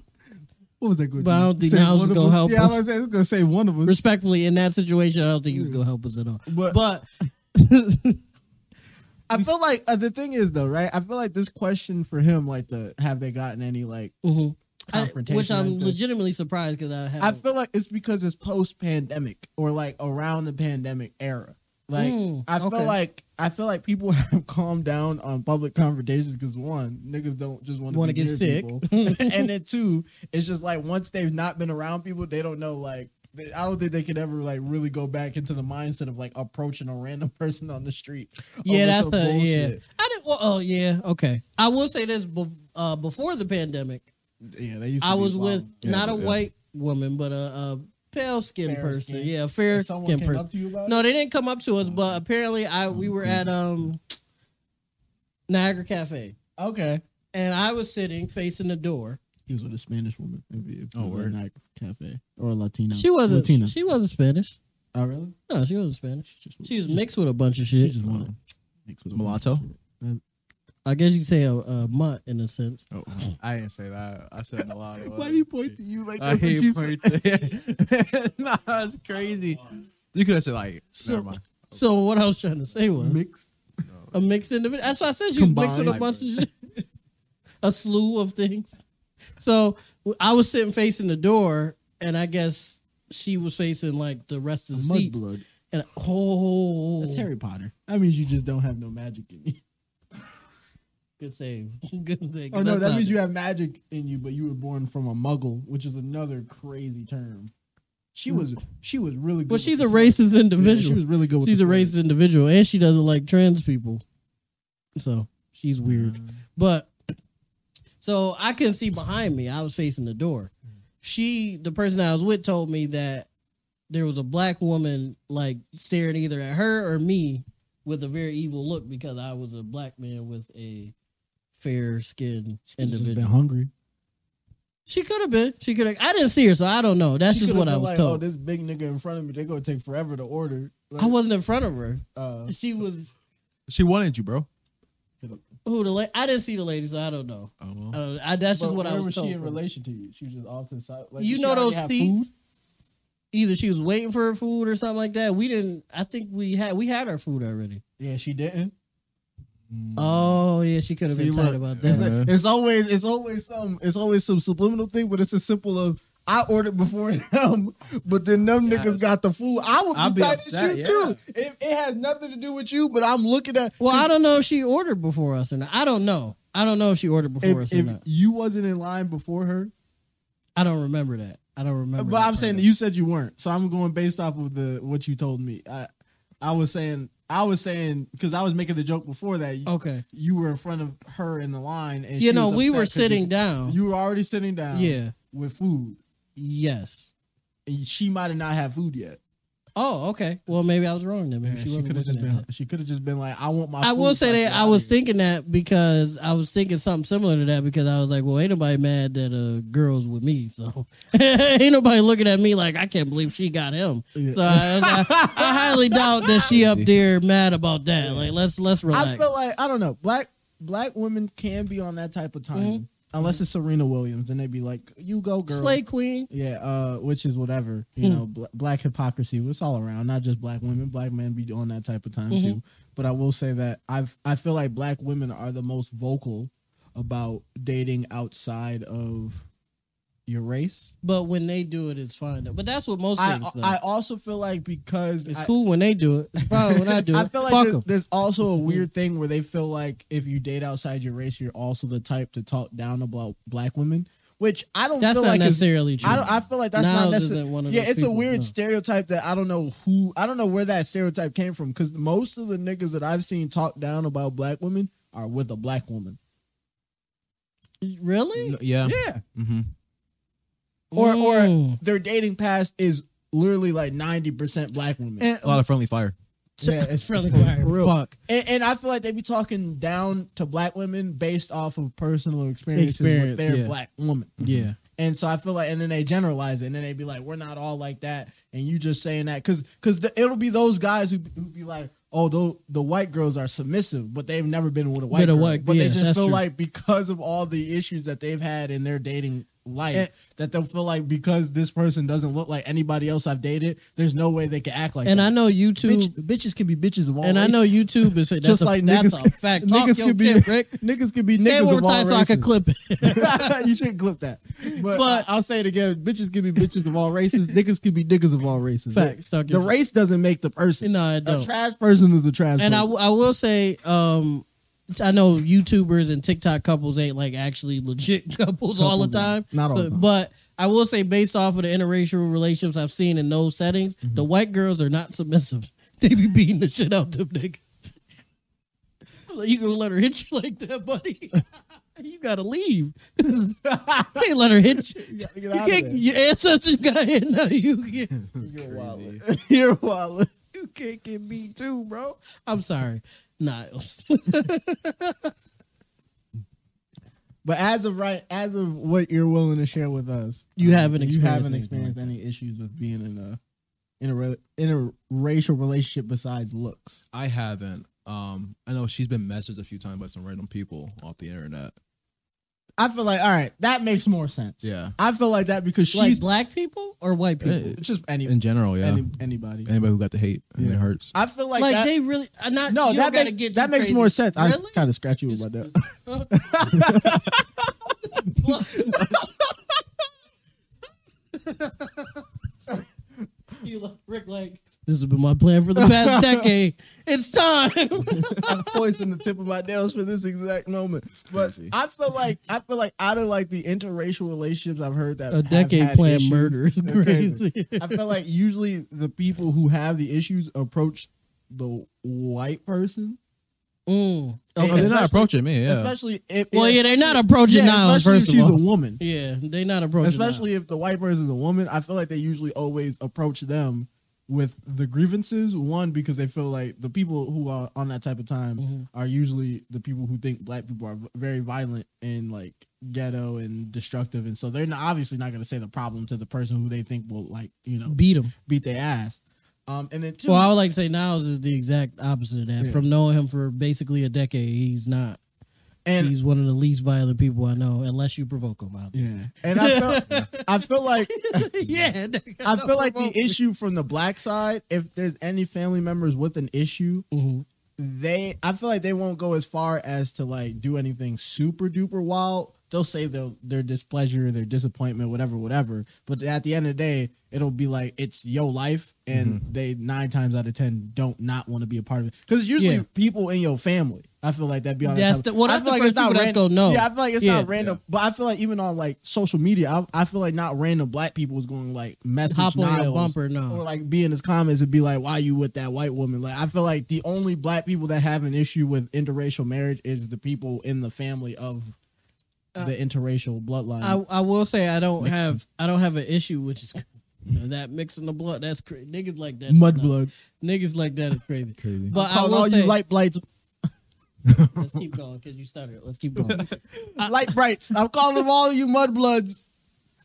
Speaker 1: what was that going?
Speaker 2: But I don't think now is
Speaker 1: one of
Speaker 2: gonna
Speaker 1: us-
Speaker 2: help
Speaker 1: Yeah, I
Speaker 2: us.
Speaker 1: was, I was gonna say one of us.
Speaker 2: Respectfully, in that situation, I don't think he was gonna help us at all.
Speaker 1: But-
Speaker 2: but
Speaker 1: I feel like uh, the thing is though, right? I feel like this question for him, like the have they gotten any like
Speaker 2: Mhm. I-
Speaker 1: confrontation?
Speaker 2: which I'm
Speaker 1: like this?
Speaker 2: legitimately surprised because I
Speaker 1: I
Speaker 2: have.
Speaker 1: feel like it's because it's post pandemic or like around the pandemic era. Like
Speaker 2: Mm,
Speaker 1: I feel
Speaker 2: okay.
Speaker 1: like I feel like people (laughs) have calmed down on public confrontations because one, niggas don't just want to
Speaker 2: Wanna get sick. (laughs)
Speaker 1: and then two, it's just like once they've not been around people, they don't know like. they- I don't think they could ever like really go back into the mindset of like approaching a random (laughs) person on the street.
Speaker 2: Yeah,
Speaker 1: over
Speaker 2: that's
Speaker 1: some
Speaker 2: the yeah.
Speaker 1: bullshit.
Speaker 2: I didn't. Well, oh yeah, okay. I will say this: bef- uh, before the pandemic,
Speaker 1: Yeah, they used to
Speaker 2: I
Speaker 1: be
Speaker 2: was
Speaker 1: wild.
Speaker 2: with not a
Speaker 4: yeah.
Speaker 2: white woman, but a, a pale skinned
Speaker 1: Fair
Speaker 2: person.
Speaker 1: skin.
Speaker 2: Yeah,
Speaker 1: And
Speaker 2: fair
Speaker 1: someone
Speaker 2: skinned
Speaker 1: came
Speaker 2: person.
Speaker 1: up to you Oh. about
Speaker 2: No,
Speaker 1: it?
Speaker 2: they didn't come up to us, but apparently, I we were at um Niagara Cafe,
Speaker 1: Okay,
Speaker 2: and I was sitting facing the door.
Speaker 1: he was with a Spanish woman. Maybe it
Speaker 4: Oh,
Speaker 1: was a
Speaker 4: word.
Speaker 1: night cafe or a Latina.
Speaker 2: She wasn't.
Speaker 1: Latina.
Speaker 2: She wasn't Spanish.
Speaker 1: oh, really?
Speaker 2: No, she wasn't Spanish.
Speaker 1: Just-
Speaker 2: She was mixed with a bunch of shit.
Speaker 1: just wanted mix with
Speaker 4: Mulatto.
Speaker 2: I guess you could say a, a mutt in a sense.
Speaker 4: Oh, I didn't say that. I said mulatto.
Speaker 1: Why do you point to you like
Speaker 4: I
Speaker 1: that?
Speaker 4: hate
Speaker 1: You said-
Speaker 4: pointing. (laughs) nah, that's crazy. You could have said like,
Speaker 2: So-
Speaker 4: never mind.
Speaker 2: So what I was trying to say was
Speaker 1: mix.
Speaker 2: a mixed individual. That's why I said she was mixed with a
Speaker 4: Combined.
Speaker 2: bunch of shit, a slew of things. So w- I was sitting facing the door, and I guess she was facing like the rest of the seats.
Speaker 1: Mudblood.
Speaker 2: And oh,
Speaker 1: That's Harry Potter. That means you just don't have no magic in you.
Speaker 2: Good save. Good thing.
Speaker 1: Oh no,
Speaker 2: That's
Speaker 1: that
Speaker 2: not-
Speaker 1: means you have magic in you, but you were born from a muggle, which is another crazy term. She was she was really good.
Speaker 2: Well,
Speaker 1: with
Speaker 2: she's a
Speaker 1: the slang.
Speaker 2: racist
Speaker 1: Yeah, she
Speaker 2: individual.
Speaker 1: was really good. With
Speaker 2: she's
Speaker 1: the
Speaker 2: a
Speaker 1: slang.
Speaker 2: racist individual, and she doesn't like trans people. So she's weird.
Speaker 1: Mm.
Speaker 2: But so I couldn't
Speaker 1: Mm.
Speaker 2: see behind me. I was facing the door. She, the person I was with, told me that there was a black woman like staring either at her or me with a very evil look because I was a black man with a fair skinned
Speaker 1: She's just been
Speaker 2: individual.
Speaker 1: hungry.
Speaker 2: She could have been. She could have. I didn't see her, so I don't know. That's
Speaker 1: She
Speaker 2: just
Speaker 1: could've
Speaker 2: what
Speaker 1: been
Speaker 2: I was
Speaker 1: like, Oh,
Speaker 2: told.
Speaker 1: this big nigga in front of me, they gonna take forever to order. Like,
Speaker 2: I wasn't in front of her.
Speaker 1: uh,
Speaker 2: She was
Speaker 4: She wanted you, bro.
Speaker 2: who the la- I didn't see the lady, so I don't know.
Speaker 4: Oh well.
Speaker 2: I don't- Uh, I, that's just
Speaker 1: but
Speaker 2: what I
Speaker 1: where
Speaker 2: was,
Speaker 1: was
Speaker 2: told.
Speaker 1: she in
Speaker 2: from her.
Speaker 1: relation to you? She was just off to the side. Like,
Speaker 2: you
Speaker 1: did
Speaker 2: know
Speaker 1: she already
Speaker 2: those
Speaker 1: have
Speaker 2: feet.
Speaker 1: food?
Speaker 2: Either she was waiting for her food or something like that. We didn't. I think we had we had our food already.
Speaker 1: Yeah, she didn't.
Speaker 2: Oh yeah, she could have
Speaker 1: Mm. See,
Speaker 2: been tight
Speaker 1: look,
Speaker 2: about
Speaker 1: It's,
Speaker 2: that.
Speaker 1: like- it's always it's always some it's always some subliminal thing, but it's as simple of I ordered before (laughs) them, but then them niggas got the food. I would be
Speaker 4: I'd be
Speaker 1: tight
Speaker 4: upset,
Speaker 1: as you
Speaker 4: yeah.
Speaker 1: too. It, it has nothing to do with you, but I'm looking at.
Speaker 2: well, I don't know if she ordered before us or not. I don't know. I don't know if she ordered before
Speaker 1: if,
Speaker 2: us
Speaker 1: if
Speaker 2: or not.
Speaker 1: you wasn't in line before her,
Speaker 2: I don't remember that. I don't remember.
Speaker 1: but
Speaker 2: that
Speaker 1: I'm saying
Speaker 2: part.
Speaker 1: that you said you weren't, so I'm going based off of the what you told me. I I was saying I was saying because I was making the joke before that you,
Speaker 2: Okay.
Speaker 1: you were in front of her in the line, and
Speaker 2: you
Speaker 1: she
Speaker 2: know,
Speaker 1: was
Speaker 2: we
Speaker 1: upset
Speaker 2: were
Speaker 1: 'cause
Speaker 2: sitting
Speaker 1: you,
Speaker 2: down.
Speaker 1: You were already sitting down,
Speaker 2: yeah.
Speaker 1: with food.
Speaker 2: Yes.
Speaker 1: and she might have not had food yet.
Speaker 2: Oh, okay. Well, maybe I was wrong then. Maybe
Speaker 1: she
Speaker 2: she wasn't
Speaker 1: could have
Speaker 2: looking
Speaker 1: just
Speaker 2: at
Speaker 1: been.
Speaker 2: that.
Speaker 1: She could have just been like, "I want my."
Speaker 2: I
Speaker 1: food
Speaker 2: will
Speaker 1: so
Speaker 2: say
Speaker 1: can
Speaker 2: that
Speaker 1: get
Speaker 2: I
Speaker 1: out
Speaker 2: was
Speaker 1: of here."
Speaker 2: thinking that because I was thinking something similar to that because I was like, well, ain't nobody mad that a girl's with me, so (laughs) ain't nobody looking at me like I can't believe she got him.
Speaker 1: Yeah.
Speaker 2: So I, was- I,
Speaker 1: (laughs)
Speaker 2: I highly doubt that she up there mad about that. Like let's let's relax.
Speaker 1: I feel like I don't know. Black black women can be on that type of time, unless it's Serena Williams, and they'd be like, "You go, girl."
Speaker 2: Mm-hmm. Slay Queen.
Speaker 1: Yeah, uh, which is whatever you
Speaker 2: Hmm.
Speaker 1: know. Bl- black hypocrisy. It's all around, not just black women. Black men be on that type of time
Speaker 2: Mhm.
Speaker 1: too. But I will say that I I feel like black women are the most vocal about dating outside of your race.
Speaker 2: But when they do it, it's fine though. But that's what most
Speaker 1: I
Speaker 2: things though.
Speaker 1: I also feel like because
Speaker 2: it's
Speaker 1: I-
Speaker 2: cool when they do it. It's fine when I do
Speaker 1: (laughs)
Speaker 2: it.
Speaker 1: I feel like
Speaker 2: Fuck Mm-hmm.
Speaker 1: there-
Speaker 2: 'em.
Speaker 1: there's also a weird thing where they feel like if you date outside your race, you're also the type to talk down about black women, which I don't
Speaker 2: That's
Speaker 1: feel
Speaker 2: not
Speaker 1: like is-
Speaker 2: necessarily true.
Speaker 1: I don't. I feel like that's not
Speaker 2: Niles
Speaker 1: necessarily.
Speaker 2: isn't one of
Speaker 1: Yeah,
Speaker 2: those
Speaker 1: it's a
Speaker 2: people,
Speaker 1: weird
Speaker 2: no.
Speaker 1: stereotype that I don't know who. I don't know where that stereotype came from because most of the niggas that I've seen talk down about black women are with a black woman.
Speaker 2: (laughs) really?
Speaker 4: yeah.
Speaker 1: Yeah,
Speaker 4: Mm-hmm.
Speaker 1: or
Speaker 2: Mm.
Speaker 1: or their dating past is literally like ninety percent black women.
Speaker 2: And-
Speaker 4: A lot of friendly fire.
Speaker 1: yeah, it's
Speaker 2: really quiet.
Speaker 4: Fuck.
Speaker 1: And, and I feel like they be talking down to black women based off of personal experiences with
Speaker 2: Experience,
Speaker 1: their
Speaker 2: yeah.
Speaker 1: black woman.
Speaker 2: Yeah.
Speaker 1: And so I feel like, and then they generalize it, and then they be like, "We're not all like that," and you just saying that because because it'll be those guys who, who be like, "Oh, the the white girls are submissive, but they've never been with a white
Speaker 2: With a
Speaker 1: girl,
Speaker 2: white-
Speaker 1: but
Speaker 2: yeah,
Speaker 1: they just
Speaker 2: that's
Speaker 1: feel
Speaker 2: true.
Speaker 1: like because of all the issues that they've had in their dating life,
Speaker 2: And-
Speaker 1: that they'll feel like because this person doesn't look like anybody else I've dated, there's no way they can act like."
Speaker 2: And
Speaker 1: that.
Speaker 2: I know YouTube
Speaker 1: Bitch- bitches can be bitches of all.
Speaker 2: And I know
Speaker 1: races. (laughs)
Speaker 2: YouTube is that's
Speaker 1: Just
Speaker 2: a,
Speaker 1: like
Speaker 2: that's
Speaker 1: niggas-
Speaker 2: a fact.
Speaker 1: (laughs)
Speaker 2: Talk
Speaker 1: niggas
Speaker 2: your
Speaker 1: could be-
Speaker 2: shit, Rick.
Speaker 1: (laughs) Niggas could be
Speaker 2: Say it
Speaker 1: niggas
Speaker 2: one
Speaker 1: of
Speaker 2: more
Speaker 1: all
Speaker 2: time so I can
Speaker 1: races.
Speaker 2: clip
Speaker 1: (laughs)
Speaker 2: it.
Speaker 1: you shouldn't clip that. But,
Speaker 2: But-
Speaker 1: I, will say it again: bitches can be bitches of all races. niggas can be niggas of all races.
Speaker 2: Facts,
Speaker 1: The,
Speaker 2: talk
Speaker 1: the
Speaker 2: your-
Speaker 1: race doesn't make the person.
Speaker 2: no, I
Speaker 1: a
Speaker 2: don't.
Speaker 1: trash person is a trash.
Speaker 2: And I,
Speaker 1: person.
Speaker 2: w- I will say, um, I know YouTubers and TikTok couples ain't like actually legit (laughs) couples all the
Speaker 1: Couples,
Speaker 2: time.
Speaker 1: not all the time.
Speaker 2: But I will say, based off of the interracial relationships I've seen in those settings,
Speaker 1: Mm-hmm.
Speaker 2: the white girls are not submissive. (laughs) They be beating the shit out of them nigga. (laughs) You gonna let her hit you like that, buddy? (laughs) you gotta leave. (laughs) you can't let her hit
Speaker 1: You
Speaker 2: you.
Speaker 1: gotta get
Speaker 2: You
Speaker 1: out of
Speaker 2: can't,
Speaker 1: there.
Speaker 2: your ancestors got hit. Now you get,
Speaker 1: You're wild. You're wild.
Speaker 2: you can't get beat too, bro. I'm sorry, (laughs) Niles.
Speaker 1: (laughs) But as of right, as of what you're willing to share with us, um,
Speaker 2: You haven't
Speaker 1: you haven't
Speaker 2: experienced anything
Speaker 1: experienced any
Speaker 2: like
Speaker 1: issues with being in a in a re- interracial relationship besides looks.
Speaker 4: I haven't. Um, I know she's been messaged a few times by some random people off the internet.
Speaker 1: I feel like all right, that makes more sense.
Speaker 4: Yeah.
Speaker 1: I feel like that because
Speaker 2: like
Speaker 1: she's
Speaker 2: black people or white people?
Speaker 4: It's just
Speaker 1: any-
Speaker 4: Eh, in general, yeah.
Speaker 1: any, anybody.
Speaker 4: Anybody who got the hate, I mean,
Speaker 1: Yeah.
Speaker 4: it hurts.
Speaker 1: I feel like,
Speaker 2: like
Speaker 1: that,
Speaker 2: they really uh, not.
Speaker 1: no,
Speaker 2: you don't
Speaker 1: that,
Speaker 2: gotta
Speaker 1: make,
Speaker 2: get
Speaker 1: that
Speaker 2: too
Speaker 1: makes
Speaker 2: crazy.
Speaker 1: more sense. I
Speaker 2: (laughs) Really?
Speaker 1: was kind of scratch you about that.
Speaker 2: You look- Rick, like this has been my plan for the (laughs) past decade. It's (laughs) time.
Speaker 1: I poisoned the tip of my nails for this exact moment. But
Speaker 4: crazy.
Speaker 1: I feel like I feel like out of like the interracial relationships I've heard that
Speaker 2: A
Speaker 1: have
Speaker 2: decade
Speaker 1: had
Speaker 2: plan
Speaker 1: issues,
Speaker 2: murder is
Speaker 1: they're
Speaker 2: crazy.
Speaker 1: I feel like usually the people who have the issues approach the white person
Speaker 2: (laughs) Mm.
Speaker 4: Oh, they're not
Speaker 1: Especially-
Speaker 4: approaching me. Yeah.
Speaker 1: Especially if
Speaker 2: Well,
Speaker 1: if-
Speaker 2: yeah, they're not approaching
Speaker 1: yeah,
Speaker 2: now.
Speaker 1: especially
Speaker 2: First
Speaker 1: if
Speaker 2: of
Speaker 1: she's
Speaker 2: all,
Speaker 1: a woman.
Speaker 2: yeah, they're not approaching.
Speaker 1: Especially if the white person is a woman, I feel like they usually always approach them with the grievances. One because they feel like the people who are on that type of time
Speaker 2: Mhm.
Speaker 1: are usually the people who think black people are very violent and like ghetto and destructive, and so they're not, obviously not going to say the problem to the person who they think will like you know
Speaker 2: now. beat him.
Speaker 1: beat their ass. Um, and then two,
Speaker 2: Well, I would like to say Niles is the exact opposite of that.
Speaker 1: Yeah.
Speaker 2: From knowing him for basically a decade, he's not.
Speaker 1: and
Speaker 2: he's one of the least violent people I know, unless you provoke him.
Speaker 1: yeah,
Speaker 2: Obviously.
Speaker 1: and I feel, I feel like
Speaker 2: (laughs) Yeah, yeah.
Speaker 1: (laughs) I feel like the issue from the black side, if there's any family members with an issue,
Speaker 2: Mhm.
Speaker 1: they I feel like they won't go as far as to like do anything super duper wild. They'll say their their displeasure, their disappointment, whatever, whatever. But at the end of the day, it'll be like it's yo life, and
Speaker 2: Mm-hmm.
Speaker 1: they nine times out of ten don't not want to be a part of it because usually
Speaker 2: Yeah.
Speaker 1: people in your family. I feel like that'd be on. that
Speaker 2: That's
Speaker 1: type
Speaker 2: the-
Speaker 1: of-
Speaker 2: well,
Speaker 1: I
Speaker 2: that's
Speaker 1: feel
Speaker 2: the
Speaker 1: like
Speaker 2: first
Speaker 1: it's not
Speaker 2: people that's
Speaker 1: random.
Speaker 2: gonna know.
Speaker 1: Yeah, I feel like it's
Speaker 2: Yeah.
Speaker 1: not random, but I feel like even on like social media, I, I feel like not random black people is going to like message
Speaker 2: Hop on your
Speaker 1: Niles
Speaker 2: bumper
Speaker 1: or
Speaker 2: now.
Speaker 1: like be in his comments and be like, "Why you with that white woman?" Like I feel like the only black people that have an issue with interracial marriage is the people in the family of
Speaker 2: Uh,
Speaker 1: the interracial bloodline.
Speaker 2: I, I will say I don't
Speaker 1: Mixing.
Speaker 2: have I don't have an issue which is (laughs) you know, that mixing the blood that's cra- niggas like that
Speaker 1: Mud
Speaker 2: no,
Speaker 1: blood.
Speaker 2: niggas like that is crazy.
Speaker 4: Crazy.
Speaker 2: But I
Speaker 1: Calling all
Speaker 2: will say,
Speaker 1: you light blights, (laughs)
Speaker 2: let's keep going because you started. Let's keep going.
Speaker 1: light brights. I'm calling them all you mudbloods.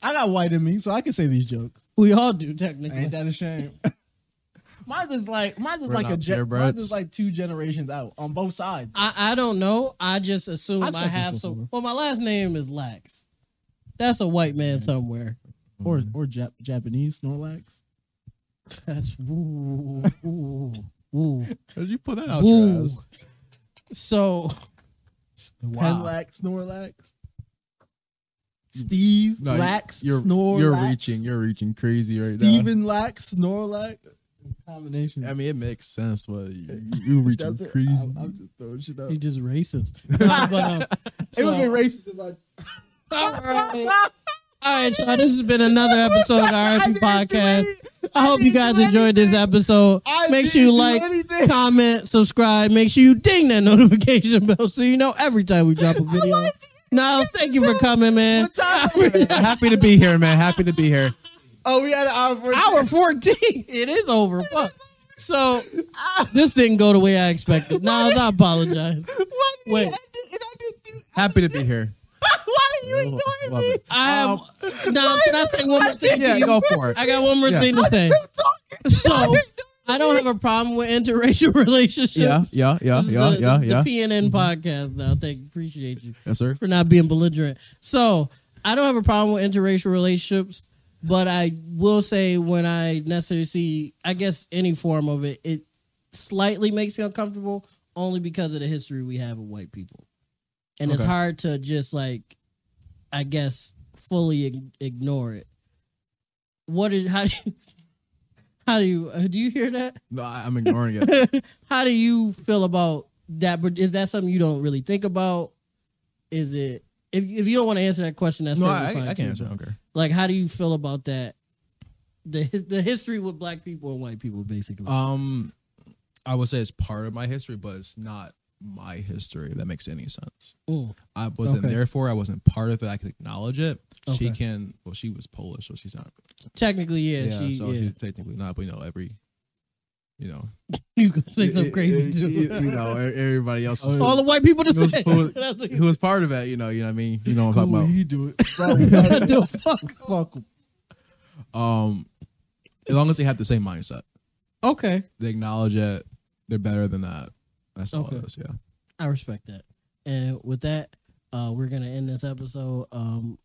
Speaker 1: I got white in me, so I can say these jokes.
Speaker 2: we all do technically.
Speaker 1: Ain't that a shame? (laughs) mine's is like mine's is
Speaker 4: We're
Speaker 1: like a
Speaker 4: not
Speaker 1: gen- mine's
Speaker 4: purebreds.
Speaker 1: is like two generations out on both sides.
Speaker 2: I, I don't know. I just assume
Speaker 1: I've
Speaker 2: I
Speaker 1: said this
Speaker 2: have
Speaker 1: before.
Speaker 2: some. Well, my last name is Lax. That's a white man somewhere.
Speaker 1: Or or Jap- Japanese Snorlax.
Speaker 2: That's woo woo woo.
Speaker 4: How did you put that out your
Speaker 2: woo.
Speaker 4: ass?
Speaker 2: So wow.
Speaker 1: Penlax Snorlax. Steve
Speaker 4: No, you-
Speaker 1: Lax
Speaker 4: You're
Speaker 1: Snorlax.
Speaker 4: you're reaching. You're reaching crazy right now.
Speaker 1: Steven Lax Snorlax. Combination.
Speaker 4: I mean, it makes sense,
Speaker 1: (laughs)
Speaker 4: but you, you reaching
Speaker 1: That's it.
Speaker 4: crazy.
Speaker 1: I'm, I'm just throwing shit out.
Speaker 2: You just racist. (laughs) Nah, but, um,
Speaker 1: it would be racist
Speaker 2: so-
Speaker 1: if I.
Speaker 2: (laughs) All right. All right, so this has been another episode of
Speaker 1: (laughs) I
Speaker 2: RFP
Speaker 1: didn't do
Speaker 2: Podcast.
Speaker 1: any-
Speaker 2: I hope you guys
Speaker 1: do
Speaker 2: enjoyed this episode.
Speaker 1: I
Speaker 2: Make sure you
Speaker 1: didn't do
Speaker 2: like,
Speaker 1: anything.
Speaker 2: comment, subscribe. Make sure you ding that (laughs) notification bell so you know every time we drop a video. Niles, thank you for coming, man.
Speaker 1: What time
Speaker 2: (laughs)
Speaker 1: is it?
Speaker 4: (laughs) Happy to be here, man. Happy to be here.
Speaker 1: Oh, we had an hour for
Speaker 2: Hour 14. (laughs) It is over. Fuck. So this didn't go the way I expected. Niles, I apologize.
Speaker 1: (laughs) Why did
Speaker 2: Wait.
Speaker 1: You, and I didn't (laughs) do.
Speaker 4: Happy to be here.
Speaker 1: Why are you ignoring
Speaker 4: Love
Speaker 1: me?
Speaker 4: it.
Speaker 2: I have Niles, can I say one more thing
Speaker 4: Yeah,
Speaker 2: to you?
Speaker 4: go
Speaker 1: (laughs)
Speaker 4: for it.
Speaker 2: I got one more
Speaker 4: Yeah.
Speaker 2: thing to say.
Speaker 1: Talking.
Speaker 2: So I don't have a problem with interracial (laughs) relationships.
Speaker 4: Yeah, yeah, yeah,
Speaker 2: This is
Speaker 4: yeah,
Speaker 2: the,
Speaker 4: yeah,
Speaker 2: this is
Speaker 4: yeah. Mm-hmm.
Speaker 2: The PNN podcast. Now, thank you. Appreciate you
Speaker 4: Yes, sir.
Speaker 2: for not being belligerent. So I don't have a problem with interracial relationships, but I will say when I necessarily see, I guess any form of it, it slightly makes me uncomfortable only because of the history we have of white people, and it's
Speaker 4: Okay.
Speaker 2: hard to just like, I guess, fully ig- ignore it. What is how do you, (laughs) how do you uh, do you hear that?
Speaker 4: No, I, I'm ignoring
Speaker 1: (laughs)
Speaker 4: it.
Speaker 2: how do you feel about that? But Is that something you don't really think about? Is it if if you don't want to answer that question, that's
Speaker 4: no, I,
Speaker 2: perfectly
Speaker 4: I,
Speaker 2: fine
Speaker 4: I
Speaker 2: too,
Speaker 4: can answer.
Speaker 2: but,
Speaker 4: Okay.
Speaker 2: Like, how do you feel about that? The hi- the history with black people and white people, basically.
Speaker 4: Um, I would say it's part of my history, but it's not my history. If that makes any sense.
Speaker 2: Mm.
Speaker 4: I wasn't
Speaker 2: Okay.
Speaker 4: there for. it. I wasn't part of it. I could acknowledge it. She
Speaker 2: Okay.
Speaker 4: can. Well, she was Polish, so she's not.
Speaker 2: Technically, yeah,
Speaker 4: Yeah,
Speaker 2: she,
Speaker 4: so
Speaker 2: yeah.
Speaker 4: she's technically not. But you know, every. You know,
Speaker 2: (laughs) he's gonna say something
Speaker 4: it-
Speaker 2: crazy Oh,
Speaker 4: it-
Speaker 2: too.
Speaker 4: it- You know, e- everybody
Speaker 2: (laughs)
Speaker 4: else.
Speaker 2: All the white people to
Speaker 4: Those
Speaker 2: say. (laughs)
Speaker 4: who-
Speaker 2: That's like,
Speaker 4: who was part of it, you know, you know what I mean? You know what I'm
Speaker 1: Cool,
Speaker 4: talking
Speaker 1: he do
Speaker 2: (laughs)
Speaker 1: it. Bro,
Speaker 2: what the fuck?
Speaker 1: fuck. him.
Speaker 4: about. Um as long as they have the same mindset.
Speaker 2: Okay,
Speaker 4: They acknowledge it, they're better than that. That's all
Speaker 2: Okay.
Speaker 4: it is, yeah.
Speaker 2: I respect that. And with that, uh, we're gonna end this episode. Um,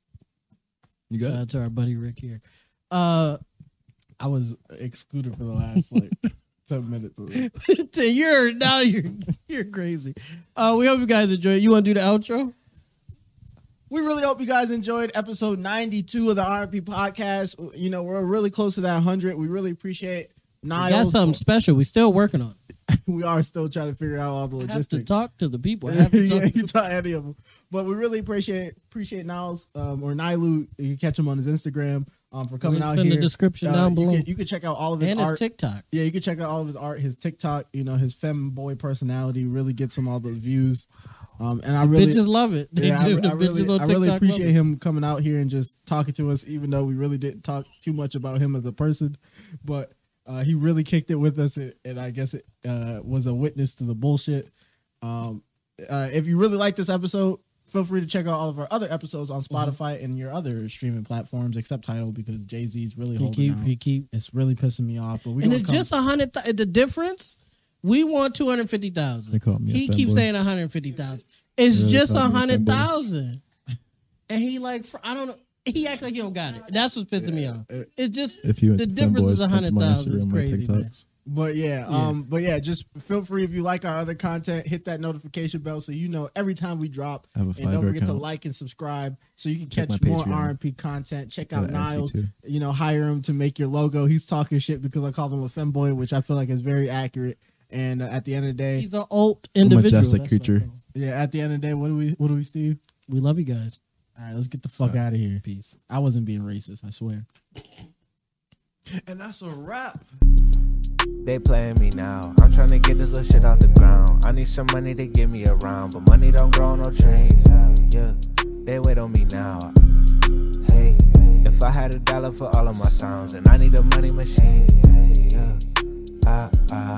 Speaker 4: You good?
Speaker 2: shout out to our buddy Rick here. Uh,
Speaker 1: I was excluded for the last like ten minutes. Of this.
Speaker 2: (laughs) to you're now you're you're crazy. Uh, we hope you guys enjoy. it. You want to do the outro?
Speaker 1: We really hope you guys enjoyed episode 92 of the RP podcast. You know, we're really close to that 100. We really appreciate
Speaker 2: We got
Speaker 1: Niles.
Speaker 2: something special. We still working on.
Speaker 1: (laughs)
Speaker 2: It.
Speaker 1: We are still trying to figure out all the
Speaker 2: I have to
Speaker 1: logistics.
Speaker 2: talk to the (laughs) people. I have to talk
Speaker 1: (laughs) yeah,
Speaker 2: to
Speaker 1: you taught any of them. But we really appreciate appreciate Niles um, or Nilu. You can catch him on his Instagram. um, for
Speaker 2: Links
Speaker 1: coming out
Speaker 2: in
Speaker 1: here.
Speaker 2: the description
Speaker 1: Uh,
Speaker 2: down
Speaker 1: you
Speaker 2: below.
Speaker 1: Can, you can check out all of his
Speaker 2: and
Speaker 1: art.
Speaker 2: it's TikTok.
Speaker 1: Yeah, you can check out all of his art, his TikTok. You know, his femboy personality really gets him all the views. Um, and I really,
Speaker 2: Bitches love it. They
Speaker 1: yeah, I,
Speaker 2: do.
Speaker 1: re- I
Speaker 2: Bitches
Speaker 1: really,
Speaker 2: on
Speaker 1: I really
Speaker 2: TikTok love
Speaker 1: appreciate
Speaker 2: it.
Speaker 1: him coming out here and just talking to us, even though we really didn't talk too much about him as a person. But uh, he really kicked it with us, and, and I guess it uh, was a witness to the bullshit. Um, uh, if you really like this episode, feel free to check out all of our other episodes
Speaker 2: Mm-hmm.
Speaker 1: on Spotify and your other streaming platforms, except Title, because Jay Z's really
Speaker 2: He
Speaker 1: holding
Speaker 2: keep,
Speaker 1: out.
Speaker 2: he keep.
Speaker 1: it's really pissing me off, but we
Speaker 2: and
Speaker 1: gonna
Speaker 2: it's
Speaker 1: come-
Speaker 2: just a hundred. Th- the difference, we want two hundred fifty thousand.
Speaker 4: call me a
Speaker 2: He keeps
Speaker 4: fanboy.
Speaker 2: saying one hundred fifty thousand. It's
Speaker 4: Really
Speaker 2: just a
Speaker 4: call me a
Speaker 2: hundred
Speaker 4: fanboy.
Speaker 2: thousand, and he like fr- I don't know. He act like he don't got it. That's what's pissing me off. It's just
Speaker 4: If you
Speaker 2: the
Speaker 4: into
Speaker 2: difference
Speaker 4: fanboys,
Speaker 2: is a
Speaker 4: come to
Speaker 2: hundred
Speaker 4: my
Speaker 2: thousand.
Speaker 4: Instagram,
Speaker 2: It's
Speaker 4: my
Speaker 2: crazy. man.
Speaker 4: TikToks.
Speaker 1: But yeah, um, but yeah, just feel free if you like our other content, hit that notification bell so you know every time we drop.
Speaker 4: I have a
Speaker 1: And don't
Speaker 4: Fiverr
Speaker 1: forget to
Speaker 4: account.
Speaker 1: like and subscribe so you can
Speaker 4: Check
Speaker 1: catch
Speaker 4: my
Speaker 1: more
Speaker 4: Patreon.
Speaker 1: RMP content. Check out
Speaker 4: Gotta ask you
Speaker 1: Niles.
Speaker 4: too.
Speaker 1: You know, hire him to make your logo. He's talking shit because I called him a femboy, which I feel like is very accurate. And uh, at the end of the day,
Speaker 2: He's an old individual. That's what
Speaker 4: majestic
Speaker 2: I
Speaker 4: creature.
Speaker 2: call him.
Speaker 1: yeah, at the end of the day, what do we, what do we, Steve?
Speaker 2: We love you guys.
Speaker 1: All right, let's get the fuck out of here. Peace. I wasn't being racist, I swear.
Speaker 4: And that's a wrap.
Speaker 3: They playing me now. I'm trying to get this little shit off the ground. I need some money to get me around, but money don't grow on no trees. Yeah, yeah. They wait on me now. Hey, if I had a dollar for all of my sounds, and I need a money machine. Hey, yeah. Ah, ah. ah, ah, ah,